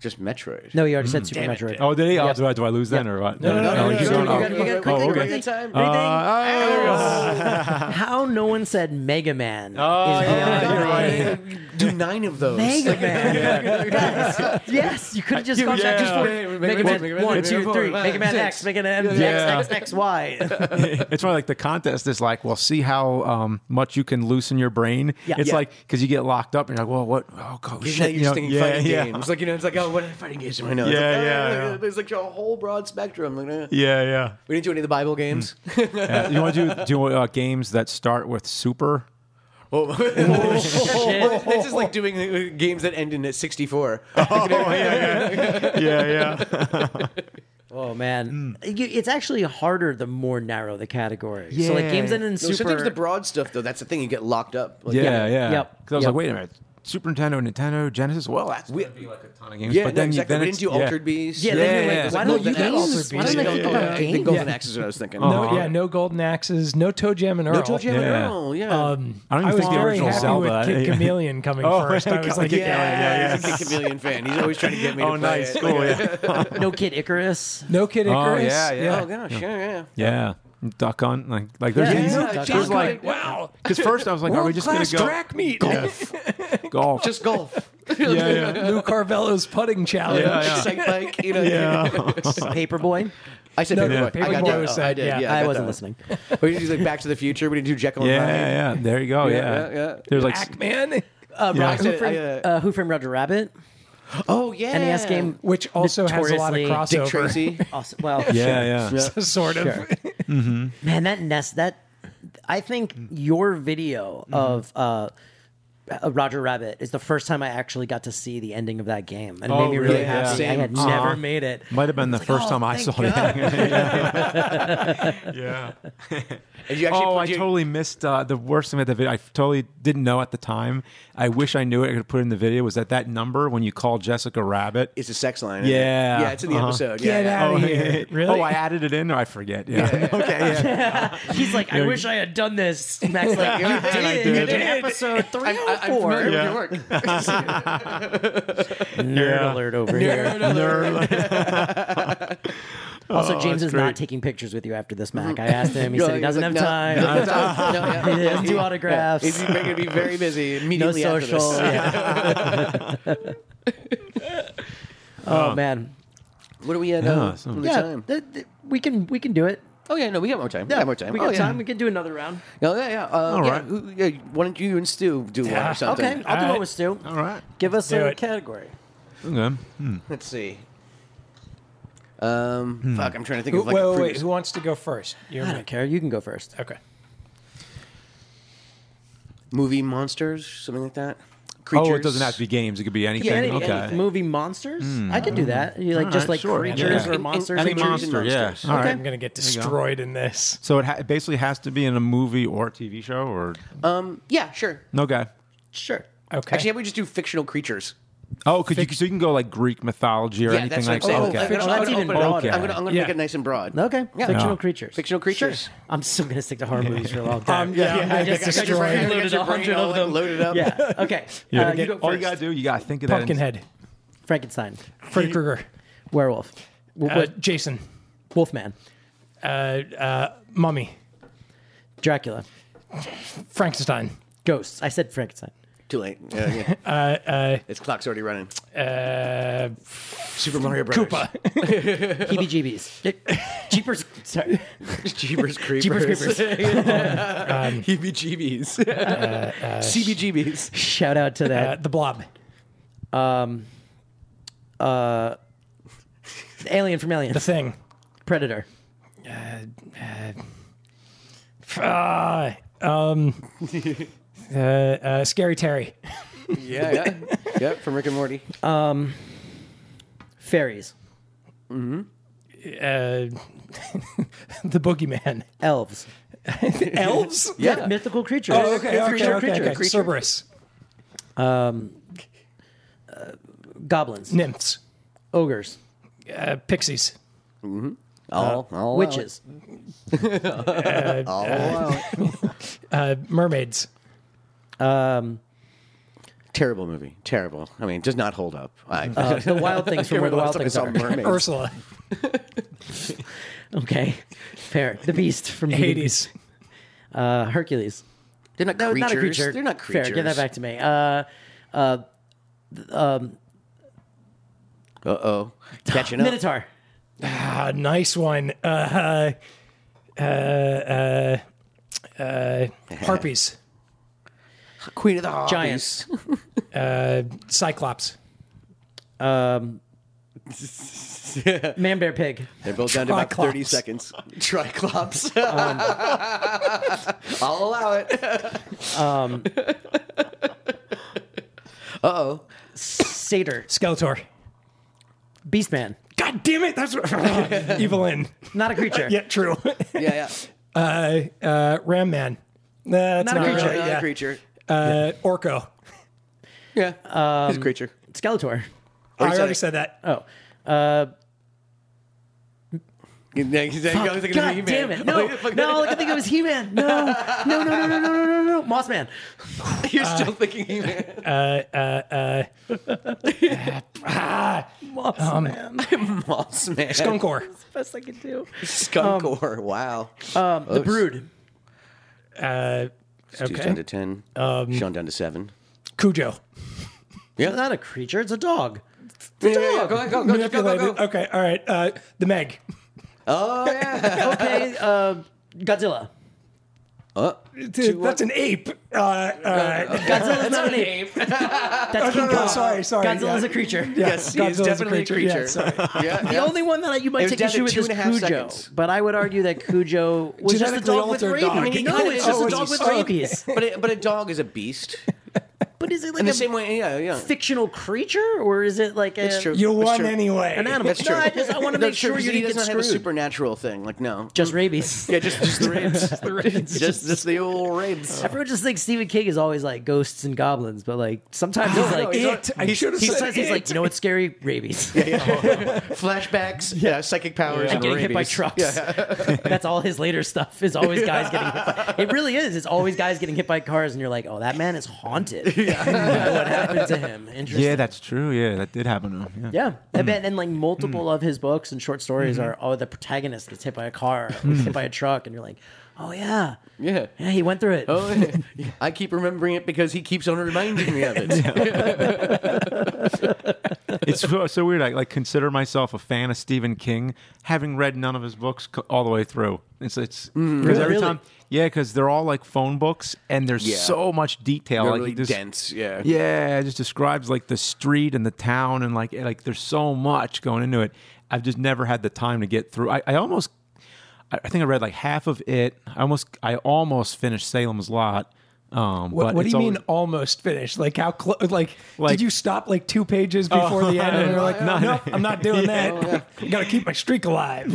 [SPEAKER 2] Just Metroid.
[SPEAKER 3] No, you already said Super Metroid.
[SPEAKER 4] Oh, did he? Oh, do, I, do I lose then or what? No,
[SPEAKER 2] no, no,
[SPEAKER 4] you
[SPEAKER 2] no,
[SPEAKER 4] keep going.
[SPEAKER 2] no, no,
[SPEAKER 4] Oh,
[SPEAKER 2] no, no, no,
[SPEAKER 4] oh,
[SPEAKER 2] no, no,
[SPEAKER 4] okay.
[SPEAKER 2] no, no, no,
[SPEAKER 4] Uh, oh, there you go.
[SPEAKER 3] How no one said Mega Man?
[SPEAKER 4] Oh,
[SPEAKER 3] is
[SPEAKER 4] yeah,
[SPEAKER 3] beyond
[SPEAKER 4] you're
[SPEAKER 3] me.
[SPEAKER 4] right.
[SPEAKER 2] Do nine of those.
[SPEAKER 3] Mega Man. Yes, yes, you could have just gone back
[SPEAKER 4] yeah.
[SPEAKER 3] just for
[SPEAKER 2] Yeah,
[SPEAKER 3] Mega Man one, two, three,
[SPEAKER 2] four,
[SPEAKER 3] Mega Man
[SPEAKER 2] six.
[SPEAKER 3] X, Mega Man
[SPEAKER 4] Yeah.
[SPEAKER 3] X, X, X, Y.
[SPEAKER 4] it's more like the contest is like, well, see how um, much you can loosen your brain.
[SPEAKER 3] Yeah.
[SPEAKER 4] It's
[SPEAKER 3] Yeah.
[SPEAKER 4] like because you get locked up and you're like, well, what? Oh, God,
[SPEAKER 2] You're,
[SPEAKER 4] shit,
[SPEAKER 2] not- you're
[SPEAKER 4] you
[SPEAKER 2] just
[SPEAKER 4] know,
[SPEAKER 2] thinking
[SPEAKER 4] yeah,
[SPEAKER 2] fighting
[SPEAKER 4] yeah,
[SPEAKER 2] games. Like, you know, it's like, oh, what fighting games do I know? It's
[SPEAKER 4] Yeah,
[SPEAKER 2] like, oh,
[SPEAKER 4] yeah, yeah.
[SPEAKER 2] There's like a whole broad spectrum. Like, eh.
[SPEAKER 4] yeah, yeah.
[SPEAKER 2] We didn't do any of the Bible games.
[SPEAKER 4] Uh, you want to do, do uh, games that start with super?
[SPEAKER 2] oh, shit. This is like doing uh, games that end in a 64.
[SPEAKER 4] Yeah, yeah.
[SPEAKER 3] Oh
[SPEAKER 4] Hmm.
[SPEAKER 3] man, You- it's actually harder the more narrow the category. So like
[SPEAKER 4] Yeah.
[SPEAKER 3] games that in
[SPEAKER 2] No,
[SPEAKER 3] super.
[SPEAKER 2] Sometimes the broad stuff, though, that's the thing. You get locked up. Like,
[SPEAKER 4] Yeah, yeah.
[SPEAKER 3] Yep.
[SPEAKER 4] Because I was
[SPEAKER 3] Yep.
[SPEAKER 4] like, wait a minute, Super Nintendo, Nintendo, Genesis. Well, that's we, gonna be like a ton of games.
[SPEAKER 2] Yeah,
[SPEAKER 4] but
[SPEAKER 2] no,
[SPEAKER 4] then, you-
[SPEAKER 2] exactly.
[SPEAKER 4] then
[SPEAKER 2] we
[SPEAKER 4] it's-
[SPEAKER 2] didn't do
[SPEAKER 4] yeah.
[SPEAKER 2] Altered Beast.
[SPEAKER 3] Yeah,
[SPEAKER 4] then you're like,
[SPEAKER 2] it's
[SPEAKER 3] why
[SPEAKER 2] no,
[SPEAKER 3] don't you
[SPEAKER 2] that-
[SPEAKER 3] games-
[SPEAKER 2] Altered
[SPEAKER 3] why
[SPEAKER 2] Beast,
[SPEAKER 3] don't they
[SPEAKER 2] yeah,
[SPEAKER 3] think about
[SPEAKER 2] yeah,
[SPEAKER 3] games?
[SPEAKER 2] The Golden Axe is what I was thinking.
[SPEAKER 5] No,
[SPEAKER 4] Uh-huh.
[SPEAKER 5] yeah, no golden axes, no toe jam and Earl.
[SPEAKER 2] No Toe Jam and
[SPEAKER 4] Yeah.
[SPEAKER 2] Earl, yeah.
[SPEAKER 5] Um,
[SPEAKER 4] I
[SPEAKER 5] I,
[SPEAKER 4] don't even
[SPEAKER 5] was
[SPEAKER 4] think the
[SPEAKER 5] very
[SPEAKER 4] original
[SPEAKER 5] happy
[SPEAKER 4] Zelda-
[SPEAKER 5] with Kid Chameleon coming
[SPEAKER 4] Oh,
[SPEAKER 5] first. I was like,
[SPEAKER 4] Kid
[SPEAKER 5] yeah.
[SPEAKER 4] Chameleon. yeah, yeah.
[SPEAKER 2] He's a Kid Chameleon fan. He's always trying to get me
[SPEAKER 4] Oh,
[SPEAKER 2] to play
[SPEAKER 4] nice,
[SPEAKER 2] it.
[SPEAKER 4] cool, yeah,
[SPEAKER 3] No Kid Icarus.
[SPEAKER 5] no Kid Icarus.
[SPEAKER 4] yeah, yeah.
[SPEAKER 2] Oh, gosh, yeah, yeah.
[SPEAKER 4] yeah. Duck Hunt, like, like there's
[SPEAKER 3] Yeah.
[SPEAKER 4] these-
[SPEAKER 3] Yeah.
[SPEAKER 2] James
[SPEAKER 4] there's
[SPEAKER 2] Gunn.
[SPEAKER 4] like, wow. Because first I was like, are we just gonna
[SPEAKER 5] World-class
[SPEAKER 4] go
[SPEAKER 5] track meet.
[SPEAKER 4] golf, golf?
[SPEAKER 2] Just golf.
[SPEAKER 4] yeah, yeah.
[SPEAKER 5] Lou Carvello's putting challenge.
[SPEAKER 4] Yeah, yeah.
[SPEAKER 2] Psych bike, you know.
[SPEAKER 4] yeah.
[SPEAKER 3] Paperboy.
[SPEAKER 2] I said
[SPEAKER 5] No,
[SPEAKER 2] paperboy.
[SPEAKER 5] yeah.
[SPEAKER 2] I got
[SPEAKER 5] Paperboy
[SPEAKER 2] that.
[SPEAKER 5] was
[SPEAKER 2] Oh,
[SPEAKER 5] said,
[SPEAKER 2] I did.
[SPEAKER 5] yeah.
[SPEAKER 2] Yeah,
[SPEAKER 3] I
[SPEAKER 2] got
[SPEAKER 3] wasn't
[SPEAKER 2] that.
[SPEAKER 3] listening. Uh,
[SPEAKER 2] We didn't do like Back to the Future. We didn't do Jekyll and
[SPEAKER 4] Yeah,
[SPEAKER 2] Hyde.
[SPEAKER 4] yeah, yeah. There you go. Yeah,
[SPEAKER 2] Yeah, yeah, yeah.
[SPEAKER 4] There's like
[SPEAKER 5] Pac-Man,
[SPEAKER 3] Uh,
[SPEAKER 4] Yeah.
[SPEAKER 3] Rock,
[SPEAKER 2] I
[SPEAKER 3] who,
[SPEAKER 2] said-
[SPEAKER 3] framed,
[SPEAKER 2] I,
[SPEAKER 3] uh, who framed Roger Rabbit?
[SPEAKER 2] Oh yeah.
[SPEAKER 3] NES game,
[SPEAKER 5] which also has a lot of
[SPEAKER 3] Notoriously-
[SPEAKER 2] Dick
[SPEAKER 5] crossover.
[SPEAKER 2] Tracy.
[SPEAKER 3] Awesome. Well,
[SPEAKER 4] yeah, yeah.
[SPEAKER 5] sort of.
[SPEAKER 3] Sure. Man, that nest that I think your video of uh uh, Roger Rabbit is the first time I actually got to see the ending of that game, and it
[SPEAKER 4] Oh,
[SPEAKER 3] made me really
[SPEAKER 4] really?
[SPEAKER 3] happy.
[SPEAKER 2] Yeah.
[SPEAKER 3] I had
[SPEAKER 4] Same.
[SPEAKER 3] never
[SPEAKER 4] Aw.
[SPEAKER 3] made it.
[SPEAKER 4] Might have been the first
[SPEAKER 3] oh,
[SPEAKER 4] time I
[SPEAKER 3] thank
[SPEAKER 4] saw it. yeah.
[SPEAKER 2] And you actually
[SPEAKER 4] Oh, I
[SPEAKER 2] put- you-
[SPEAKER 4] totally missed uh, the worst thing about the video. I totally didn't know at the time. I wish I knew it. I could have put it in the video. Was that that number when you call Jessica Rabbit?
[SPEAKER 2] It's a sex line. isn't it?
[SPEAKER 4] Yeah.
[SPEAKER 2] Yeah, it's in the
[SPEAKER 4] Uh-huh.
[SPEAKER 2] episode. Yeah.
[SPEAKER 5] Get
[SPEAKER 2] yeah.
[SPEAKER 5] out
[SPEAKER 4] Oh,
[SPEAKER 5] of here! Really?
[SPEAKER 4] oh, I added it in, or I forget. Yeah. okay. Yeah.
[SPEAKER 3] He's like, I wish I had done this. Mac's like, you
[SPEAKER 2] Yeah,
[SPEAKER 3] did.
[SPEAKER 2] I
[SPEAKER 3] it.
[SPEAKER 4] did.
[SPEAKER 3] You did episode three
[SPEAKER 2] I-
[SPEAKER 3] hundred
[SPEAKER 2] I'm
[SPEAKER 3] four.
[SPEAKER 2] familiar
[SPEAKER 4] Yeah.
[SPEAKER 2] with your work.
[SPEAKER 3] Nerd
[SPEAKER 4] Yeah.
[SPEAKER 3] alert over here. Also, James is not
[SPEAKER 4] great.
[SPEAKER 3] taking pictures with you after this, Mac. I asked him. He said he
[SPEAKER 2] You're
[SPEAKER 3] doesn't have
[SPEAKER 2] like,
[SPEAKER 3] time.
[SPEAKER 2] no, no, no, no, yeah,
[SPEAKER 3] He
[SPEAKER 2] yeah,
[SPEAKER 3] doesn't do autographs.
[SPEAKER 2] He's going to be very busy
[SPEAKER 3] no
[SPEAKER 2] immediately after
[SPEAKER 3] social.
[SPEAKER 2] this.
[SPEAKER 3] yeah. oh man.
[SPEAKER 2] What are we at?
[SPEAKER 4] Yeah,
[SPEAKER 2] uh,
[SPEAKER 4] so-
[SPEAKER 2] what are we
[SPEAKER 3] Yeah,
[SPEAKER 2] time?
[SPEAKER 3] th- th- we can we can do it.
[SPEAKER 2] Oh yeah, no, we got more time. We got more time.
[SPEAKER 3] We got
[SPEAKER 2] oh, yeah.
[SPEAKER 3] time. We can do another round.
[SPEAKER 2] Oh yeah, yeah. Uh,
[SPEAKER 4] All
[SPEAKER 2] yeah,
[SPEAKER 4] right.
[SPEAKER 2] who- yeah, Why don't you and Stu do one or something?
[SPEAKER 3] Okay, I'll do
[SPEAKER 5] Alright.
[SPEAKER 3] one with Stu.
[SPEAKER 4] All right.
[SPEAKER 3] Give us
[SPEAKER 5] Do
[SPEAKER 3] a
[SPEAKER 5] it.
[SPEAKER 3] category.
[SPEAKER 4] Okay. Hmm.
[SPEAKER 2] Let's see. Um, fuck, I'm trying to think
[SPEAKER 5] Who,
[SPEAKER 2] of like.
[SPEAKER 5] wait,
[SPEAKER 2] a
[SPEAKER 5] wait, wait,
[SPEAKER 2] previous-
[SPEAKER 5] Who wants to go first? You're
[SPEAKER 3] I don't care. You can go first.
[SPEAKER 5] Okay.
[SPEAKER 2] Movie monsters, something like that. creatures.
[SPEAKER 4] Oh, it doesn't have to be games. It could be anything.
[SPEAKER 3] Yeah, any,
[SPEAKER 4] okay.
[SPEAKER 3] any movie monsters? I could do that. You like
[SPEAKER 4] All
[SPEAKER 3] just
[SPEAKER 4] right,
[SPEAKER 3] like
[SPEAKER 4] sure.
[SPEAKER 3] creatures
[SPEAKER 4] Yeah.
[SPEAKER 3] or monsters.
[SPEAKER 4] Any
[SPEAKER 3] or
[SPEAKER 2] creatures and
[SPEAKER 4] monster, yeah.
[SPEAKER 2] monsters.
[SPEAKER 4] All right.
[SPEAKER 5] I'm gonna get destroyed in this.
[SPEAKER 4] So it, ha- it basically has to be in a movie or a TV show or
[SPEAKER 2] Yeah, sure,
[SPEAKER 4] no guy.
[SPEAKER 2] sure.
[SPEAKER 5] Okay.
[SPEAKER 2] Actually, how about we just do fictional creatures?
[SPEAKER 4] Oh, could you? So you can go like Greek mythology or
[SPEAKER 2] Yeah,
[SPEAKER 4] anything like
[SPEAKER 2] that's what I'm
[SPEAKER 4] that. Okay.
[SPEAKER 2] saying. I'm gonna-
[SPEAKER 3] Oh,
[SPEAKER 2] I'm
[SPEAKER 3] that's
[SPEAKER 2] gonna
[SPEAKER 3] even
[SPEAKER 2] open it up.
[SPEAKER 4] broader.
[SPEAKER 2] I'm gonna, I'm gonna
[SPEAKER 5] Yeah.
[SPEAKER 2] make it nice and broad.
[SPEAKER 3] Okay, fictional
[SPEAKER 4] Yeah.
[SPEAKER 3] creatures.
[SPEAKER 2] Fictional creatures.
[SPEAKER 3] I'm still gonna stick to horror movies for a long time.
[SPEAKER 5] Um, yeah, yeah,
[SPEAKER 3] I
[SPEAKER 5] I
[SPEAKER 3] just,
[SPEAKER 5] think I
[SPEAKER 3] I just
[SPEAKER 5] destroyed.
[SPEAKER 3] reloaded
[SPEAKER 2] Get your
[SPEAKER 3] a hundred
[SPEAKER 2] brain all,
[SPEAKER 3] of
[SPEAKER 2] like,
[SPEAKER 3] them.
[SPEAKER 2] loaded up.
[SPEAKER 3] Yeah. Okay. Uh, you go
[SPEAKER 4] All you
[SPEAKER 3] first.
[SPEAKER 4] gotta do, you gotta think of that.
[SPEAKER 5] Pumpkinhead,
[SPEAKER 3] Frankenstein,
[SPEAKER 5] Freddy Krueger,
[SPEAKER 3] werewolf, w-
[SPEAKER 5] uh,
[SPEAKER 3] w-
[SPEAKER 5] Jason,
[SPEAKER 3] Wolfman,
[SPEAKER 5] Mummy,
[SPEAKER 3] Dracula,
[SPEAKER 5] Frankenstein,
[SPEAKER 3] ghosts. I said Frankenstein.
[SPEAKER 2] Too late. Yeah, yeah. Uh, its clock's already running.
[SPEAKER 5] uh,
[SPEAKER 2] Super Mario Brothers.
[SPEAKER 5] Koopa,
[SPEAKER 3] Heebie-jeebies. Jeepers. Sorry.
[SPEAKER 2] Jeepers Creepers.
[SPEAKER 3] Jeepers creepers.
[SPEAKER 2] heebie-jeebies.
[SPEAKER 3] Uh,
[SPEAKER 2] CBGBs.
[SPEAKER 3] Shout out to
[SPEAKER 5] uh,
[SPEAKER 3] that.
[SPEAKER 5] the Blob,
[SPEAKER 3] Alien from Alien.
[SPEAKER 5] the Thing,
[SPEAKER 3] Predator.
[SPEAKER 5] uh, um, uh, uh, Scary Terry,
[SPEAKER 2] Yeah, yeah. Yep, from Rick and Morty.
[SPEAKER 3] Fairies.
[SPEAKER 5] uh, the Boogeyman,
[SPEAKER 3] Elves.
[SPEAKER 5] elves.
[SPEAKER 2] Yeah.
[SPEAKER 3] Mythical creatures.
[SPEAKER 5] creature,
[SPEAKER 3] creature,
[SPEAKER 5] Oh, okay, okay.
[SPEAKER 2] creature.
[SPEAKER 5] Cerberus,
[SPEAKER 3] Goblins.
[SPEAKER 5] nymphs,
[SPEAKER 3] Ogres.
[SPEAKER 5] uh, pixies,
[SPEAKER 2] All, all
[SPEAKER 3] Witches.
[SPEAKER 2] All out.
[SPEAKER 5] uh, mermaids,
[SPEAKER 3] Um,
[SPEAKER 2] Terrible movie. Terrible. I mean, does not hold up. I,
[SPEAKER 3] uh, the wild things from where the wild things are.
[SPEAKER 2] Mermaids.
[SPEAKER 5] Ursula,
[SPEAKER 3] Okay. Fair. The Beast from Beauty and the
[SPEAKER 5] Hades,
[SPEAKER 3] Beast. Uh, Hercules.
[SPEAKER 2] They're not
[SPEAKER 3] No,
[SPEAKER 2] creatures.
[SPEAKER 3] not a creature.
[SPEAKER 2] They're not creatures.
[SPEAKER 3] Fair. Give that back to me. Uh,
[SPEAKER 2] Uh oh. Catching up.
[SPEAKER 3] Minotaur.
[SPEAKER 5] ah, nice one. Uh, uh, uh, uh, harpies,
[SPEAKER 2] Queen of the Hobbies.
[SPEAKER 3] Giants.
[SPEAKER 5] uh, cyclops.
[SPEAKER 3] Um, man, bear, pig.
[SPEAKER 2] They're both down to about
[SPEAKER 5] Triclops.
[SPEAKER 2] 30 seconds. Triclops.
[SPEAKER 3] Um,
[SPEAKER 2] I'll allow it. Um. uh oh.
[SPEAKER 3] Satyr.
[SPEAKER 5] Skeletor.
[SPEAKER 3] Beastman.
[SPEAKER 5] God damn it! That's what, Evelyn.
[SPEAKER 3] Not a creature.
[SPEAKER 5] Yeah, true.
[SPEAKER 2] Yeah, yeah.
[SPEAKER 5] Uh, uh, Ram Man. Nah, that's
[SPEAKER 3] Not a
[SPEAKER 5] not,
[SPEAKER 3] creature.
[SPEAKER 5] right,
[SPEAKER 2] Not
[SPEAKER 5] yeah.
[SPEAKER 2] a creature.
[SPEAKER 5] Uh, Orko.
[SPEAKER 2] Yeah. He's a
[SPEAKER 3] Um,
[SPEAKER 2] creature.
[SPEAKER 3] Skeletor.
[SPEAKER 5] I
[SPEAKER 2] said
[SPEAKER 5] already
[SPEAKER 2] it.
[SPEAKER 5] said that.
[SPEAKER 3] Oh. Uh,
[SPEAKER 2] He's
[SPEAKER 3] fuck. God damn it. No, no, like I think it was He-Man. No, no, no, no, no, no, no, no, no. Mossman.
[SPEAKER 2] You're
[SPEAKER 3] Uh,
[SPEAKER 2] still thinking He-Man.
[SPEAKER 3] uh, Mossman.
[SPEAKER 2] Moss Man.
[SPEAKER 5] Skunkor.
[SPEAKER 3] Best I could do.
[SPEAKER 2] Skunkor. wow.
[SPEAKER 3] Um, the Brood.
[SPEAKER 5] Uh,
[SPEAKER 2] Stu's down to
[SPEAKER 5] okay.
[SPEAKER 2] 10.
[SPEAKER 3] Um,
[SPEAKER 2] Sean down to 7.
[SPEAKER 5] Cujo.
[SPEAKER 3] Not a creature. It's a dog.
[SPEAKER 2] Yeah, yeah, yeah. Go ahead, go, go, go, go, go,
[SPEAKER 5] Manipulated.
[SPEAKER 2] go.
[SPEAKER 5] Okay. All right. Uh, the Meg.
[SPEAKER 2] Oh, yeah.
[SPEAKER 3] Okay. Uh, Godzilla.
[SPEAKER 2] Oh.
[SPEAKER 5] Dude, that's an ape. Uh, uh,
[SPEAKER 3] Godzilla's not an ape. That's King
[SPEAKER 5] no, no,
[SPEAKER 3] Kong.
[SPEAKER 5] sorry, sorry,
[SPEAKER 3] Godzilla's
[SPEAKER 5] yeah.
[SPEAKER 3] a creature.
[SPEAKER 2] Yes, he is
[SPEAKER 5] Godzilla's
[SPEAKER 2] definitely a creature.
[SPEAKER 5] Yeah, sorry.
[SPEAKER 2] Yeah,
[SPEAKER 3] The
[SPEAKER 2] yeah.
[SPEAKER 3] only one that I, you
[SPEAKER 2] It
[SPEAKER 3] might
[SPEAKER 2] was
[SPEAKER 3] take
[SPEAKER 2] down
[SPEAKER 3] issue
[SPEAKER 2] to
[SPEAKER 3] with
[SPEAKER 2] two
[SPEAKER 3] is
[SPEAKER 2] and a half
[SPEAKER 3] Cujo,
[SPEAKER 2] seconds.
[SPEAKER 3] but I would argue that Cujo was just a
[SPEAKER 5] Genetically
[SPEAKER 3] dog with
[SPEAKER 5] altered
[SPEAKER 3] rabies.
[SPEAKER 5] dog.
[SPEAKER 3] No, it's just
[SPEAKER 5] Oh,
[SPEAKER 3] a
[SPEAKER 5] it's
[SPEAKER 3] dog with
[SPEAKER 5] just- oh, okay.
[SPEAKER 3] rabies.
[SPEAKER 2] But a, but a dog is a beast.
[SPEAKER 3] But is it like
[SPEAKER 2] In the
[SPEAKER 3] a
[SPEAKER 2] same way, yeah, yeah.
[SPEAKER 3] fictional creature, or is it like a,
[SPEAKER 2] It's true.
[SPEAKER 5] You
[SPEAKER 2] That's
[SPEAKER 5] won
[SPEAKER 2] true.
[SPEAKER 5] anyway.
[SPEAKER 3] an animal?
[SPEAKER 2] That's true.
[SPEAKER 3] No, I just I want to make
[SPEAKER 2] That's true,
[SPEAKER 3] sure
[SPEAKER 2] because
[SPEAKER 3] you
[SPEAKER 2] he
[SPEAKER 3] didn't
[SPEAKER 2] doesn't
[SPEAKER 3] get
[SPEAKER 2] have a
[SPEAKER 3] screwed.
[SPEAKER 2] supernatural thing. Like no,
[SPEAKER 3] just rabies.
[SPEAKER 2] yeah, just just the ribs, just the ribs, just just the old ribs.
[SPEAKER 3] Everyone just thinks Stephen King is always like ghosts and goblins, but like sometimes he's like eh.
[SPEAKER 2] he's-
[SPEAKER 5] it. I should have
[SPEAKER 3] he
[SPEAKER 5] said
[SPEAKER 3] says he's
[SPEAKER 5] it.
[SPEAKER 3] like you know what's scary rabies.
[SPEAKER 2] Flashbacks, yeah, psychic powers,
[SPEAKER 3] and getting hit by trucks. That's all his later stuff is always guys getting hit by. It really is. It's always guys getting hit by cars, and you're like, oh, that man is haunted. by what happened to him? Interesting.
[SPEAKER 4] Yeah, that's true. Yeah, that did happen to him. Yeah.
[SPEAKER 3] Yeah, and, then- and like multiple of his books and short stories
[SPEAKER 2] Mm-hmm.
[SPEAKER 3] are oh the protagonist gets hit by a car, or gets hit by a truck, and you're like, oh yeah,
[SPEAKER 2] Yeah.
[SPEAKER 3] yeah he went through it.
[SPEAKER 2] Oh, yeah. I keep remembering it because he keeps on reminding me of it.
[SPEAKER 4] It's so, so weird. I like consider myself a fan of Stephen King, having read none of his books co- all the way through. It's it's
[SPEAKER 2] Mm-hmm.
[SPEAKER 4] because every
[SPEAKER 3] Really?
[SPEAKER 4] time, yeah, because they're all like phone books, and there's
[SPEAKER 2] Yeah.
[SPEAKER 4] so much detail.
[SPEAKER 2] They're
[SPEAKER 4] like
[SPEAKER 2] really
[SPEAKER 4] you just-
[SPEAKER 2] dense, yeah.
[SPEAKER 4] Yeah, it just describes like the street and the town and like like there's so much going into it. I've just never had the time to get through. I, I almost, I I think I read like half of it. I almost, I almost finished Salem's Lot. Um,
[SPEAKER 5] What,
[SPEAKER 4] but
[SPEAKER 5] what do
[SPEAKER 4] it's
[SPEAKER 5] you mean
[SPEAKER 4] always-
[SPEAKER 5] almost finished? Like how close? Like,
[SPEAKER 4] Like- Oh,
[SPEAKER 5] did you stop like two pages before the end? And you're like, no, no, I'm not doing that. Got to keep my streak alive.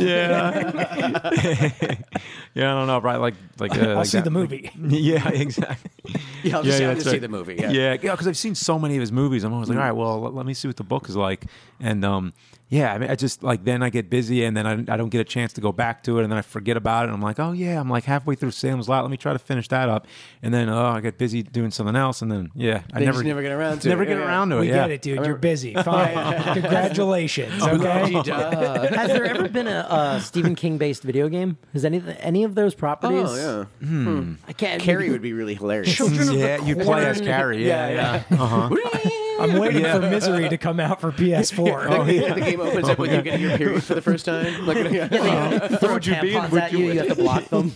[SPEAKER 4] Yeah. yeah, I don't know. Right, like like uh,
[SPEAKER 5] I'll
[SPEAKER 4] like
[SPEAKER 5] see
[SPEAKER 4] that.
[SPEAKER 5] the movie.
[SPEAKER 4] Yeah, exactly.
[SPEAKER 2] Yeah, I'll just, I'll
[SPEAKER 4] that's
[SPEAKER 2] just see
[SPEAKER 4] right.
[SPEAKER 2] the movie. Yeah. Mm.
[SPEAKER 4] yeah, because I've seen so many of his movies. I'm always like, all right, well, let, let me see what the book is like. And um, yeah, I mean, I just like then I get busy, and then I, I don't get a chance to go back to it, and then I forget about it. And I'm like, oh yeah, I'm like halfway through Salem's Lot. Let me try to finish that up, and then oh, I get busy doing something else, and then yeah, I
[SPEAKER 2] Then you
[SPEAKER 4] never
[SPEAKER 2] just never get around to
[SPEAKER 4] never
[SPEAKER 2] it.
[SPEAKER 4] get
[SPEAKER 2] Yeah, yeah.
[SPEAKER 4] around to it.
[SPEAKER 5] We
[SPEAKER 4] Oh, yeah. Oh,
[SPEAKER 5] get it, dude. You're busy. Fine. Congratulations. Okay.
[SPEAKER 2] Duh.
[SPEAKER 3] Has there ever been a uh, Stephen King based video game? Has any any of those properties?
[SPEAKER 2] Oh yeah,
[SPEAKER 4] Hmm.
[SPEAKER 3] I can't.
[SPEAKER 2] Carrie would be really hilarious.
[SPEAKER 4] yeah, you play as Carrie. Yeah, yeah.
[SPEAKER 5] I'm waiting
[SPEAKER 4] Yeah. Oh,
[SPEAKER 5] for Misery to come out for PS4.
[SPEAKER 2] the game opens up with you getting your period for the first time. Like, Uh,
[SPEAKER 3] Throw tampons at you. You have to block them.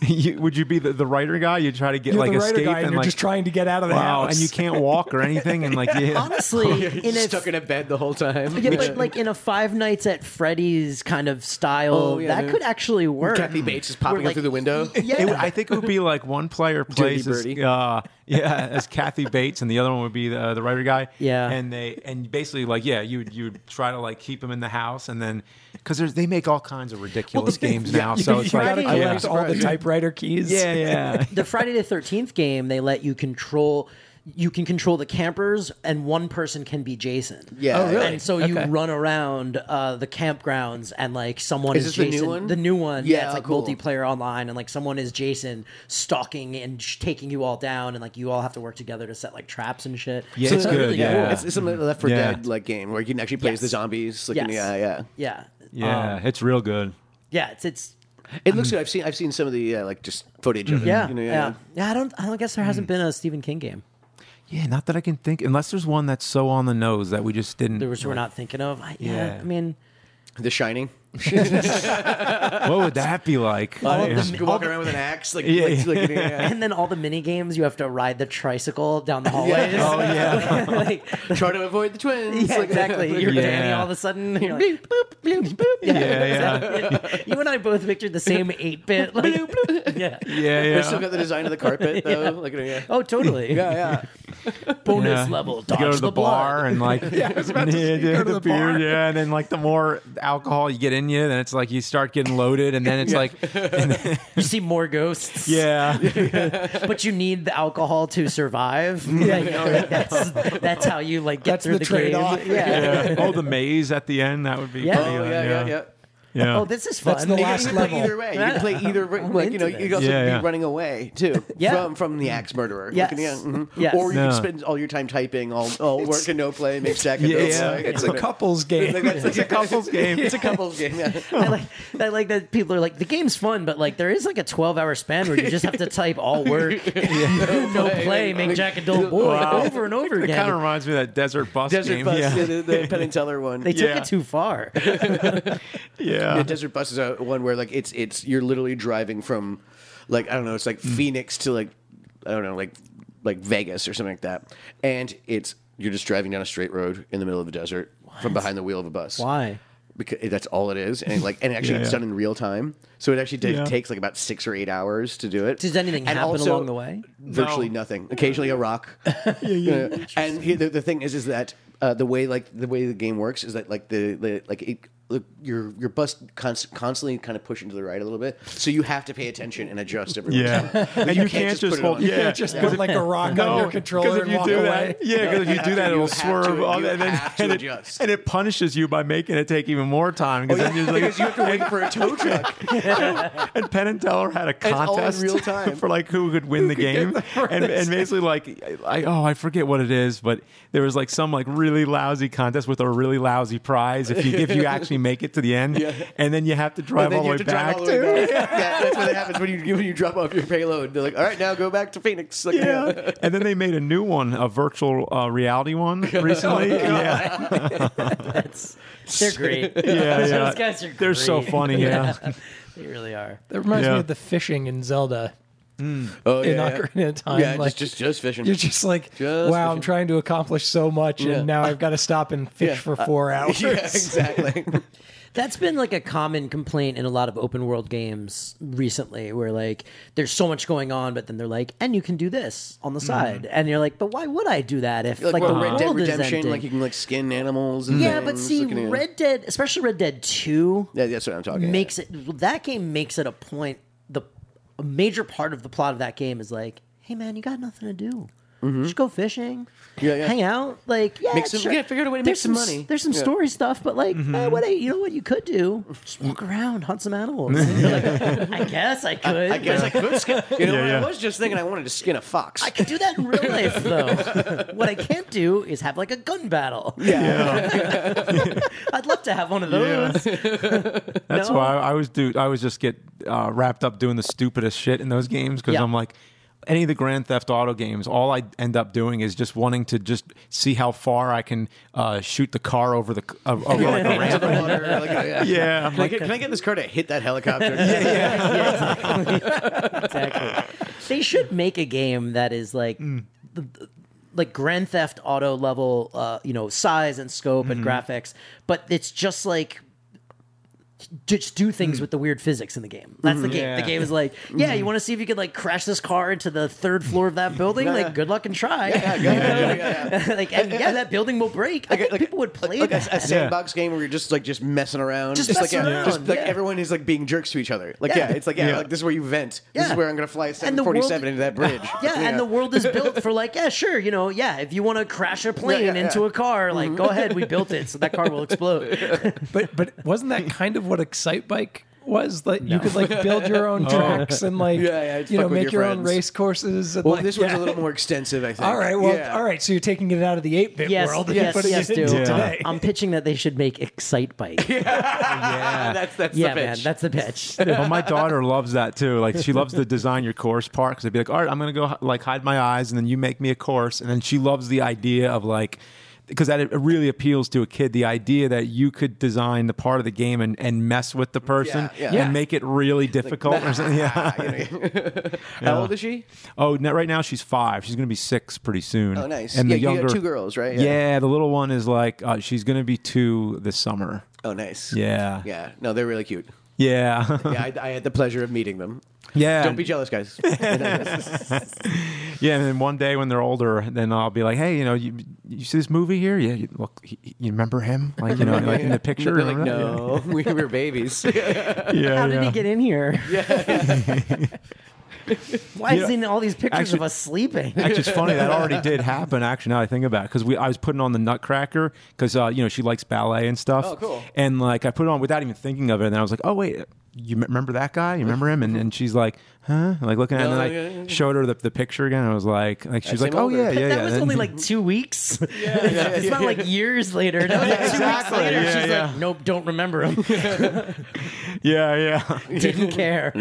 [SPEAKER 4] You- would you be the, the writer guy? You try to get
[SPEAKER 5] You're
[SPEAKER 4] like
[SPEAKER 5] the writer
[SPEAKER 4] escape
[SPEAKER 5] guy, and,
[SPEAKER 4] and
[SPEAKER 5] you're
[SPEAKER 4] like
[SPEAKER 5] just trying to get out of the
[SPEAKER 4] wow,
[SPEAKER 5] house.
[SPEAKER 4] and you can't walk or anything, and like yeah,
[SPEAKER 3] Honestly, in a
[SPEAKER 2] Oh, stuck in a bed the whole time.
[SPEAKER 3] Yeah, but like in a Five Nights at Freddy's kind of style,
[SPEAKER 2] Oh, yeah,
[SPEAKER 3] that
[SPEAKER 2] dude.
[SPEAKER 3] could actually work.
[SPEAKER 2] Kathy Bates is popping
[SPEAKER 3] Where,
[SPEAKER 2] up
[SPEAKER 3] like,
[SPEAKER 2] through the window.
[SPEAKER 3] Yeah,
[SPEAKER 4] It would- I think it would be like one player plays as,
[SPEAKER 2] Birdie.
[SPEAKER 4] uh, yeah, as Kathy Bates, and the other one would be the, the writer guy.
[SPEAKER 3] Yeah.
[SPEAKER 4] and they and basically like yeah, you would you would try to like keep him in the house, and then because they make all kinds of ridiculous games now,
[SPEAKER 5] You,
[SPEAKER 4] so
[SPEAKER 5] you
[SPEAKER 4] it's
[SPEAKER 5] gotta
[SPEAKER 4] like
[SPEAKER 3] I
[SPEAKER 5] collect all the typewriter keys.
[SPEAKER 4] yeah, yeah,
[SPEAKER 3] the Friday the Thirteenth game, they let you control. You can control the campers, and one person can be Jason.
[SPEAKER 2] Yeah. Oh, really?
[SPEAKER 3] And so you run around uh, the campgrounds, and like someone
[SPEAKER 2] Is
[SPEAKER 3] is,
[SPEAKER 2] this the new
[SPEAKER 3] Jason.
[SPEAKER 2] one?
[SPEAKER 3] The new one. Yeah,
[SPEAKER 2] Yeah,
[SPEAKER 3] it's like
[SPEAKER 2] cool.
[SPEAKER 3] multiplayer online, and like someone is Jason stalking and sh- taking you all down, and like you all have to work together to set like traps and shit.
[SPEAKER 4] Yeah,
[SPEAKER 3] So
[SPEAKER 4] it's good,
[SPEAKER 3] really
[SPEAKER 4] yeah.
[SPEAKER 3] cool.
[SPEAKER 2] It's, it's a Left 4
[SPEAKER 4] Yeah.
[SPEAKER 2] Dead like game where you can actually play as the
[SPEAKER 3] Yes.
[SPEAKER 2] zombies. Like, in the-
[SPEAKER 3] Yes.
[SPEAKER 2] yeah, yeah.
[SPEAKER 3] Yeah.
[SPEAKER 5] Um,
[SPEAKER 3] Um,
[SPEAKER 4] yeah. it's real good.
[SPEAKER 3] Yeah. It's it's
[SPEAKER 2] It
[SPEAKER 4] Mm-hmm.
[SPEAKER 2] looks good. I've seen I've seen some of the uh, like just footage of it.
[SPEAKER 3] yeah,
[SPEAKER 2] you know,
[SPEAKER 3] Mm-hmm. yeah yeah I don't I don't guess there
[SPEAKER 4] Hmm.
[SPEAKER 3] hasn't been a Stephen King game.
[SPEAKER 4] Yeah, not that I can think, unless there's one that's so on the nose that we just didn't.
[SPEAKER 3] There was we're not thinking of. I, yeah.
[SPEAKER 4] Yeah.
[SPEAKER 3] I mean
[SPEAKER 2] The Shining.
[SPEAKER 4] what would that be like?
[SPEAKER 3] of
[SPEAKER 4] Oh, Yeah.
[SPEAKER 3] them-
[SPEAKER 2] You're walking around with an axe. Like,
[SPEAKER 4] Yeah,
[SPEAKER 2] like,
[SPEAKER 4] yeah.
[SPEAKER 2] like, you know, yeah.
[SPEAKER 3] and then all the mini games you have to ride the tricycle down the hallways.
[SPEAKER 2] Oh,
[SPEAKER 3] yeah. like,
[SPEAKER 2] try to avoid the twins.
[SPEAKER 3] yeah,
[SPEAKER 2] like,
[SPEAKER 3] exactly. You're
[SPEAKER 4] Yeah.
[SPEAKER 3] Danny all of a sudden. You're like,
[SPEAKER 2] Beep, boop, bloop, boop.
[SPEAKER 3] yeah,
[SPEAKER 4] Yeah, yeah.
[SPEAKER 3] exactly. You and I both pictured the same eight bit. Like, yeah.
[SPEAKER 4] yeah,
[SPEAKER 2] They
[SPEAKER 4] yeah.
[SPEAKER 2] still got the design of the carpet though. Like, you know, yeah.
[SPEAKER 3] Oh, totally.
[SPEAKER 2] Yeah, yeah.
[SPEAKER 3] Bonus
[SPEAKER 4] Yeah.
[SPEAKER 3] level.
[SPEAKER 4] You
[SPEAKER 3] Dodge
[SPEAKER 4] go to the,
[SPEAKER 3] the,
[SPEAKER 4] bar
[SPEAKER 3] blood.
[SPEAKER 4] and like yeah,
[SPEAKER 5] you go to
[SPEAKER 4] the,
[SPEAKER 5] the
[SPEAKER 4] beer,
[SPEAKER 5] bar.
[SPEAKER 4] yeah, and then like the more alcohol you get in you, then it's like you start getting loaded, and then it's like
[SPEAKER 3] You see more ghosts.
[SPEAKER 4] yeah,
[SPEAKER 3] But you need the alcohol to survive. Yeah. you know, like, that's that's how you like get
[SPEAKER 5] That's the
[SPEAKER 3] through the, game.
[SPEAKER 5] trade-off.
[SPEAKER 3] Yeah.
[SPEAKER 4] yeah. Oh, the maze at the end that would be
[SPEAKER 3] Yeah.
[SPEAKER 4] pretty.
[SPEAKER 2] Oh,
[SPEAKER 4] uh,
[SPEAKER 2] yeah, yeah, yeah.
[SPEAKER 4] yeah.
[SPEAKER 3] Oh, this is fun.
[SPEAKER 5] That's the
[SPEAKER 2] You
[SPEAKER 5] last
[SPEAKER 2] can play
[SPEAKER 5] level.
[SPEAKER 2] either way. You can play either way. Like, you know,
[SPEAKER 3] into
[SPEAKER 2] you can also
[SPEAKER 4] Yeah,
[SPEAKER 2] be
[SPEAKER 4] yeah.
[SPEAKER 2] running away too
[SPEAKER 3] Yeah.
[SPEAKER 2] from from the axe murderer.
[SPEAKER 3] Yes.
[SPEAKER 2] Like, yeah, mhm.
[SPEAKER 3] Yes.
[SPEAKER 2] Or you
[SPEAKER 4] No.
[SPEAKER 2] can spend all your time typing, all, all work and no play, make stack and
[SPEAKER 4] Yeah,
[SPEAKER 2] no
[SPEAKER 4] yeah.
[SPEAKER 2] play.
[SPEAKER 5] It's a
[SPEAKER 2] Like,
[SPEAKER 5] couple's game.
[SPEAKER 2] like, that's-
[SPEAKER 4] it's a couple's game.
[SPEAKER 2] It's a couple's game. Yeah.
[SPEAKER 3] I like I like that people are like the game's fun, but like there is like a twelve hour span where you just have to type all work, no play, make Jack a dull boy over and over
[SPEAKER 4] It kind of
[SPEAKER 3] again.
[SPEAKER 4] reminds me of that desert bus
[SPEAKER 2] Desert
[SPEAKER 4] game.
[SPEAKER 2] Bus,
[SPEAKER 4] yeah.
[SPEAKER 2] the, the, the Penn and Teller one.
[SPEAKER 3] They took
[SPEAKER 4] yeah.
[SPEAKER 3] it too far.
[SPEAKER 4] yeah.
[SPEAKER 2] Yeah, Desert Bus is a one where like it's it's you're literally driving from like I don't know, it's
[SPEAKER 3] Mm.
[SPEAKER 2] like Phoenix to like I don't know, like like Vegas or something like that. And it's you're just driving down a straight road in the middle of the desert from behind the wheel of a bus.
[SPEAKER 3] Why?
[SPEAKER 2] Because that's all it is, and like, and actually,
[SPEAKER 4] Yeah,
[SPEAKER 2] it's
[SPEAKER 4] yeah.
[SPEAKER 2] done in real time. So it actually did,
[SPEAKER 4] Yeah.
[SPEAKER 2] takes like about six or eight hours to do it.
[SPEAKER 3] Does anything
[SPEAKER 2] And
[SPEAKER 3] happen
[SPEAKER 2] also,
[SPEAKER 3] along the way?
[SPEAKER 2] Virtually nothing. Occasionally a rock. Uh, and he- the, the thing is, is that uh, the way like the way the game works is that like the, the like it, look, your your bus const- constantly kind of pushing to the right a little bit, so you have to pay attention and adjust every.
[SPEAKER 4] Yeah.
[SPEAKER 2] once in a while. Like,
[SPEAKER 4] and you, can't, just,
[SPEAKER 2] put it
[SPEAKER 4] hold.
[SPEAKER 2] on.
[SPEAKER 4] Yeah,
[SPEAKER 5] Just
[SPEAKER 4] yeah.
[SPEAKER 5] put like a rock on your controller
[SPEAKER 4] if
[SPEAKER 5] and
[SPEAKER 4] you
[SPEAKER 5] walk
[SPEAKER 4] do
[SPEAKER 5] away.
[SPEAKER 4] that, yeah, because if you do that,
[SPEAKER 2] You
[SPEAKER 4] it'll
[SPEAKER 2] have
[SPEAKER 4] swerve,
[SPEAKER 2] to-
[SPEAKER 4] all
[SPEAKER 2] you
[SPEAKER 4] that, and then
[SPEAKER 2] have to
[SPEAKER 4] and it,
[SPEAKER 2] adjust.
[SPEAKER 4] and it punishes you by making it take even more time. Because then you're like,
[SPEAKER 2] because you have to wait for a tow truck.
[SPEAKER 4] and Penn and Teller had a
[SPEAKER 2] all in
[SPEAKER 4] contest
[SPEAKER 2] real time.
[SPEAKER 4] for like who could win the game, and, and basically like I, oh I forget what it is, but there was like some like really lousy contest with a really lousy prize if you if you actually make it to the end, and then you have to drive
[SPEAKER 2] And then
[SPEAKER 4] all the
[SPEAKER 2] you
[SPEAKER 4] way
[SPEAKER 2] have
[SPEAKER 4] back
[SPEAKER 2] to drive all the
[SPEAKER 4] to.
[SPEAKER 2] way back. Yeah, that's what happens when you when you drop off your payload. They're like, all right, now go back to Phoenix. Like,
[SPEAKER 4] Yeah, and then they made a new one, a virtual uh, reality one
[SPEAKER 2] Oh,
[SPEAKER 4] recently. yeah,
[SPEAKER 3] They're great.
[SPEAKER 4] yeah, yeah.
[SPEAKER 3] Those guys are
[SPEAKER 4] They're so
[SPEAKER 3] great.
[SPEAKER 4] funny. Yeah,
[SPEAKER 3] They really are.
[SPEAKER 5] That reminds
[SPEAKER 4] Yeah.
[SPEAKER 5] me of the fishing in Zelda
[SPEAKER 2] Oh,
[SPEAKER 5] in Ocarina of Time.
[SPEAKER 2] Yeah,
[SPEAKER 5] like,
[SPEAKER 2] just, just just fishing.
[SPEAKER 5] you're just like,
[SPEAKER 2] Just
[SPEAKER 5] wow, I'm
[SPEAKER 2] fishing.
[SPEAKER 5] trying to accomplish so much,
[SPEAKER 2] Yeah.
[SPEAKER 5] and now I've got to stop and fish
[SPEAKER 2] Yeah.
[SPEAKER 5] for four hours.
[SPEAKER 2] yeah, exactly.
[SPEAKER 3] That's been like a common complaint in a lot of open world games recently, where like there's so much going on, but then they're like, and you can do this on the side, and you're like, but why would I do that if
[SPEAKER 2] Mm-hmm.
[SPEAKER 3] like,
[SPEAKER 2] Like, well,
[SPEAKER 3] the
[SPEAKER 2] Red Dead
[SPEAKER 3] world is
[SPEAKER 2] Redemption,
[SPEAKER 3] empty?
[SPEAKER 2] like you can like skin animals. And
[SPEAKER 3] yeah, but
[SPEAKER 2] things,
[SPEAKER 3] see,
[SPEAKER 2] like, you know.
[SPEAKER 3] Red Dead, especially Red Dead Two,
[SPEAKER 2] Yeah, that's what I'm talking.
[SPEAKER 3] makes it that game makes it a point the a major part of the plot of that game is like hey man you got nothing to do just go fishing
[SPEAKER 2] Mm-hmm. Yeah, yeah.
[SPEAKER 3] hang out like yeah
[SPEAKER 2] Make some-
[SPEAKER 3] sure.
[SPEAKER 2] yeah, figure out a way to
[SPEAKER 3] there's
[SPEAKER 2] make some
[SPEAKER 3] s-
[SPEAKER 2] money.
[SPEAKER 3] there's some
[SPEAKER 2] Yeah. Mm-hmm.
[SPEAKER 3] story stuff but like eh, what I, you know what you could do just walk around hunt some animals And you're like, i guess i could
[SPEAKER 2] I guess I
[SPEAKER 3] but
[SPEAKER 2] could skin. You know,
[SPEAKER 4] Yeah,
[SPEAKER 2] what?
[SPEAKER 4] yeah.
[SPEAKER 2] I was just thinking I wanted to skin a fox.
[SPEAKER 3] I could do that in real life, though. what I can't do is have like a gun battle. I'd love to have one of those.
[SPEAKER 4] That's why I, I was do. I was just get uh, wrapped up doing the stupidest shit in those games because
[SPEAKER 3] Yeah.
[SPEAKER 4] I'm like. Any of the Grand Theft Auto games, all I end up doing is just wanting to just see how far I can uh, shoot the car over the c- uh, over like a ramp.
[SPEAKER 2] Into the water, like, yeah.
[SPEAKER 4] Yeah, I'm
[SPEAKER 2] Can, I
[SPEAKER 4] like,
[SPEAKER 2] get, can I get this car to hit that helicopter? yeah,
[SPEAKER 3] exactly. They should make a game that is like
[SPEAKER 2] Mm.
[SPEAKER 3] the, the- like Grand Theft Auto level, uh, you know, size and scope and
[SPEAKER 2] Mm-hmm.
[SPEAKER 3] graphics, but it's just like just do
[SPEAKER 2] Mm.
[SPEAKER 3] things with the weird physics in the game. That's the
[SPEAKER 2] Mm-hmm.
[SPEAKER 3] game. The
[SPEAKER 9] Yeah.
[SPEAKER 3] game is like, yeah, you want to see if you could like crash this car into the third floor of that building? Like, good luck and try.
[SPEAKER 2] yeah, yeah, yeah, yeah.
[SPEAKER 3] like, and yeah, that building will break. I think
[SPEAKER 2] like-
[SPEAKER 3] people would play
[SPEAKER 2] Like a,
[SPEAKER 3] that.
[SPEAKER 2] a sandbox game where you're just like just messing around,
[SPEAKER 3] Just
[SPEAKER 2] like,
[SPEAKER 3] messing
[SPEAKER 2] yeah, just
[SPEAKER 3] around,
[SPEAKER 2] like
[SPEAKER 3] yeah.
[SPEAKER 2] everyone is like being jerks to each other. Like yeah,
[SPEAKER 3] Yeah.
[SPEAKER 2] it's like yeah, like this is where you vent. This
[SPEAKER 3] Yeah.
[SPEAKER 2] is where I'm gonna fly a
[SPEAKER 3] And the
[SPEAKER 2] 747
[SPEAKER 3] world-
[SPEAKER 2] into that bridge.
[SPEAKER 3] Yeah, and the world is built for like, yeah, sure, you know, yeah, if you want to crash a plane
[SPEAKER 2] yeah,
[SPEAKER 3] into
[SPEAKER 2] yeah.
[SPEAKER 3] a car, like, go ahead, we built it, so that car will explode.
[SPEAKER 5] But but wasn't that kind of what Excite Bike was? Like you could like build your own tracks and like
[SPEAKER 2] Oh. Yeah, yeah, it's
[SPEAKER 5] you know
[SPEAKER 2] fuck with
[SPEAKER 5] make
[SPEAKER 2] your
[SPEAKER 5] your, own
[SPEAKER 2] friends.
[SPEAKER 5] race courses. And
[SPEAKER 2] Well,
[SPEAKER 5] like,
[SPEAKER 2] this was
[SPEAKER 5] yeah.
[SPEAKER 2] a little more extensive, I think.
[SPEAKER 5] All right, well,
[SPEAKER 2] Yeah.
[SPEAKER 5] all right. So you're taking it out of the eight bit
[SPEAKER 3] yes,
[SPEAKER 5] world and
[SPEAKER 3] yes,
[SPEAKER 5] putting
[SPEAKER 3] yes,
[SPEAKER 5] it
[SPEAKER 3] dude.
[SPEAKER 5] into
[SPEAKER 3] I'm,
[SPEAKER 5] today.
[SPEAKER 3] I'm pitching that they should make Excite Bike. Yeah,
[SPEAKER 2] Ah, that's that's the pitch.
[SPEAKER 3] man, that's the pitch.
[SPEAKER 4] well, my daughter loves that too. Like she loves the design your course part because I'd be like, all right, I'm gonna go h- like hide my eyes, and then you make me a course, and then she loves the idea of like. Because that it really appeals to a kid, the idea that you could design the part of the game and, and mess with the person
[SPEAKER 2] yeah.
[SPEAKER 4] and
[SPEAKER 2] Yeah.
[SPEAKER 4] make it really difficult. or something. Yeah.
[SPEAKER 2] How old is she?
[SPEAKER 4] Oh, now, right now she's five. She's going to be six pretty soon.
[SPEAKER 2] Oh, nice.
[SPEAKER 4] And the
[SPEAKER 2] Yeah, you got
[SPEAKER 4] younger
[SPEAKER 2] two girls, right?
[SPEAKER 4] Yeah.
[SPEAKER 2] Yeah.
[SPEAKER 4] the little one is like uh, she's going to be two this summer.
[SPEAKER 2] Oh, nice.
[SPEAKER 4] Yeah.
[SPEAKER 2] Yeah. No, they're really cute.
[SPEAKER 4] Yeah.
[SPEAKER 2] Yeah, I, I had the pleasure of meeting them.
[SPEAKER 4] yeah.
[SPEAKER 2] Don't be jealous, guys.
[SPEAKER 4] Yeah, and then one day when they're older, then I'll be like, "Hey, you know, you, you see this movie here? Yeah, you, look, he- he- you remember him? Like, you know, like in the picture?
[SPEAKER 2] They're like,
[SPEAKER 4] Remember
[SPEAKER 2] no, we were babies.
[SPEAKER 4] that?" Yeah,
[SPEAKER 3] How did
[SPEAKER 4] yeah.
[SPEAKER 3] he get in here? Why is he in all these pictures
[SPEAKER 4] actually-
[SPEAKER 3] of us sleeping?
[SPEAKER 4] Actually, it's funny that already did happen. Actually, now I think about it, because we I was putting on the Nutcracker because uh, you know she likes ballet and stuff.
[SPEAKER 2] Oh, cool.
[SPEAKER 4] And like I put it on without even thinking of it, and I was like, oh wait, you m- remember that guy? You remember him? And and she's like, huh? Like looking at, it, and
[SPEAKER 2] No,
[SPEAKER 4] then
[SPEAKER 2] yeah, yeah.
[SPEAKER 4] I showed her the, the picture again. And I was like, like she's
[SPEAKER 2] That's
[SPEAKER 4] like,
[SPEAKER 2] him
[SPEAKER 4] oh
[SPEAKER 2] older.
[SPEAKER 4] yeah,
[SPEAKER 2] But
[SPEAKER 4] yeah,
[SPEAKER 3] that
[SPEAKER 4] yeah.
[SPEAKER 3] was
[SPEAKER 4] And-
[SPEAKER 3] only like two weeks. it's not like years later. That was like two
[SPEAKER 2] exactly.
[SPEAKER 3] weeks later.
[SPEAKER 4] Yeah,
[SPEAKER 3] she's
[SPEAKER 4] yeah.
[SPEAKER 3] like, nope, don't remember him.
[SPEAKER 4] yeah, yeah.
[SPEAKER 3] Didn't care.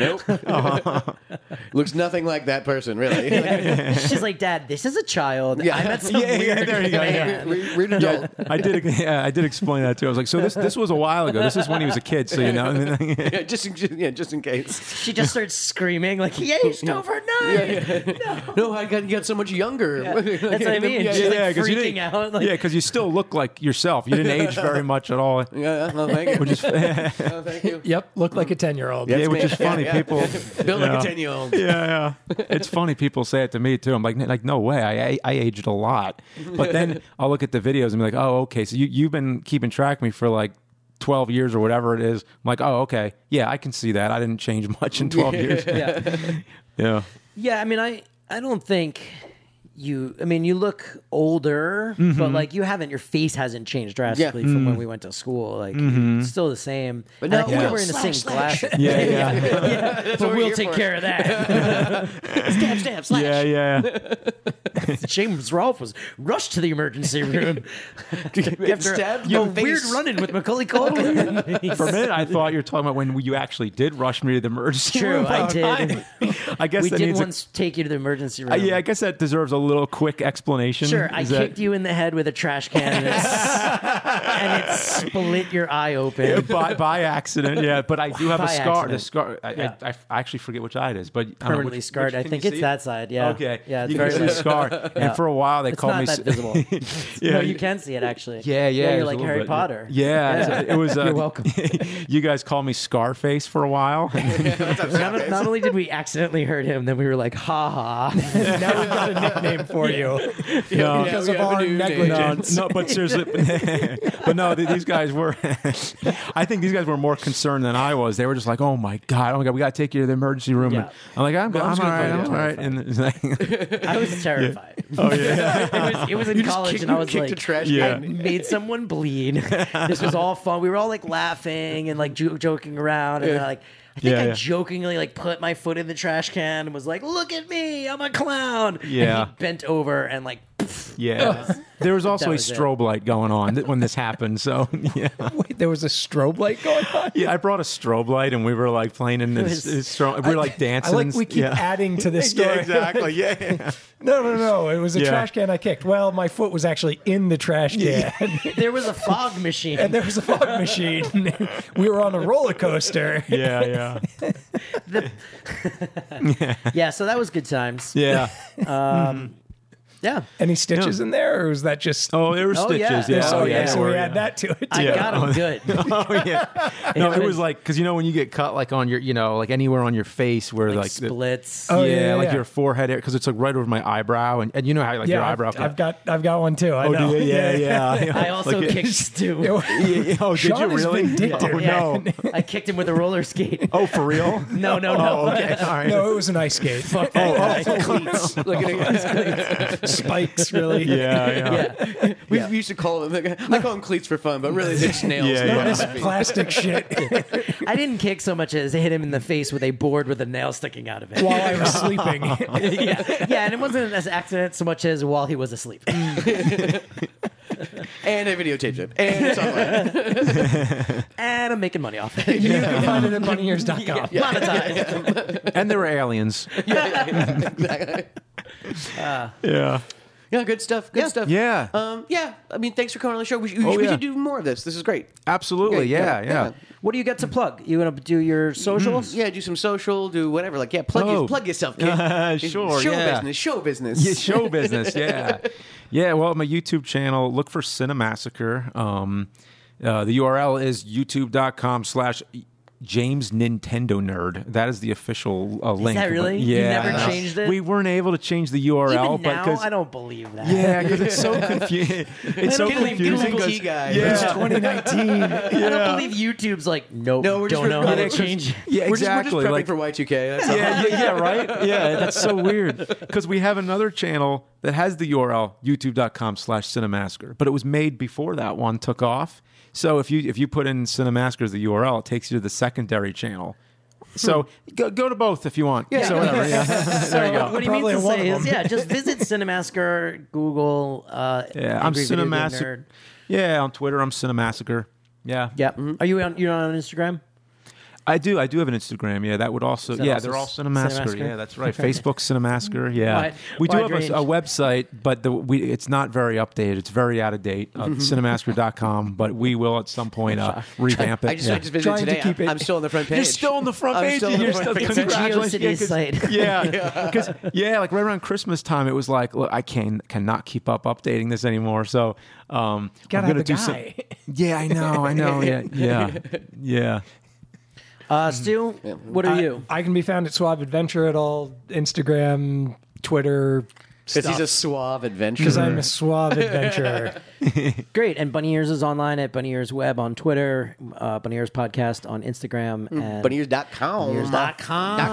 [SPEAKER 2] Looks nothing like that person, really. Like,
[SPEAKER 3] She's like, Dad, this is a child. I met some
[SPEAKER 4] Yeah, yeah,
[SPEAKER 3] weird
[SPEAKER 4] there you go, yeah.
[SPEAKER 3] man.
[SPEAKER 2] we- we're an adult.
[SPEAKER 4] I did. Yeah, I did explain that too. I was like, so this this was a while ago. This is when he was a kid. So you know.
[SPEAKER 2] Yeah, just, in, just- yeah, just in case.
[SPEAKER 3] She just starts screaming like, "He aged overnight."
[SPEAKER 2] No, I got, got so much younger.
[SPEAKER 3] That's what I mean.
[SPEAKER 2] Yeah,
[SPEAKER 3] She's
[SPEAKER 2] yeah,
[SPEAKER 3] like
[SPEAKER 4] yeah, 'cause you
[SPEAKER 3] freaking
[SPEAKER 4] didn't-
[SPEAKER 3] out. Like,
[SPEAKER 4] yeah, because you still look like yourself. You didn't age very much at all.
[SPEAKER 2] yeah. "Uh, No, thank you.
[SPEAKER 4] Which is yeah,
[SPEAKER 2] No, thank you.
[SPEAKER 5] Yep, look like a ten year old.
[SPEAKER 2] That's
[SPEAKER 4] which
[SPEAKER 2] me.
[SPEAKER 4] is funny.
[SPEAKER 2] Mm-hmm. Yeah, yeah.
[SPEAKER 4] People.
[SPEAKER 2] Built like
[SPEAKER 4] Yeah.
[SPEAKER 2] a ten-year-old.
[SPEAKER 4] Yeah, yeah. It's funny. People say it to me too. I'm like, like no way. I, I I aged a lot. But then I'll look at the videos and be like, oh, okay. So you you've been keeping track of me for like. 12 years or whatever it is. I'm like, oh, okay. Yeah, I can see that. I didn't change much in 12 years. Yeah. yeah.
[SPEAKER 3] yeah. I mean, I I don't think you. I mean, you look older,
[SPEAKER 4] Mm-hmm.
[SPEAKER 3] but like you haven't. Your face hasn't changed drastically from
[SPEAKER 4] Mm.
[SPEAKER 3] when we went to school. Like,
[SPEAKER 4] Mm-hmm.
[SPEAKER 3] it's still the same. But
[SPEAKER 2] now
[SPEAKER 3] I think
[SPEAKER 2] it
[SPEAKER 3] we're
[SPEAKER 2] will.
[SPEAKER 3] wearing the same glasses.
[SPEAKER 4] Yeah, yeah.
[SPEAKER 3] but
[SPEAKER 2] we're
[SPEAKER 3] we'll
[SPEAKER 2] here
[SPEAKER 3] take
[SPEAKER 2] for.
[SPEAKER 3] care of that. stab, stab, slash.
[SPEAKER 4] Yeah, yeah.
[SPEAKER 3] James Rolfe was rushed to the emergency room after
[SPEAKER 2] stabbed
[SPEAKER 3] a,
[SPEAKER 2] in the
[SPEAKER 3] weird
[SPEAKER 2] face.
[SPEAKER 3] run-in with Macaulay Culkin.
[SPEAKER 4] For a minute, I thought you were talking about when you actually did rush me to the emergency
[SPEAKER 3] True,
[SPEAKER 4] room.
[SPEAKER 3] I
[SPEAKER 4] Oh,
[SPEAKER 3] did.
[SPEAKER 4] I, I guess
[SPEAKER 3] we
[SPEAKER 4] that
[SPEAKER 3] did
[SPEAKER 4] needs
[SPEAKER 3] once take you to the emergency room.
[SPEAKER 4] a, Yeah, I guess that deserves a little quick explanation.
[SPEAKER 3] Sure, I
[SPEAKER 4] Is that-
[SPEAKER 3] kicked you in the head with a trash can. and it split your eye open.
[SPEAKER 4] by, by accident, yeah. But I do have a
[SPEAKER 3] By
[SPEAKER 4] scar. The
[SPEAKER 3] accident.
[SPEAKER 4] scar. I,
[SPEAKER 3] Yeah.
[SPEAKER 4] I, I actually forget which eye it is, but I don't know, which-
[SPEAKER 3] Permanently
[SPEAKER 4] which-
[SPEAKER 3] scarred.
[SPEAKER 4] can
[SPEAKER 3] I
[SPEAKER 4] you
[SPEAKER 3] think
[SPEAKER 4] see
[SPEAKER 3] it's
[SPEAKER 4] it?
[SPEAKER 3] that side. Yeah.
[SPEAKER 4] Okay.
[SPEAKER 3] Yeah. It's
[SPEAKER 4] you
[SPEAKER 3] very
[SPEAKER 4] can see the
[SPEAKER 3] visible.
[SPEAKER 4] scar.
[SPEAKER 3] Yeah.
[SPEAKER 4] And for a while, they
[SPEAKER 3] It's
[SPEAKER 4] called
[SPEAKER 3] not
[SPEAKER 4] me. s-
[SPEAKER 3] that visible.
[SPEAKER 4] yeah,
[SPEAKER 3] no, you can see it actually.
[SPEAKER 4] Yeah, yeah.
[SPEAKER 3] you're
[SPEAKER 4] it's a
[SPEAKER 3] like
[SPEAKER 4] little
[SPEAKER 3] Harry
[SPEAKER 4] bit-
[SPEAKER 3] Potter.
[SPEAKER 4] Yeah, it's- it was. Uh,
[SPEAKER 3] You're welcome.
[SPEAKER 4] you guys called me Scarface for a while.
[SPEAKER 3] Not, not only did we accidentally hurt him, then we were like, ha ha. now we've got a nickname for you.
[SPEAKER 4] no,
[SPEAKER 3] Because
[SPEAKER 2] we have
[SPEAKER 3] of
[SPEAKER 2] a
[SPEAKER 3] our
[SPEAKER 2] new name.
[SPEAKER 4] no,
[SPEAKER 3] negligence.
[SPEAKER 4] no, but seriously, but no, th- these guys were. I think these guys were more concerned than I was. They were just like, "Oh my god, oh my god, we got to take you to the emergency room." And
[SPEAKER 3] Yeah.
[SPEAKER 4] I'm like, "I'm, I'm,
[SPEAKER 2] just
[SPEAKER 4] all
[SPEAKER 2] gonna
[SPEAKER 4] right, I'm
[SPEAKER 2] fight it.
[SPEAKER 4] all right." And it's like,
[SPEAKER 3] I was terrified.
[SPEAKER 4] oh yeah,
[SPEAKER 3] It was, it was in
[SPEAKER 2] You just
[SPEAKER 3] college,
[SPEAKER 2] kicked-
[SPEAKER 3] and I
[SPEAKER 2] you
[SPEAKER 3] was
[SPEAKER 2] kicked
[SPEAKER 3] like,
[SPEAKER 2] a trash
[SPEAKER 4] Yeah.
[SPEAKER 3] I
[SPEAKER 2] can.
[SPEAKER 3] made someone bleed. this was all fun. We were all like laughing and like jo- joking around, and then, like I think
[SPEAKER 4] Yeah,
[SPEAKER 3] I
[SPEAKER 4] yeah.
[SPEAKER 3] jokingly like put my foot in the trash can and was like, "Look at me, I'm a clown."
[SPEAKER 4] Yeah.
[SPEAKER 3] and he bent over and like, poof.
[SPEAKER 4] yeah. There was also
[SPEAKER 3] was
[SPEAKER 4] a
[SPEAKER 3] it.
[SPEAKER 4] strobe light going on th- when this happened. So yeah,
[SPEAKER 5] Wait, there was a strobe light going on.
[SPEAKER 4] yeah. I brought a strobe light, and we were like playing in this,
[SPEAKER 3] was-
[SPEAKER 4] this strobe. We were like
[SPEAKER 5] I
[SPEAKER 4] dancing.
[SPEAKER 5] like
[SPEAKER 4] and
[SPEAKER 5] we
[SPEAKER 4] s-
[SPEAKER 5] keep
[SPEAKER 4] yeah.
[SPEAKER 5] adding to this story.
[SPEAKER 4] Yeah, exactly. Yeah.
[SPEAKER 5] No, no, no. It was a
[SPEAKER 4] Yeah.
[SPEAKER 5] trash can I kicked. Well, my foot was actually in the trash can.
[SPEAKER 3] there was a fog machine.
[SPEAKER 5] and there was a fog machine. we were on a roller coaster.
[SPEAKER 4] yeah, yeah,
[SPEAKER 3] yeah, so that was good times.
[SPEAKER 4] yeah.
[SPEAKER 3] Yeah,
[SPEAKER 5] Any stitches in there, or was that just?
[SPEAKER 4] Oh, there were
[SPEAKER 3] Oh,
[SPEAKER 4] stitches.
[SPEAKER 3] yeah.
[SPEAKER 4] Yeah,
[SPEAKER 3] There's
[SPEAKER 5] so,
[SPEAKER 4] oh,
[SPEAKER 5] yeah,
[SPEAKER 4] yeah.
[SPEAKER 5] so we
[SPEAKER 4] yeah.
[SPEAKER 5] add that to it.
[SPEAKER 3] I
[SPEAKER 5] too.
[SPEAKER 3] got him good.
[SPEAKER 4] Oh yeah. No, it
[SPEAKER 3] was-
[SPEAKER 4] was like because you know when you get cut like on your you know like anywhere on your face where like, the-
[SPEAKER 3] Splits.
[SPEAKER 5] Oh,
[SPEAKER 4] yeah,
[SPEAKER 5] yeah,
[SPEAKER 4] like
[SPEAKER 5] yeah.
[SPEAKER 4] your forehead because it's like right over my eyebrow and, and you know how like your
[SPEAKER 5] I've-
[SPEAKER 4] eyebrow.
[SPEAKER 5] I've, got, I've got one too. I
[SPEAKER 4] oh,
[SPEAKER 5] know.
[SPEAKER 4] do you? yeah, yeah.
[SPEAKER 3] I also
[SPEAKER 4] Like,
[SPEAKER 3] kicked Stu.
[SPEAKER 4] Yeah, yeah. Oh, did
[SPEAKER 5] Sean
[SPEAKER 4] you
[SPEAKER 5] is
[SPEAKER 4] really?
[SPEAKER 5] vindictive.
[SPEAKER 4] Oh
[SPEAKER 3] Yeah.
[SPEAKER 4] no.
[SPEAKER 3] I kicked him with a roller skate.
[SPEAKER 4] Oh, for real?
[SPEAKER 3] No, no, no.
[SPEAKER 4] Oh, okay. All right. Oh,
[SPEAKER 5] No, it was an ice skate.
[SPEAKER 3] Fuck that guy.
[SPEAKER 2] Like,
[SPEAKER 5] Spikes, really.
[SPEAKER 4] Yeah, yeah.
[SPEAKER 3] Yeah.
[SPEAKER 2] we, we used to call them. Like, I call them cleats for fun, but really they're snails.
[SPEAKER 4] Yeah, yeah.
[SPEAKER 5] This plastic shit.
[SPEAKER 3] I didn't kick so much as hit him in the face with a board with a nail sticking out of it.
[SPEAKER 5] While I was sleeping,
[SPEAKER 3] yeah, yeah, and it wasn't an accident so much as while he was asleep.
[SPEAKER 2] And I videotaped it. And it's online.
[SPEAKER 3] and I'm making money off it.
[SPEAKER 5] you can find it at bunnyyears.com.
[SPEAKER 3] Monetized.
[SPEAKER 4] And there were aliens.
[SPEAKER 2] exactly.
[SPEAKER 4] Yeah.
[SPEAKER 2] Yeah, good stuff. Good stuff.
[SPEAKER 4] Yeah.
[SPEAKER 2] Um, yeah. I mean, thanks for coming on the show. We, should-
[SPEAKER 4] Oh,
[SPEAKER 2] we
[SPEAKER 4] yeah.
[SPEAKER 2] should do more of this. This is great.
[SPEAKER 4] Absolutely.
[SPEAKER 2] Okay,
[SPEAKER 4] Yeah. Yeah.
[SPEAKER 2] yeah, yeah.
[SPEAKER 3] What do you get to plug? You gonna do your socials?
[SPEAKER 2] Yeah, do some social, do whatever. Like, yeah, plug, your-
[SPEAKER 4] Oh.
[SPEAKER 2] plug yourself, kid.
[SPEAKER 4] Sure,
[SPEAKER 2] Show
[SPEAKER 4] yeah.
[SPEAKER 2] business. Show business.
[SPEAKER 4] Yeah, show business. Yeah, yeah. Well, my YouTube channel. Look for Cinemassacre. Um, uh, the URL is youtube.com/slash James Nintendo Nerd. That is the official uh, link.
[SPEAKER 3] that
[SPEAKER 4] but-
[SPEAKER 3] really? You
[SPEAKER 4] Yeah.
[SPEAKER 3] never changed it?
[SPEAKER 4] We weren't able to change the
[SPEAKER 3] Mm-hmm. Even
[SPEAKER 4] URL, but
[SPEAKER 3] now,
[SPEAKER 4] 'cause-
[SPEAKER 3] I don't believe that.
[SPEAKER 4] Yeah, because it's so confusing. It's so
[SPEAKER 3] Get him- get him
[SPEAKER 4] confusing.
[SPEAKER 2] a
[SPEAKER 4] 'cause-
[SPEAKER 2] key guy.
[SPEAKER 4] Yeah.
[SPEAKER 2] It's
[SPEAKER 4] 2019.
[SPEAKER 3] I don't believe YouTube's like, nope,
[SPEAKER 2] No, we're just
[SPEAKER 3] don't know
[SPEAKER 2] yeah,
[SPEAKER 3] how to
[SPEAKER 2] 'cause-
[SPEAKER 3] change. it.
[SPEAKER 4] Yeah,
[SPEAKER 2] We're
[SPEAKER 4] exactly.
[SPEAKER 2] just, we're just prepping
[SPEAKER 4] like,
[SPEAKER 2] for Y2K. That's all.
[SPEAKER 4] yeah, yeah, yeah, right? Yeah, that's so weird. Because we have another channel that has the URL, youtube.com slash Cinemasker, but it was made before that one took off. So if you if you put in Cinemasker as the URL, it takes you to the secondary channel. So go, go to both if you want. Hmm. Yeah. So whatever. Yeah. there you go.
[SPEAKER 3] What he means
[SPEAKER 5] Probably
[SPEAKER 3] to
[SPEAKER 5] one
[SPEAKER 3] say
[SPEAKER 5] of
[SPEAKER 3] is,
[SPEAKER 5] them.
[SPEAKER 3] yeah, just visit Cinemassacre, Google. Uh,
[SPEAKER 4] Yeah, I'm
[SPEAKER 3] Angry Video Game
[SPEAKER 4] Cinemassacre.
[SPEAKER 3] Nerd.
[SPEAKER 4] Yeah, on Twitter, I'm Cinemassacre. Yeah.
[SPEAKER 3] Yeah. Mm-hmm. Are you on? You're not on Instagram?
[SPEAKER 4] I do. I do have an Instagram. Yeah, that would also.
[SPEAKER 3] that
[SPEAKER 4] yeah,
[SPEAKER 3] also
[SPEAKER 4] they're all
[SPEAKER 3] s-
[SPEAKER 4] Cinemasker.
[SPEAKER 3] Cinemasker?
[SPEAKER 4] Yeah, that's right. Facebook Cinemasker. Yeah,
[SPEAKER 3] Wide-
[SPEAKER 4] we do
[SPEAKER 3] wide
[SPEAKER 4] have a,
[SPEAKER 3] range.
[SPEAKER 4] a website, but the, we it's not very updated. It's very out of date. Uh,
[SPEAKER 2] Mm-hmm.
[SPEAKER 4] Cinemasker.com, but we will at some point uh, revamp it.
[SPEAKER 2] I just,
[SPEAKER 4] yeah.
[SPEAKER 2] I just visited
[SPEAKER 5] Trying to
[SPEAKER 2] today.
[SPEAKER 5] keep
[SPEAKER 2] I'm,
[SPEAKER 5] it-
[SPEAKER 2] I'm still on the front page.
[SPEAKER 4] You're still on the front
[SPEAKER 2] I'm
[SPEAKER 4] page.
[SPEAKER 2] still on the
[SPEAKER 4] You're
[SPEAKER 2] front
[SPEAKER 4] still-
[SPEAKER 2] page.
[SPEAKER 3] It's a
[SPEAKER 4] congratulations. Yeah,
[SPEAKER 3] GeoCities
[SPEAKER 4] 'cause-
[SPEAKER 3] site.
[SPEAKER 4] Yeah, because yeah, like right around Christmas time, it was like, look, I can cannot keep up updating this anymore. So, um, I'm
[SPEAKER 5] Gotta
[SPEAKER 4] gonna
[SPEAKER 5] have a
[SPEAKER 4] do
[SPEAKER 5] guy.
[SPEAKER 4] some. Yeah, I know, I know. Yeah, yeah, yeah.
[SPEAKER 3] Uh, Stu, what are you?
[SPEAKER 5] I can be found at Swab Adventure at all Instagram, Twitter.
[SPEAKER 2] Because he's a suave adventurer.
[SPEAKER 5] Because
[SPEAKER 4] Hmm.
[SPEAKER 5] I'm a suave adventurer.
[SPEAKER 3] Great. And Bunny Ears is online at Bunny Ears Web on Twitter, uh, Bunny Ears Podcast on Instagram, and
[SPEAKER 2] Bunnyers.com.
[SPEAKER 3] bunnyears.com.
[SPEAKER 2] Dot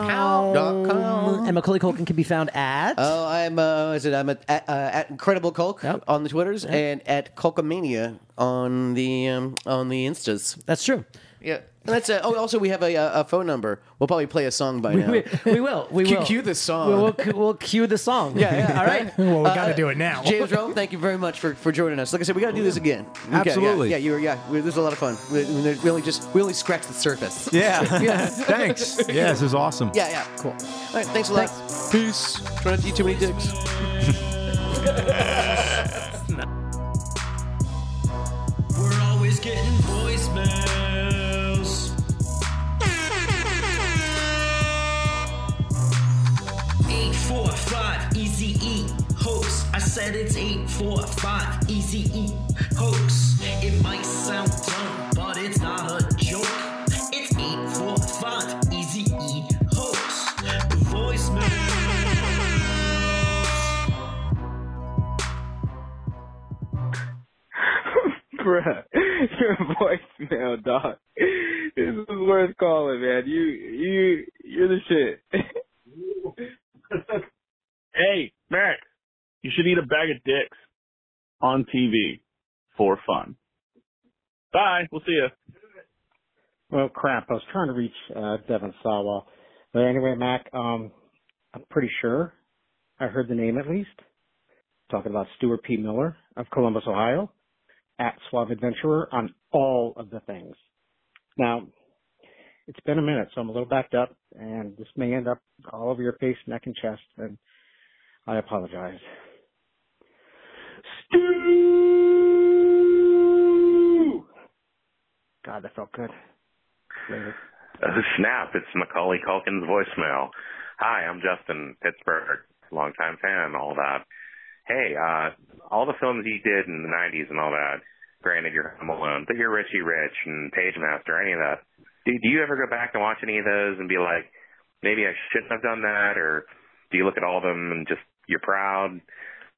[SPEAKER 2] com. Dot com.
[SPEAKER 3] And Macaulay Culkin can be found at.
[SPEAKER 2] Oh, I'm uh, is it? I'm at, at, uh, at Incredible Culk
[SPEAKER 3] Yep.
[SPEAKER 2] on the Twitters and at Culkamania on the um, on the Instas.
[SPEAKER 3] That's true.
[SPEAKER 2] Yeah, and that's uh, oh. Also, we have a, a a phone number. We'll probably play a song by now.
[SPEAKER 3] We, we will. We
[SPEAKER 2] Cue-
[SPEAKER 3] will.
[SPEAKER 2] cue the song.
[SPEAKER 3] We'll, we'll, we'll cue the song.
[SPEAKER 2] Yeah, yeah.
[SPEAKER 3] All right.
[SPEAKER 5] well, we got to do it now.
[SPEAKER 2] James Rome, thank you very much for, for joining us. Like I said, we got to do this again. Okay, yeah,
[SPEAKER 4] Absolutely.
[SPEAKER 2] Yeah, you were. Yeah, we, this was a lot of fun. We, we only just we only scratched the surface.
[SPEAKER 4] Yeah. Thanks. Yeah, this is awesome.
[SPEAKER 2] Yeah, yeah, cool. All right, thanks a lot. Peace. Try not to eat too many dicks.
[SPEAKER 10] We're always
[SPEAKER 3] E. said it's 845 Easy E hoax. It might sound dumb, but it's not a joke. It's 845 Easy E hoax. The voicemail.
[SPEAKER 11] Bruh, your voicemail, dog. This is worth calling, man. You, you, you're the shit.
[SPEAKER 7] hey, Max, you should eat a bag of dicks on TV for fun. Bye. We'll see you.
[SPEAKER 12] Well, crap. I was trying to reach uh, Devin Sawa. But anyway, Mac, um, I'm pretty sure I heard the name at least. Talking about Stuart P. Miller of Columbus, Ohio, at Suave Adventurer on all of the things. Now, it's been a minute, so I'm a little backed up, and this may end up all over your face, neck, and chest, and I apologize. God, that felt good. Later.
[SPEAKER 13] Uh, snap, it's Macaulay Culkin's voicemail. Hi, I'm Justin, Pittsburgh, longtime fan, all that. Hey, uh, all the films he did in the 90s and all that, granted you're Home Alone, but you're Richie Rich and Pagemaster, any of that. Do, do you ever go back and watch any of those and be like, maybe I shouldn't have done that? Or do you look at all of them and just, you're proud?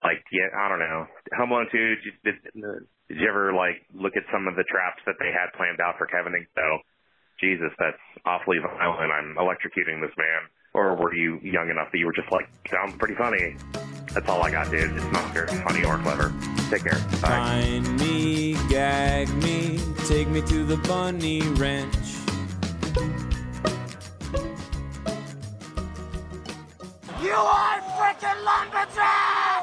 [SPEAKER 13] Like, yeah, I don't know. Home Alone 2, did, did, did you ever, like, look at some of the traps that they had planned out for Kevin and Joe? Jesus, that's awfully violent. I'm electrocuting this man. Or were you young enough that you were just like, sounds pretty funny? That's all I got, dude. It's not very funny or clever. Take care. Bye.
[SPEAKER 5] Bind me, gag me, take me to the bunny ranch.
[SPEAKER 14] You are freaking lumberjack!